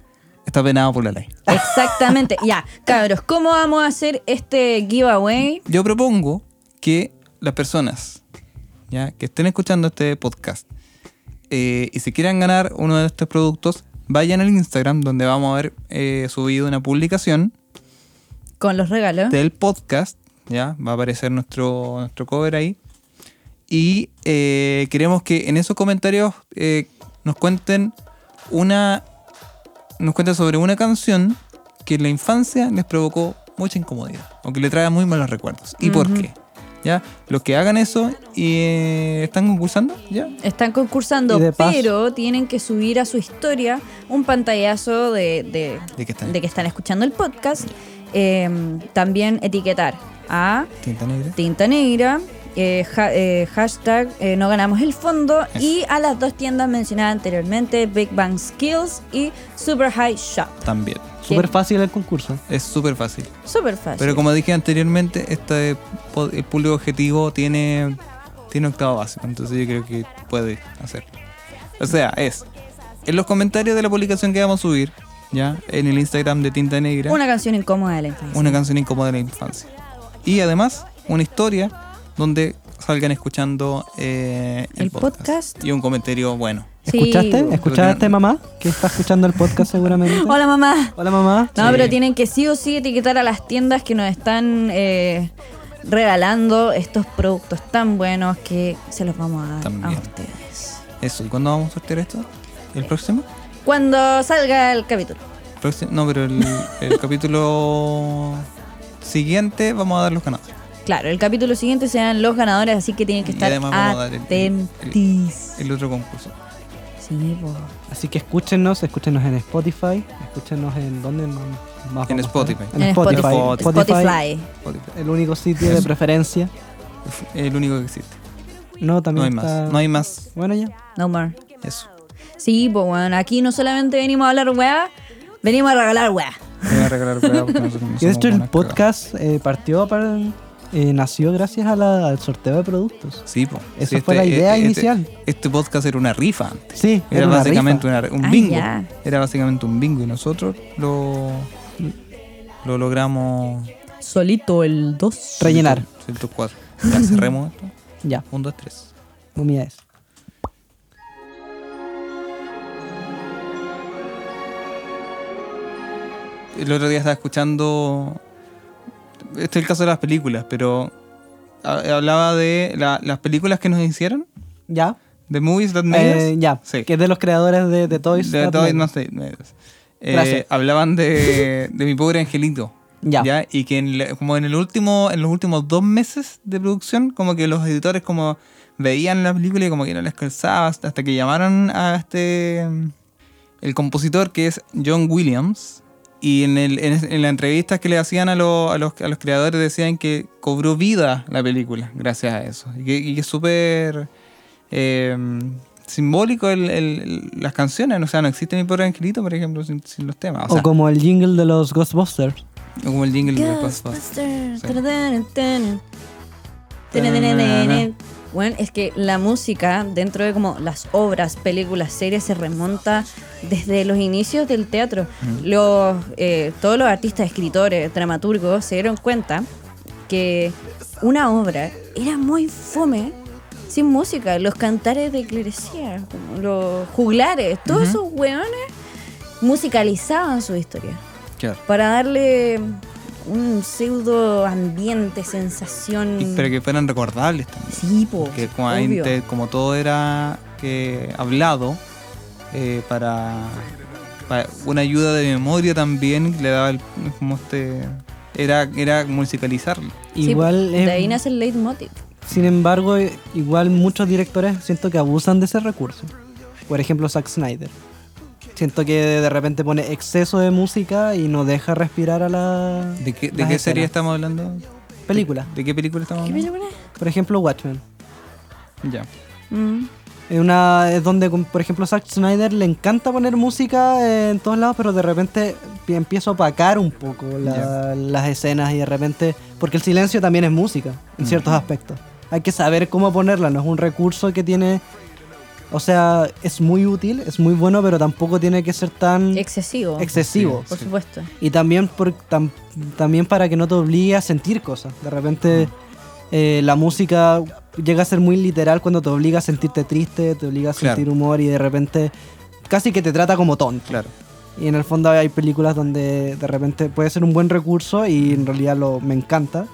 [SPEAKER 1] está penado por la ley.
[SPEAKER 3] Exactamente. ya, cabros, ¿cómo vamos a hacer este giveaway?
[SPEAKER 1] Yo propongo que las personas ¿ya? que estén escuchando este podcast eh, y si quieran ganar uno de estos productos, vayan al Instagram donde vamos a haber eh, subido una publicación
[SPEAKER 3] Con los regalos.
[SPEAKER 1] del podcast. ¿ya? Va a aparecer nuestro, nuestro cover ahí. Y eh, queremos que en esos comentarios eh, nos cuenten una. Nos cuenten sobre una canción que en la infancia les provocó mucha incomodidad. O que le trae muy malos recuerdos. ¿Y por
[SPEAKER 3] Ujú.
[SPEAKER 1] qué? ¿Ya? Los que hagan eso y eh, están concursando, ¿ya?
[SPEAKER 3] Están concursando,
[SPEAKER 1] Y de paso-
[SPEAKER 3] pero tienen que subir a su historia un pantallazo de, de-
[SPEAKER 1] De que están.
[SPEAKER 3] de que están escuchando el podcast. Eh, también etiquetar a
[SPEAKER 1] Tinta negra.
[SPEAKER 3] Tinta Negra, eh, ja- eh, hashtag eh, No Ganamos el Fondo y a las dos tiendas mencionadas anteriormente, Big Bang Skills y Super High Shop.
[SPEAKER 1] También.
[SPEAKER 2] Súper fácil el concurso.
[SPEAKER 1] Es súper fácil.
[SPEAKER 3] Súper fácil.
[SPEAKER 1] Pero como dije anteriormente, este, po- el público objetivo tiene, tiene octavo básico, entonces yo creo que puede hacerlo. O sea, es en los comentarios de la publicación que vamos a subir, ya en el Instagram de Tinta Negra,
[SPEAKER 3] Una canción incómoda de la infancia.
[SPEAKER 1] una canción incómoda de la infancia. Y además, una historia donde salgan escuchando eh, el,
[SPEAKER 3] El
[SPEAKER 1] podcast.
[SPEAKER 3] podcast.
[SPEAKER 1] y un comentario bueno.
[SPEAKER 3] Sí.
[SPEAKER 2] ¿Escuchaste?
[SPEAKER 3] Yo
[SPEAKER 2] ¿Escuchaste, mamá? Que está escuchando el podcast seguramente.
[SPEAKER 3] Hola mamá.
[SPEAKER 2] Hola, mamá.
[SPEAKER 3] No,
[SPEAKER 1] Sí.
[SPEAKER 3] pero tienen que sí o sí etiquetar a las tiendas que nos están eh, regalando estos productos tan buenos que se los vamos a dar
[SPEAKER 1] También.
[SPEAKER 3] a ustedes.
[SPEAKER 1] Eso, ¿y cuándo vamos a sortear esto? ¿El próximo?
[SPEAKER 3] Cuando salga el capítulo.
[SPEAKER 1] Próximo- No, pero el, el capítulo siguiente vamos a dar los ganadores.
[SPEAKER 3] Claro, el capítulo siguiente serán los ganadores, así que tienen que
[SPEAKER 1] Y
[SPEAKER 3] estar
[SPEAKER 1] además vamos a dar el- el-
[SPEAKER 3] atentis.
[SPEAKER 1] El otro concurso.
[SPEAKER 3] Sí, po.
[SPEAKER 2] Así que escúchenos, escúchenos en Spotify, escúchenos en dónde más vamos a
[SPEAKER 1] En
[SPEAKER 2] estar?
[SPEAKER 1] Spotify.
[SPEAKER 2] En,
[SPEAKER 3] En
[SPEAKER 2] Spotify.
[SPEAKER 1] Spotify.
[SPEAKER 3] Spotify.
[SPEAKER 1] Spotify.
[SPEAKER 2] El único sitio de
[SPEAKER 1] Eso.
[SPEAKER 2] preferencia.
[SPEAKER 1] El único que existe.
[SPEAKER 2] No,
[SPEAKER 1] No
[SPEAKER 2] también
[SPEAKER 1] hay más.
[SPEAKER 2] está-
[SPEAKER 1] No hay más.
[SPEAKER 2] Bueno, ya.
[SPEAKER 3] No more.
[SPEAKER 1] Eso.
[SPEAKER 3] Sí, pues bueno, aquí no solamente venimos a hablar weá, venimos a regalar weá.
[SPEAKER 1] Voy a regalar prueba porque nosotros no
[SPEAKER 2] Y de
[SPEAKER 1] somos
[SPEAKER 2] hecho, el
[SPEAKER 1] buenas cagadas.
[SPEAKER 2] podcast eh, partió para- eh, nació gracias a la- al sorteo de productos.
[SPEAKER 1] Sí, po.
[SPEAKER 2] Esa
[SPEAKER 1] Sí,
[SPEAKER 2] fue la idea inicial.
[SPEAKER 1] Este podcast era una rifa antes.
[SPEAKER 2] Sí,
[SPEAKER 1] Era,
[SPEAKER 2] era una
[SPEAKER 1] básicamente
[SPEAKER 2] rifa.
[SPEAKER 1] una re- un
[SPEAKER 3] Ah,
[SPEAKER 1] bingo.
[SPEAKER 3] ya.
[SPEAKER 1] Era básicamente un bingo y nosotros lo, lo logramos.
[SPEAKER 3] Solito el 2.
[SPEAKER 2] Rellenar.
[SPEAKER 1] 104. Ya cerremos esto.
[SPEAKER 2] Ya,
[SPEAKER 1] 1, 2, 3.
[SPEAKER 2] momia es.
[SPEAKER 1] El otro día estaba escuchando. Este es el caso de las películas, pero ha- hablaba de la- las películas que nos hicieron.
[SPEAKER 2] Ya,
[SPEAKER 1] The Movies That Made
[SPEAKER 2] eh,
[SPEAKER 1] Us.
[SPEAKER 2] ya.
[SPEAKER 1] Sí.
[SPEAKER 2] Que es de los creadores de, de Toys.
[SPEAKER 1] De
[SPEAKER 2] That
[SPEAKER 1] Toys
[SPEAKER 2] Men.
[SPEAKER 1] Not Made Us. Eh,
[SPEAKER 2] Gracias.
[SPEAKER 1] hablaban de, de mi pobre angelito.
[SPEAKER 2] Ya.
[SPEAKER 1] Y que en la- como en el último, en los últimos dos meses de producción, como que los editores como veían la película y como que no les calzaba hasta hasta que llamaron a este el compositor que es John Williams. Y en, el, en, en las entrevistas que le hacían a, lo- a los, a los creadores decían que cobró vida la película gracias a eso. Y que, y que es súper eh, simbólico el- el- las canciones. O sea, no existe mi pobre angelito, por ejemplo, sin, sin los temas. O,
[SPEAKER 2] O
[SPEAKER 1] sea,
[SPEAKER 2] como el jingle de los Ghostbusters.
[SPEAKER 1] o como el jingle de los Ghostbusters. Sí. Tararara.
[SPEAKER 3] Bueno, es que la música dentro de como las obras, películas, series se remonta desde los inicios del teatro. Los, eh, todos los artistas, escritores, dramaturgos se dieron cuenta que una obra era muy fome sin música. Los cantares de iglesia, como los juglares, todos esos hueones musicalizaban su historia
[SPEAKER 1] Claro.
[SPEAKER 3] para darle un pseudo ambiente, sensación.
[SPEAKER 1] Y- Pero que fueran recordables también.
[SPEAKER 3] Sí, po,
[SPEAKER 1] Porque como, hay
[SPEAKER 3] obvio.
[SPEAKER 1] inte- como todo era eh, hablado, eh, para, para una ayuda de memoria también le daba el- como este... Era, era musicalizarlo.
[SPEAKER 3] Sí,
[SPEAKER 2] Igual
[SPEAKER 3] de
[SPEAKER 2] es-
[SPEAKER 3] ahí nace el leitmotiv.
[SPEAKER 2] Sin embargo, eh, igual muchos directores siento que abusan de ese recurso. Por ejemplo, Zack Snyder. Siento que de repente pone exceso de música y no deja respirar a la
[SPEAKER 1] ¿De qué, de
[SPEAKER 2] las
[SPEAKER 1] qué serie
[SPEAKER 2] escenas.
[SPEAKER 1] estamos hablando?
[SPEAKER 2] película.
[SPEAKER 1] ¿De qué película estamos hablando?
[SPEAKER 2] Por ejemplo, Watchmen.
[SPEAKER 1] Ya.
[SPEAKER 3] Mm.
[SPEAKER 2] Es una es donde con- por ejemplo Zack Snyder le encanta poner música eh, en todos lados, pero de repente pi- empieza a opacar un poco la- las escenas y de repente porque el silencio también es música en ciertos aspectos. hay que saber cómo ponerla, no es un recurso que tiene... O sea, es muy útil, es muy bueno, pero tampoco tiene que ser
[SPEAKER 1] Mm.
[SPEAKER 2] tan
[SPEAKER 3] Excesivo.
[SPEAKER 2] excesivo.
[SPEAKER 3] Por supuesto.
[SPEAKER 2] Y también, por, tam- también para que no te obligue a sentir cosas. De repente eh, la música llega a ser muy literal cuando te obliga a sentirte triste, te obliga a
[SPEAKER 10] Claro.
[SPEAKER 2] sentir humor y de repente casi que te trata como tonto.
[SPEAKER 10] Claro.
[SPEAKER 2] Y en el fondo hay películas donde de repente puede ser un buen recurso y en realidad lo, me encanta.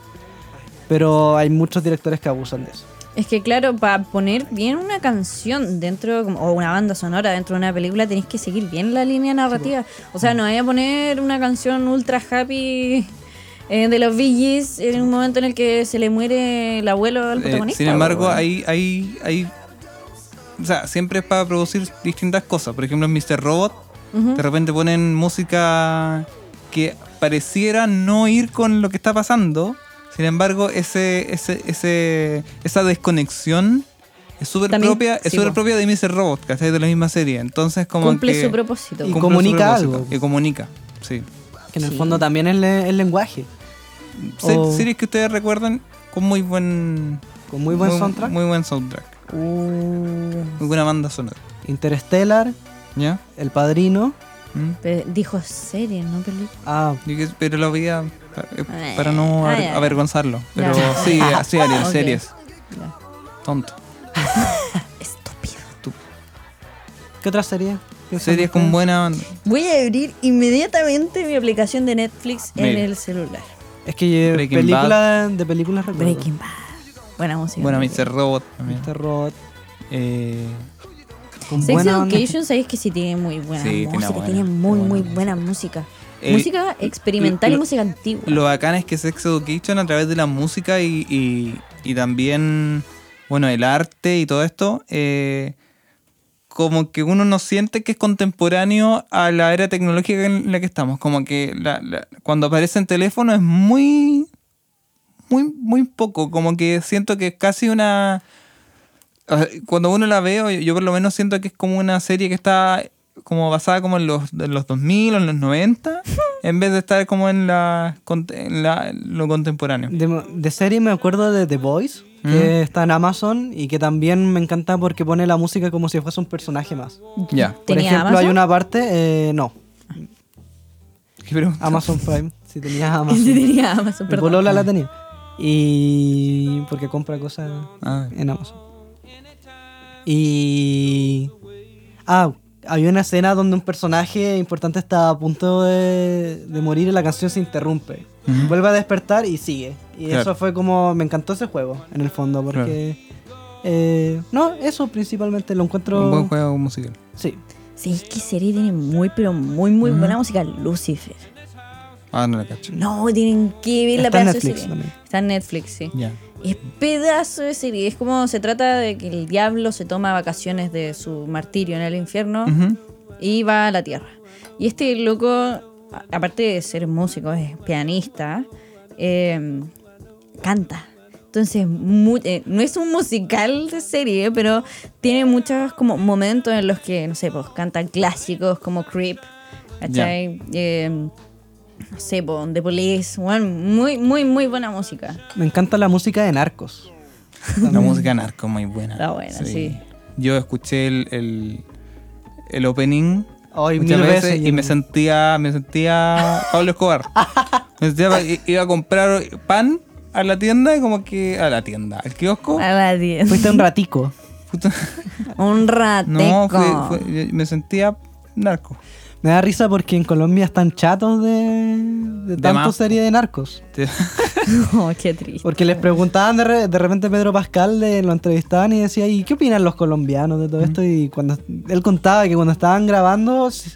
[SPEAKER 2] Pero hay muchos directores que abusan de eso.
[SPEAKER 3] Es que claro, para poner bien una canción dentro como- o una banda sonora dentro de una película tenés que seguir bien la línea narrativa. O sea, no vaya a poner una canción ultra happy eh, de los Bee Gees en un momento en el que se le muere el abuelo al
[SPEAKER 1] Eh,
[SPEAKER 3] protagonista.
[SPEAKER 1] sin embargo,
[SPEAKER 3] weón.
[SPEAKER 1] hay, hay, hay. O sea, siempre es para producir distintas cosas. Por ejemplo, en Mr. Robot,
[SPEAKER 3] Ujú.
[SPEAKER 1] de repente ponen música que pareciera no ir con lo que está pasando. Sin embargo, ese, ese, ese, esa desconexión es súper
[SPEAKER 3] También,
[SPEAKER 1] propia, es
[SPEAKER 3] sí,
[SPEAKER 1] súper
[SPEAKER 3] po.
[SPEAKER 1] propia de Mr. Robot, ¿cachai? De la misma serie. Entonces, como
[SPEAKER 3] Cumple
[SPEAKER 1] que-
[SPEAKER 3] su propósito.
[SPEAKER 2] Y
[SPEAKER 1] cumple su
[SPEAKER 2] comunica
[SPEAKER 1] propósito.
[SPEAKER 2] algo.
[SPEAKER 1] Y comunica, sí.
[SPEAKER 2] Que en el
[SPEAKER 3] Sí.
[SPEAKER 2] fondo también es le- el lenguaje.
[SPEAKER 1] Se-
[SPEAKER 3] Oh.
[SPEAKER 2] O-
[SPEAKER 1] Series que ustedes recuerdan con muy buen...
[SPEAKER 2] Con muy buen soundtrack.
[SPEAKER 1] Muy buen soundtrack.
[SPEAKER 2] Uh,
[SPEAKER 1] Muy buena banda sonora.
[SPEAKER 2] Interstellar,
[SPEAKER 1] ¿Ya?
[SPEAKER 2] El Padrino.
[SPEAKER 1] ¿Mm?
[SPEAKER 3] Pe- Dijo serie, no película.
[SPEAKER 2] Ah,
[SPEAKER 1] Yo que- Pero lo vi a- para, eh, para no
[SPEAKER 3] Ah,
[SPEAKER 1] aver-
[SPEAKER 3] ya, ya.
[SPEAKER 1] avergonzarlo. Pero
[SPEAKER 3] Ya.
[SPEAKER 1] sí, sí, Ariel,
[SPEAKER 3] Ok.
[SPEAKER 1] series.
[SPEAKER 3] Ya.
[SPEAKER 1] Tonto.
[SPEAKER 3] Estúpido.
[SPEAKER 2] ¿qué otra serie? piensan
[SPEAKER 1] Series con
[SPEAKER 2] ustedes?
[SPEAKER 1] buena banda.
[SPEAKER 3] Voy a abrir inmediatamente mi aplicación de Netflix en
[SPEAKER 1] Mira.
[SPEAKER 3] el celular.
[SPEAKER 2] Es que eh,
[SPEAKER 1] Breaking
[SPEAKER 2] película de películas recuerdo.
[SPEAKER 3] Breaking Bad. Buena música.
[SPEAKER 1] Bueno, Mr. Robot también.
[SPEAKER 2] Mr. Robot.
[SPEAKER 1] Eh,
[SPEAKER 2] Con
[SPEAKER 3] Sex
[SPEAKER 2] buena onda.
[SPEAKER 3] Education, sabéis que sí tiene muy buena
[SPEAKER 1] Sí, tiene
[SPEAKER 3] música, tiene,
[SPEAKER 1] buena,
[SPEAKER 3] muy,
[SPEAKER 1] tiene
[SPEAKER 3] muy
[SPEAKER 1] buena
[SPEAKER 3] buena música.
[SPEAKER 1] Eh,
[SPEAKER 3] música experimental
[SPEAKER 1] lo-
[SPEAKER 3] y música antigua.
[SPEAKER 1] lo bacán es que Sex Education a través de la música y, y- y también, bueno, el arte y todo esto, eh, como que uno no siente que es contemporáneo a la era tecnológica en la que estamos. Como que la- la- cuando aparece en teléfono es muy, muy, muy poco. Como que siento que es casi una... o sea, Cuando uno la veo, yo por lo menos siento que es como una serie que está como basada como en los, en los 2000 o en los 90, en vez de estar como en, la, cont- en la- lo contemporáneo.
[SPEAKER 2] De, de serie me acuerdo de The Voice, que está en Amazon y que también me encanta porque pone la música como si fuese un personaje más.
[SPEAKER 1] Ya.
[SPEAKER 2] Por
[SPEAKER 3] ¿Tenía
[SPEAKER 2] ejemplo,
[SPEAKER 3] Amazon?
[SPEAKER 2] hay una parte, eh, no,
[SPEAKER 1] ¿Qué pregunta?
[SPEAKER 2] Amazon Prime, si tenías Amazon.
[SPEAKER 3] Sí, tenía Amazon,
[SPEAKER 2] Mi
[SPEAKER 3] perdón.
[SPEAKER 2] polola la tenía. Y porque compra cosas
[SPEAKER 1] Ah.
[SPEAKER 2] en Amazon. Y ah, había una escena donde un personaje importante está a punto de, de morir y la canción se interrumpe. Vuelve a despertar y sigue. Y
[SPEAKER 1] Claro.
[SPEAKER 2] eso fue como me encantó ese juego en el fondo porque eh, no, eso principalmente lo encuentro
[SPEAKER 1] Un buen juego musical.
[SPEAKER 2] Sí.
[SPEAKER 3] Sí, es que serie tiene muy, pero muy, muy buena música. Lucifer.
[SPEAKER 1] Ah, no la cacho.
[SPEAKER 3] No, tienen que ver la
[SPEAKER 2] Está en
[SPEAKER 3] pedazo
[SPEAKER 2] Netflix
[SPEAKER 3] de serie.
[SPEAKER 2] también.
[SPEAKER 3] Está en Netflix, sí.
[SPEAKER 1] Ya.
[SPEAKER 3] Es pedazo de serie. Es como se trata de que el diablo se toma vacaciones de su martirio en el infierno.
[SPEAKER 1] Ujú.
[SPEAKER 3] y va a la tierra. Y este loco, a- aparte de ser músico, es pianista, eh, canta. Entonces, mu- eh, no es un musical de serie, pero tiene muchos como momentos en los que, no sé, pues cantan clásicos como Creep, ¿cachai? Eh, no sé, pues, The Police, bueno, muy, muy, muy buena música.
[SPEAKER 2] Me encanta la música de Narcos.
[SPEAKER 1] La música narco muy buena.
[SPEAKER 3] Está buena, sí.
[SPEAKER 1] Yo escuché el, el, el opening
[SPEAKER 2] Ay,
[SPEAKER 1] muchas
[SPEAKER 2] mil
[SPEAKER 1] veces,
[SPEAKER 2] veces,
[SPEAKER 1] y me
[SPEAKER 2] yo-
[SPEAKER 1] sentía, me sentía Pablo Escobar. me sentía, i- iba a comprar pan a la tienda y como que a la tienda, al kiosco.
[SPEAKER 3] A la 10.
[SPEAKER 2] Fuiste un ratico.
[SPEAKER 1] Puta,
[SPEAKER 3] Un
[SPEAKER 1] no,
[SPEAKER 3] rateco.
[SPEAKER 1] fue- fue- me sentía narco.
[SPEAKER 2] Me da risa porque en Colombia están chatos de, de tanto
[SPEAKER 1] más.
[SPEAKER 2] serie de narcos.
[SPEAKER 1] Te-
[SPEAKER 3] Oh, qué triste.
[SPEAKER 2] Porque les preguntaban de, re- de repente Pedro Pascal, de, lo entrevistaban y decía, ¿y qué opinan los colombianos de todo esto? Y cuando él contaba que cuando estaban grabando, s-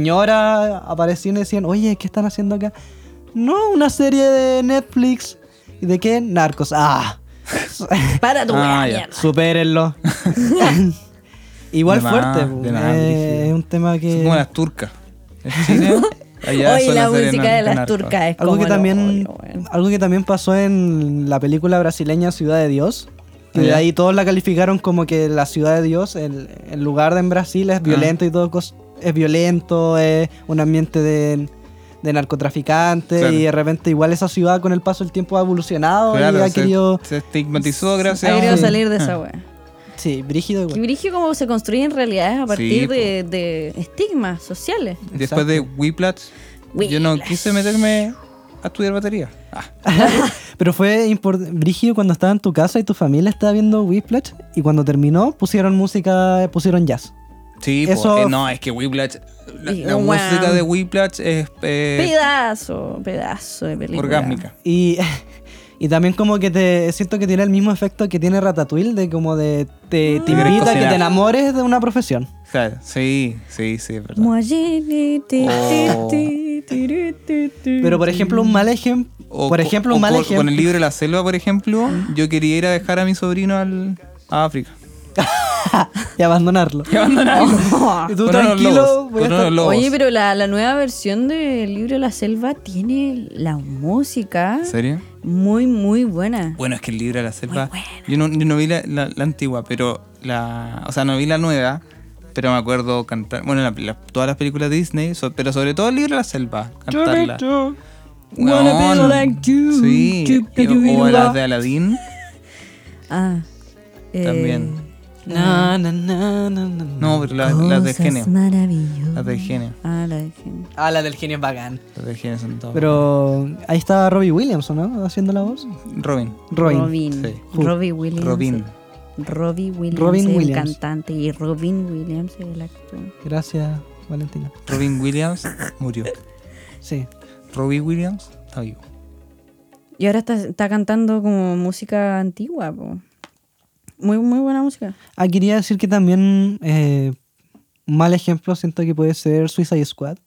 [SPEAKER 2] señoras aparecían y decían, oye, ¿qué están haciendo acá? No, una serie de Netflix. ¿Y de qué? Narcos. Ah,
[SPEAKER 3] Para tu
[SPEAKER 1] Ah,
[SPEAKER 3] wea,
[SPEAKER 1] ya.
[SPEAKER 3] mierda.
[SPEAKER 2] supérenlo. Igual
[SPEAKER 1] De más,
[SPEAKER 2] fuerte,
[SPEAKER 1] de
[SPEAKER 2] po.
[SPEAKER 1] más,
[SPEAKER 2] Eh,
[SPEAKER 1] brígido.
[SPEAKER 2] es un tema que...
[SPEAKER 1] Son como las turcas. En Chile, allá
[SPEAKER 3] Oye,
[SPEAKER 1] son
[SPEAKER 3] la
[SPEAKER 1] series
[SPEAKER 3] música
[SPEAKER 1] nar-
[SPEAKER 3] de las
[SPEAKER 1] narcos.
[SPEAKER 3] turcas es
[SPEAKER 2] Algo
[SPEAKER 3] como
[SPEAKER 2] que,
[SPEAKER 3] lo
[SPEAKER 2] también,
[SPEAKER 3] hoyo, weón.
[SPEAKER 2] algo que también pasó en la película brasileña Ciudad de Dios. que de
[SPEAKER 1] Ya.
[SPEAKER 2] ahí todos la calificaron como que la Ciudad de Dios, el, el
[SPEAKER 1] Ah.
[SPEAKER 2] lugar de en Brasil es violento y todo cos- es violento, es un ambiente de, de narcotraficantes
[SPEAKER 1] Claro.
[SPEAKER 2] y de repente igual esa ciudad con el paso del tiempo ha evolucionado y ha
[SPEAKER 1] se,
[SPEAKER 2] querido...
[SPEAKER 1] se estigmatizó Oh, gracias
[SPEAKER 3] Ha
[SPEAKER 1] a
[SPEAKER 3] querido
[SPEAKER 1] un-
[SPEAKER 3] salir de esa
[SPEAKER 1] Ah.
[SPEAKER 3] wea.
[SPEAKER 2] Sí, brígido igual.
[SPEAKER 3] Y Brigio como se construyen realidades a partir
[SPEAKER 1] Sí, po.
[SPEAKER 3] de, de estigmas sociales.
[SPEAKER 1] Después de Whiplash, yo no
[SPEAKER 3] Whiplash.
[SPEAKER 1] quise meterme a estudiar batería. Ah,
[SPEAKER 2] Pero fue import- brígido cuando estaba en tu casa y tu familia estaba viendo Whiplash y cuando terminó pusieron música, pusieron jazz.
[SPEAKER 1] sí,
[SPEAKER 2] Eso-
[SPEAKER 1] po, eh, no, es que Whiplash, la,
[SPEAKER 3] Sí,
[SPEAKER 1] la
[SPEAKER 3] wow.
[SPEAKER 1] música de Whiplash es eh,
[SPEAKER 3] Pedazo, pedazo de película.
[SPEAKER 1] orgásmica.
[SPEAKER 2] Y, y también como que te siento que tiene el mismo efecto que tiene Ratatouille, de como de te, te
[SPEAKER 1] querés
[SPEAKER 2] invita a que
[SPEAKER 1] Ah. cocinar.
[SPEAKER 2] te enamores de una profesión.
[SPEAKER 1] Claro, sí, sí, sí, es verdad.
[SPEAKER 3] Moallini, ti, ti,
[SPEAKER 1] Oh.
[SPEAKER 3] ti, ti, ri, ti,
[SPEAKER 1] Mm,
[SPEAKER 3] ti.
[SPEAKER 2] Pero por ejemplo, un mal ejemplo,
[SPEAKER 1] O
[SPEAKER 2] por
[SPEAKER 1] co-
[SPEAKER 2] ejemplo,
[SPEAKER 1] o
[SPEAKER 2] un mal
[SPEAKER 1] con,
[SPEAKER 2] ejemplo. Ah.
[SPEAKER 1] con el libro de La Selva, por ejemplo, yo quería ir a dejar a mi sobrino al, a África.
[SPEAKER 2] y abandonarlo.
[SPEAKER 1] Y abandonarlo.
[SPEAKER 2] Y Oh. tú
[SPEAKER 1] Con
[SPEAKER 2] tranquilo,
[SPEAKER 1] unos lobos, con
[SPEAKER 2] voy a estar-
[SPEAKER 1] unos lobos.
[SPEAKER 3] Oye, pero la, la nueva versión del libro de la selva tiene la música
[SPEAKER 1] ¿En serio?
[SPEAKER 3] muy, muy buena.
[SPEAKER 1] Bueno, es que el libro de la selva.
[SPEAKER 3] buena.
[SPEAKER 1] Yo no, yo no vi la, la- la antigua, pero la. O sea, no vi la nueva, pero me acuerdo cantar. Bueno, la- la- todas las películas de Disney, so- pero sobre todo el libro de la selva, cantarla.
[SPEAKER 3] Wanna be
[SPEAKER 1] Weón.
[SPEAKER 3] like you,
[SPEAKER 1] sí,
[SPEAKER 3] you,
[SPEAKER 1] y-
[SPEAKER 3] you, you
[SPEAKER 1] o las
[SPEAKER 3] are.
[SPEAKER 1] de Aladdin
[SPEAKER 3] Ah, eh,
[SPEAKER 1] también.
[SPEAKER 2] Na, na, na, na, na, na.
[SPEAKER 1] No, pero las las de
[SPEAKER 3] cosas
[SPEAKER 1] genio.
[SPEAKER 3] maravillosas.
[SPEAKER 1] Las de genio.
[SPEAKER 3] Ah, la de genio.
[SPEAKER 2] Ah, la del genio es bacán.
[SPEAKER 1] Las de genio son todas.
[SPEAKER 2] Pero ahí estaba Robbie Williams, ¿o ¿no? Haciendo la voz.
[SPEAKER 1] Robin.
[SPEAKER 2] Robin.
[SPEAKER 3] Robin.
[SPEAKER 1] Sí.
[SPEAKER 3] Robbie Williams.
[SPEAKER 1] Robin.
[SPEAKER 3] Robbie Williams,
[SPEAKER 2] Robin
[SPEAKER 3] el
[SPEAKER 2] Williams.
[SPEAKER 3] cantante, y Robin Williams, el actor.
[SPEAKER 2] Gracias, Valentina.
[SPEAKER 1] Robin Williams murió.
[SPEAKER 2] Sí.
[SPEAKER 1] Robbie Williams está vivo.
[SPEAKER 3] Y ahora está, está cantando como música antigua, po. Muy, muy buena música.
[SPEAKER 2] Ah, quería decir que también eh, un mal ejemplo siento que puede ser Suicide Squad,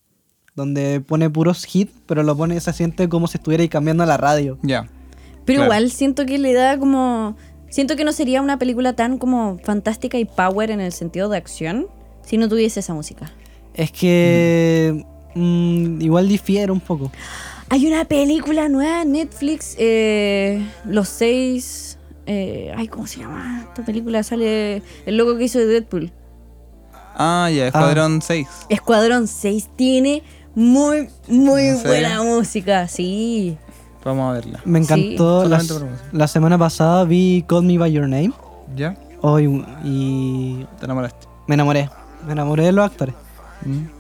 [SPEAKER 2] donde pone puros hits, pero lo pone, se siente como si estuviera ahí cambiando la radio.
[SPEAKER 1] Ya.
[SPEAKER 3] Pero
[SPEAKER 1] Claro.
[SPEAKER 3] igual siento que le da como... Siento que no sería una película tan como fantástica y power en el sentido de acción si no tuviese esa música.
[SPEAKER 2] Es que mm, igual difiere un poco.
[SPEAKER 3] Hay una película nueva en Netflix, eh, Los Seis... eh, ay, ¿cómo se llama? Esta película sale el loco que hizo de Deadpool.
[SPEAKER 1] Ah, ya, Escuadrón 6.
[SPEAKER 3] Escuadrón 6 tiene muy, muy
[SPEAKER 1] ¿En serio?
[SPEAKER 3] buena música, sí.
[SPEAKER 1] Vamos a verla.
[SPEAKER 2] Me
[SPEAKER 3] Sí,
[SPEAKER 2] encantó. la,
[SPEAKER 1] solamente por música.
[SPEAKER 2] la semana pasada vi Call Me By Your Name
[SPEAKER 1] ¿Ya?
[SPEAKER 2] hoy, y
[SPEAKER 1] Te enamoraste.
[SPEAKER 2] me enamoré. Me enamoré de los actores.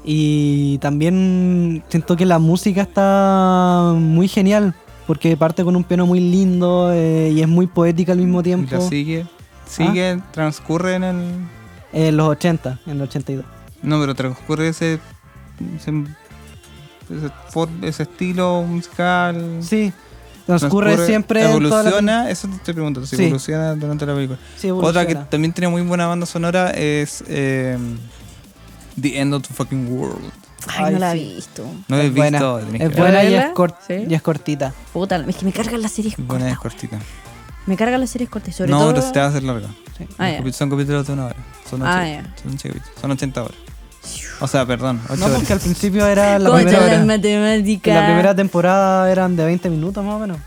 [SPEAKER 2] Y también siento que la música está muy genial, porque parte con un piano muy lindo eh, y es muy poética al mismo
[SPEAKER 1] Y
[SPEAKER 2] tiempo. Ah.
[SPEAKER 1] la sigue. Sigue, transcurre en el.
[SPEAKER 2] En los 80, en el 82.
[SPEAKER 1] No, pero transcurre ese. Ese, ese for- ese estilo musical.
[SPEAKER 2] Sí, transcurre, siempre. en toda la-
[SPEAKER 1] Evoluciona, eso te estoy preguntando, si
[SPEAKER 2] Sí.
[SPEAKER 1] evoluciona durante la película.
[SPEAKER 2] Sí, evoluciona.
[SPEAKER 1] Otra que también tiene muy buena banda sonora es eh, The End of the Fucking World.
[SPEAKER 3] Ay,
[SPEAKER 2] Ay,
[SPEAKER 3] no la
[SPEAKER 2] sí.
[SPEAKER 3] he visto.
[SPEAKER 1] No la he
[SPEAKER 2] Es buena,
[SPEAKER 1] visto, tenés que
[SPEAKER 2] es
[SPEAKER 1] verla.
[SPEAKER 2] buena y es,
[SPEAKER 3] ¿Verla?
[SPEAKER 2] cort-
[SPEAKER 3] Sí.
[SPEAKER 2] y es cortita.
[SPEAKER 3] Puta, es que me cargan las series
[SPEAKER 1] Es buena, es
[SPEAKER 3] cortas.
[SPEAKER 1] cortita.
[SPEAKER 3] Me cargan las series cortas, sobre
[SPEAKER 1] no,
[SPEAKER 3] todo.
[SPEAKER 1] pero se te va a hacer larga.
[SPEAKER 3] Ah,
[SPEAKER 1] Los
[SPEAKER 3] ya.
[SPEAKER 1] capi- Son capítulos de una hora. Son
[SPEAKER 3] Ah,
[SPEAKER 1] 80 son 80 capítulos. Son 80 horas. O sea, perdón, 8
[SPEAKER 2] No,
[SPEAKER 1] horas.
[SPEAKER 2] porque al principio era la
[SPEAKER 3] Concha,
[SPEAKER 2] primera,
[SPEAKER 3] las
[SPEAKER 2] hora.
[SPEAKER 3] matemáticas.
[SPEAKER 2] la primera temporada eran de 20 minutos más o menos.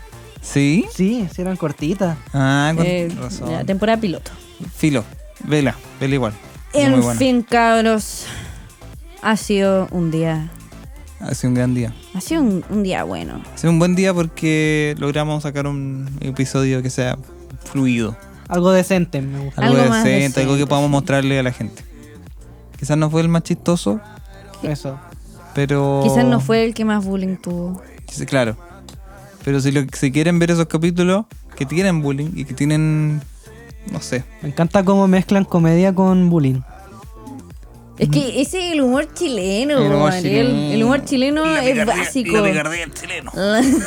[SPEAKER 1] ¿Sí?
[SPEAKER 2] Sí, sí eran cortitas.
[SPEAKER 1] Ah, con
[SPEAKER 3] Eh,
[SPEAKER 1] razón.
[SPEAKER 3] la temporada piloto.
[SPEAKER 1] Filo, vela, vela igual. Es muy
[SPEAKER 3] En
[SPEAKER 1] buena.
[SPEAKER 3] fin, cabros. Ha sido un día.
[SPEAKER 1] Ha sido un gran día.
[SPEAKER 3] Ha sido un, un día bueno.
[SPEAKER 1] Ha sido un buen día porque logramos sacar un episodio que sea fluido.
[SPEAKER 2] Algo decente, me gusta.
[SPEAKER 1] Algo,
[SPEAKER 3] Algo más
[SPEAKER 1] decente, algo
[SPEAKER 3] decente,
[SPEAKER 1] que podamos
[SPEAKER 3] sí.
[SPEAKER 1] mostrarle a la gente. Quizás no fue el más chistoso,
[SPEAKER 2] Eso.
[SPEAKER 1] pero...
[SPEAKER 3] Quizás no fue el que más bullying tuvo.
[SPEAKER 1] Sí, Claro. Pero si, lo, si quieren ver esos capítulos que tienen bullying y que tienen... No sé.
[SPEAKER 2] Me encanta cómo mezclan comedia con bullying.
[SPEAKER 3] Es que ese es el humor chileno,
[SPEAKER 1] Mm. El humor
[SPEAKER 3] Ariel.
[SPEAKER 1] chileno.
[SPEAKER 3] El humor chileno es básico.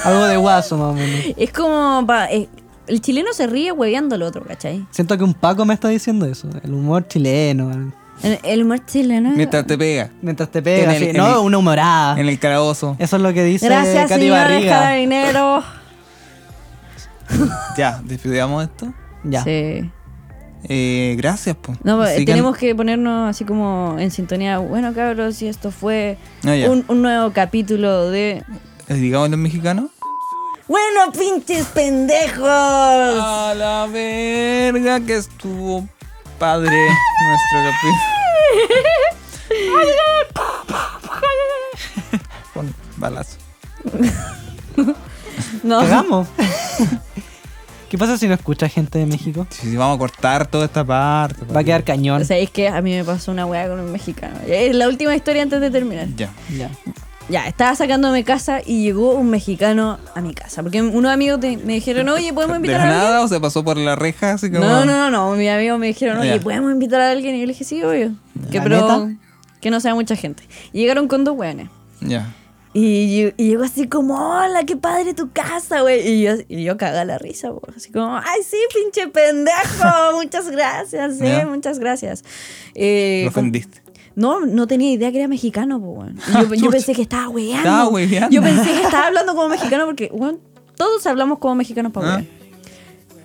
[SPEAKER 2] Algo de guaso más o menos.
[SPEAKER 3] es como. pa- eh, el chileno se ríe hueveando al otro, ¿cachai?
[SPEAKER 2] Siento que un Paco me está diciendo eso. El humor chileno.
[SPEAKER 3] El, el humor chileno. es-
[SPEAKER 1] Mientras te pega.
[SPEAKER 2] Mientras te pegas.
[SPEAKER 1] En el- en
[SPEAKER 2] sí. no,
[SPEAKER 1] el-
[SPEAKER 2] una
[SPEAKER 3] Ah.
[SPEAKER 2] humorada.
[SPEAKER 1] En el calabozo.
[SPEAKER 2] Eso es lo que dice
[SPEAKER 3] Gracias,
[SPEAKER 2] Katy
[SPEAKER 3] señores
[SPEAKER 2] Barriga.
[SPEAKER 3] carabineros.
[SPEAKER 1] Ya, despidamos esto.
[SPEAKER 2] Ya.
[SPEAKER 3] Sí.
[SPEAKER 1] Eh, gracias, po.
[SPEAKER 3] No, eh,
[SPEAKER 1] Sigan-
[SPEAKER 3] tenemos que ponernos así como en sintonía. Bueno, cabros, y esto fue
[SPEAKER 1] Ah, ya.
[SPEAKER 3] un, un nuevo capítulo de.
[SPEAKER 1] eh, Digamos los mexicanos.
[SPEAKER 3] ¡Bueno, pinches pendejos!
[SPEAKER 2] Ah,
[SPEAKER 1] A la verga que estuvo padre nuestro capítulo. Pon-
[SPEAKER 11] Balazo.
[SPEAKER 3] No.
[SPEAKER 2] Cagamos. ¿Qué pasa si no escucha gente de México?
[SPEAKER 1] Si vamos a cortar toda esta parte.
[SPEAKER 2] Va a quedar cañón.
[SPEAKER 3] O sea, es que a mí me pasó una weá con un mexicano. Es la última historia antes de terminar.
[SPEAKER 1] Ya.
[SPEAKER 2] Ya.
[SPEAKER 3] Ya, estaba sacando de mi casa y llegó un mexicano a mi casa. Porque unos amigos te- me dijeron, oye, ¿podemos
[SPEAKER 1] ¿De
[SPEAKER 3] invitar a alguien?
[SPEAKER 1] nada o se pasó por la reja? Así como...
[SPEAKER 3] No, no, no, no. Mis amigos me dijeron, oye,
[SPEAKER 1] Ya.
[SPEAKER 3] ¿podemos invitar a alguien? Y yo le dije, sí, obvio. Que,
[SPEAKER 2] ¿La
[SPEAKER 3] pero,
[SPEAKER 2] neta?
[SPEAKER 3] que no sea mucha gente. Y llegaron con dos weones.
[SPEAKER 1] Ya.
[SPEAKER 3] Y, yo- y llegó así como, hola, qué padre tu casa, güey. Y yo, y yo cagá la risa, güey. Así como, ay, sí, pinche pendejo, muchas gracias, sí,
[SPEAKER 1] Ya.
[SPEAKER 3] muchas gracias. Eh,
[SPEAKER 1] Lo
[SPEAKER 3] como-
[SPEAKER 1] ofendiste.
[SPEAKER 3] no, no tenía idea que era mexicano, po, weón. Y Yo, yo pensé que estaba weando.
[SPEAKER 1] Estaba hueveando.
[SPEAKER 3] Yo pensé que estaba hablando como mexicano porque, weón, todos hablamos como mexicanos para
[SPEAKER 1] Ah.
[SPEAKER 3] wear.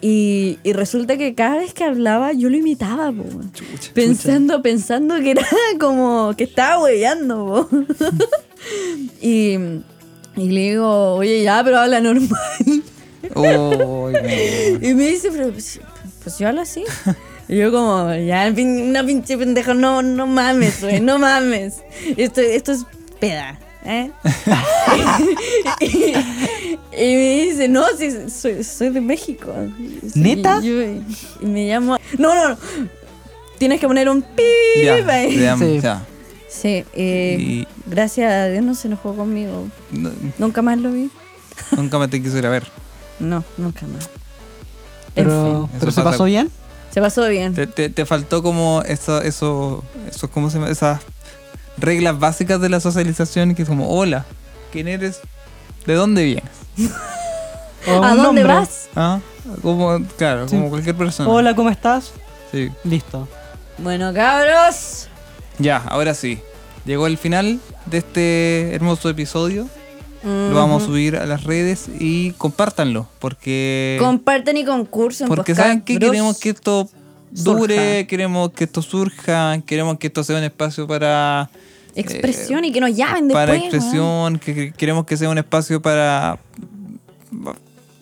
[SPEAKER 3] Y, y resulta que cada vez que hablaba yo lo imitaba, po, weón. Pensando, pensando que era como que estaba hueveando, po. y, y le digo, oye, ya, pero habla normal.
[SPEAKER 1] Uy, no.
[SPEAKER 3] Y me dice, pero pues, pues yo hablo así. Y yo como, ya, pin- no pinche pendejo, no, no mames, güey, no mames. Esto, esto es peda, ¿eh? y, y me dice, no, sí, soy, soy de México. Sí,
[SPEAKER 2] ¿Neta?
[SPEAKER 3] yo- y me llamo... No, no, no. Tienes que poner un pi.
[SPEAKER 1] Ya, ya,
[SPEAKER 2] Sí.
[SPEAKER 1] ya.
[SPEAKER 3] Sí, eh,
[SPEAKER 1] Y-
[SPEAKER 3] gracias a Dios no se enojó conmigo.
[SPEAKER 1] No,
[SPEAKER 3] Nunca más lo vi.
[SPEAKER 1] nunca me te quiso ir a ver.
[SPEAKER 3] No, nunca más. En fin,
[SPEAKER 2] Pero,
[SPEAKER 1] Eso
[SPEAKER 2] pero se
[SPEAKER 1] pasa.
[SPEAKER 2] pasó bien.
[SPEAKER 3] se pasó bien.
[SPEAKER 1] Te, te- te faltó como eso, eso, eso, ¿cómo se llama? Esas reglas básicas de la socialización que es como, hola, ¿quién eres? ¿De dónde vienes?
[SPEAKER 2] O
[SPEAKER 3] ¿A
[SPEAKER 2] un
[SPEAKER 3] dónde
[SPEAKER 2] nombre.
[SPEAKER 3] vas?
[SPEAKER 1] ¿Ah? Como, claro,
[SPEAKER 2] Sí.
[SPEAKER 1] como cualquier persona.
[SPEAKER 2] Hola, ¿cómo estás?
[SPEAKER 1] Sí.
[SPEAKER 2] Listo.
[SPEAKER 3] Bueno, cabros.
[SPEAKER 1] Ya, ahora sí. Llegó el final de este hermoso episodio. Lo vamos a subir a las redes y compártanlo, porque...
[SPEAKER 3] Comparten y concursen.
[SPEAKER 1] Eh, Porque
[SPEAKER 3] pues,
[SPEAKER 1] saben que
[SPEAKER 3] cabros.
[SPEAKER 1] queremos que eh, esto dure, queremos que esto surja, queremos que esto sea un espacio para eh,
[SPEAKER 3] Expresión y que nos llamen después.
[SPEAKER 1] para
[SPEAKER 3] weón.
[SPEAKER 1] expresión, que, que queremos que sea un espacio para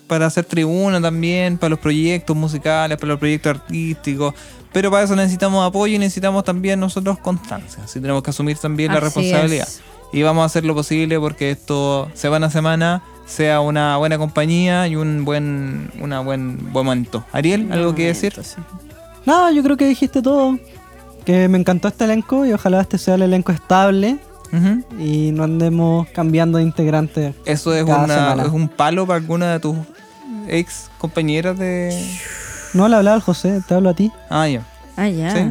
[SPEAKER 1] para hacer tribuna también, para los proyectos musicales, para los proyectos artísticos, pero para eso necesitamos apoyo y necesitamos también nosotros constancia, así tenemos que asumir también la
[SPEAKER 3] Así
[SPEAKER 1] responsabilidad.
[SPEAKER 3] es.
[SPEAKER 1] Y vamos a hacer lo posible porque esto semana a semana sea una buena compañía y un buen una buen buen momento. Ariel, algo que decir?
[SPEAKER 2] No, yo creo que dijiste todo. Que me encantó este elenco y ojalá este sea el elenco estable
[SPEAKER 1] Ujú.
[SPEAKER 2] y no andemos cambiando de integrantes.
[SPEAKER 1] Eso es,
[SPEAKER 2] Cada
[SPEAKER 1] una-
[SPEAKER 2] semana.
[SPEAKER 1] es un palo para alguna de tus ex compañeras de
[SPEAKER 2] No le hablaba al José, te hablo a ti.
[SPEAKER 1] Ah, ya.
[SPEAKER 3] Ah, ya.
[SPEAKER 1] Sí.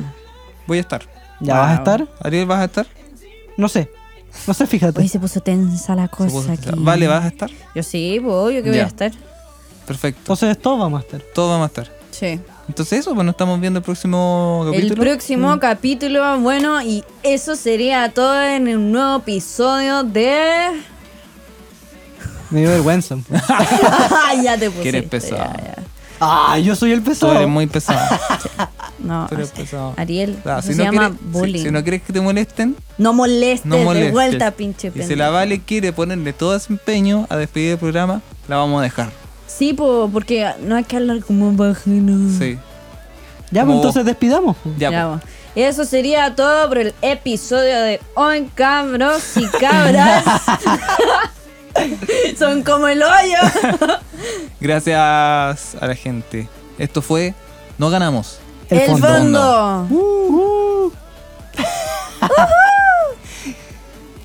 [SPEAKER 1] Voy a estar.
[SPEAKER 2] ¿Ya
[SPEAKER 3] Wow.
[SPEAKER 2] vas a estar?
[SPEAKER 1] Ariel, ¿vas a estar?
[SPEAKER 2] No sé. No sé, fíjate.
[SPEAKER 3] Hoy se puso tensa la
[SPEAKER 1] Se
[SPEAKER 3] cosa
[SPEAKER 1] puso-
[SPEAKER 3] aquí.
[SPEAKER 1] Vale, ¿vas a estar?
[SPEAKER 3] Yo sí, pues, obvio que voy
[SPEAKER 1] Ya.
[SPEAKER 3] a estar.
[SPEAKER 1] Perfecto.
[SPEAKER 2] Entonces todos vamos a estar.
[SPEAKER 1] Todos vamos a estar.
[SPEAKER 3] Sí.
[SPEAKER 1] Entonces eso, pues nos estamos viendo el próximo
[SPEAKER 3] El
[SPEAKER 1] capítulo. Mm.
[SPEAKER 3] próximo capítulo, bueno, y eso sería todo en un nuevo episodio de.
[SPEAKER 2] Me dio vergüenza.
[SPEAKER 3] ya te puse.
[SPEAKER 1] Quieres pesado.
[SPEAKER 2] ah, yo soy el
[SPEAKER 1] Tú eres
[SPEAKER 2] pesado.
[SPEAKER 1] muy pesado.
[SPEAKER 3] No,
[SPEAKER 1] Tú eres
[SPEAKER 3] o sea,
[SPEAKER 1] pesado.
[SPEAKER 3] Ariel,
[SPEAKER 1] Ah,
[SPEAKER 3] eso
[SPEAKER 1] si
[SPEAKER 3] se
[SPEAKER 1] no
[SPEAKER 3] llama
[SPEAKER 1] quieres- si-
[SPEAKER 3] bullying.
[SPEAKER 1] Si, no quieres que te molesten,
[SPEAKER 3] no molestes,
[SPEAKER 1] no molestes.
[SPEAKER 3] de vuelta, pinche
[SPEAKER 1] Y
[SPEAKER 3] pendejo.
[SPEAKER 1] si la Vale quiere ponerle todo ese empeño a despedir el programa, la vamos a dejar.
[SPEAKER 3] Sí, po, porque no hay que hablar como bajino.
[SPEAKER 1] Sí.
[SPEAKER 2] Ya, pues
[SPEAKER 1] Oh.
[SPEAKER 2] entonces despidamos.
[SPEAKER 1] Ya.
[SPEAKER 3] Mm. Ya,
[SPEAKER 1] pues.
[SPEAKER 3] po. Y eso sería todo por el episodio de Hoy Cabros y Cabras. Son como el hoyo.
[SPEAKER 1] pues. Gracias a la gente. Esto fue No ganamos.
[SPEAKER 3] El, fondo.
[SPEAKER 2] Uh,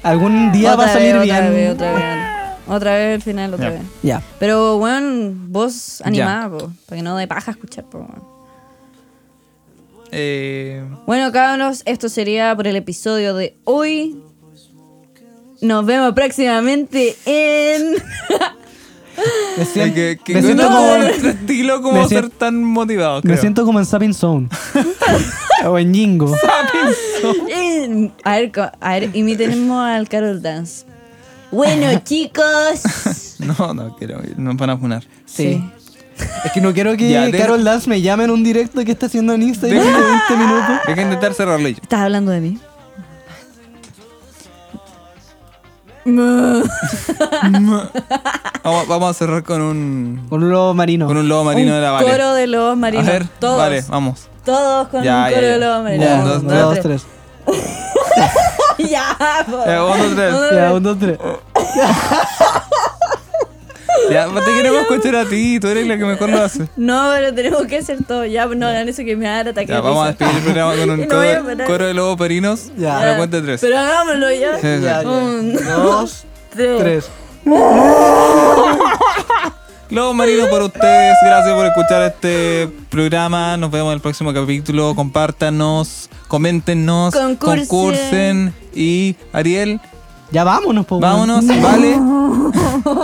[SPEAKER 2] Algún día
[SPEAKER 3] Otra
[SPEAKER 2] va a salir
[SPEAKER 3] vez, Otra
[SPEAKER 2] bien.
[SPEAKER 3] vez, otra vez. Otra vez el final, otra
[SPEAKER 1] Ya.
[SPEAKER 3] vez.
[SPEAKER 2] Ya.
[SPEAKER 3] Pero, bueno, voz animada, po, para que no de paja escuchar, po, weón.
[SPEAKER 1] Eh,
[SPEAKER 3] Bueno, cabros, esto sería por el episodio de hoy. Nos vemos próximamente en.
[SPEAKER 2] Me siento,
[SPEAKER 1] que, que
[SPEAKER 2] me
[SPEAKER 1] no
[SPEAKER 2] siento
[SPEAKER 1] es
[SPEAKER 2] como,
[SPEAKER 1] como nuestro estilo como
[SPEAKER 2] me
[SPEAKER 1] ser
[SPEAKER 2] siento-
[SPEAKER 1] tan motivado.
[SPEAKER 2] me
[SPEAKER 1] creo.
[SPEAKER 2] siento como en Sapping Zone. o en Jingo.
[SPEAKER 3] en- a, ver, co- a ver, imitemos al Carol Dance. Bueno, chicos.
[SPEAKER 1] No, no quiero, nos van a funar.
[SPEAKER 2] Sí. Es que no quiero que
[SPEAKER 1] Ya, de-
[SPEAKER 2] Carol Dance me llame en un directo que está haciendo en Instagram
[SPEAKER 1] Deja-
[SPEAKER 2] de 20 minutos.
[SPEAKER 1] Hay que intentar cerrarlo yo.
[SPEAKER 3] ¿Estás hablando de mí?
[SPEAKER 1] Vamos, vamos a cerrar con un
[SPEAKER 2] Con un lobo marino.
[SPEAKER 1] con un lobo marino
[SPEAKER 3] un
[SPEAKER 1] de la Vale.
[SPEAKER 3] coro de lobos marinos.
[SPEAKER 1] a ver,
[SPEAKER 3] todos.
[SPEAKER 1] vale, vamos.
[SPEAKER 3] Todos con
[SPEAKER 1] Ya,
[SPEAKER 3] un
[SPEAKER 1] ya,
[SPEAKER 3] coro
[SPEAKER 1] ya.
[SPEAKER 3] de lobos marinos.
[SPEAKER 1] Ya,
[SPEAKER 2] Ya,
[SPEAKER 1] dos,
[SPEAKER 2] dos,
[SPEAKER 1] tres.
[SPEAKER 2] tres.
[SPEAKER 3] ya, po.
[SPEAKER 1] Ya, uno, tres.
[SPEAKER 2] Ya, un, dos, tres.
[SPEAKER 1] Ya, pues te queremos escuchar a ti, tú eres la que mejor lo hace.
[SPEAKER 3] No, pero tenemos que hacer todo. Ya, no hagan eso que me da ataque.
[SPEAKER 1] Ya, vamos a despedir el programa con un
[SPEAKER 3] No voy a
[SPEAKER 1] coro,
[SPEAKER 3] parar.
[SPEAKER 1] coro de lobos perinos.
[SPEAKER 2] Ya.
[SPEAKER 1] A la cuenta de tres.
[SPEAKER 3] Pero hagámoslo ya.
[SPEAKER 1] Sí, sí.
[SPEAKER 2] Ya, ya.
[SPEAKER 3] Un,
[SPEAKER 2] Dos,
[SPEAKER 3] tres.
[SPEAKER 2] tres.
[SPEAKER 1] Lobos marinos por ustedes, gracias por escuchar este programa. Nos vemos en el próximo capítulo. Compártanos, coméntenos,
[SPEAKER 3] Concursen.
[SPEAKER 1] concursen. Y Ariel,
[SPEAKER 2] Ya vámonos, po. weón.
[SPEAKER 1] vámonos, ¿vale?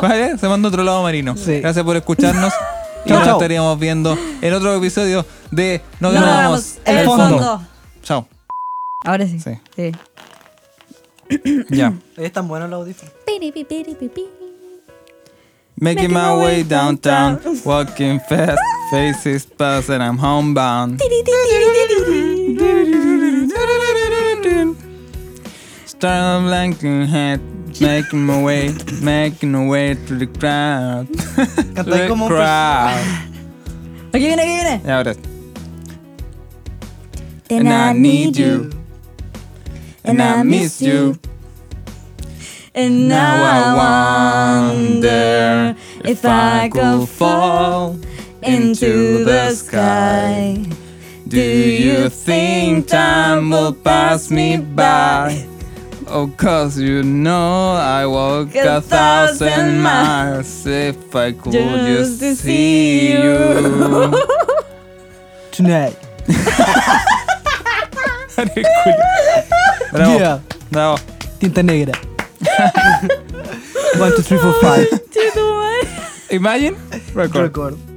[SPEAKER 1] ¿Vale? Se manda otro lado marino.
[SPEAKER 2] Sí.
[SPEAKER 1] Gracias por escucharnos. y
[SPEAKER 2] Chau,
[SPEAKER 1] nos
[SPEAKER 2] chau.
[SPEAKER 1] estaríamos viendo en otro episodio de No
[SPEAKER 3] No
[SPEAKER 1] ganamos
[SPEAKER 3] hagamos el fondo.
[SPEAKER 1] Chao.
[SPEAKER 3] Ahora sí.
[SPEAKER 1] Sí.
[SPEAKER 3] sí.
[SPEAKER 1] Ya.
[SPEAKER 2] Es tan bueno el audífono.
[SPEAKER 1] Making my way downtown, walking fast, faces past, and I'm homebound. Starting blanking head, making my way, making my way to the crowd. The
[SPEAKER 2] Cantáis como un
[SPEAKER 1] crowd.
[SPEAKER 3] Aquí viene, aquí viene.
[SPEAKER 1] Y ahora.
[SPEAKER 3] Then
[SPEAKER 1] And I need you, and I miss you.
[SPEAKER 3] And
[SPEAKER 1] Now I wonder if I could fall into the sky. Do you think time will pass me by? Oh, cause you know I walk a thousand miles if I could just
[SPEAKER 3] Just to
[SPEAKER 1] see
[SPEAKER 3] see
[SPEAKER 1] you.
[SPEAKER 2] Tonight.
[SPEAKER 1] Bravo,
[SPEAKER 2] Yeah.
[SPEAKER 1] bravo.
[SPEAKER 2] Tinta negra. One, two, three, four, five.
[SPEAKER 3] Che, tu madre.
[SPEAKER 1] Imagine, record.
[SPEAKER 2] Record.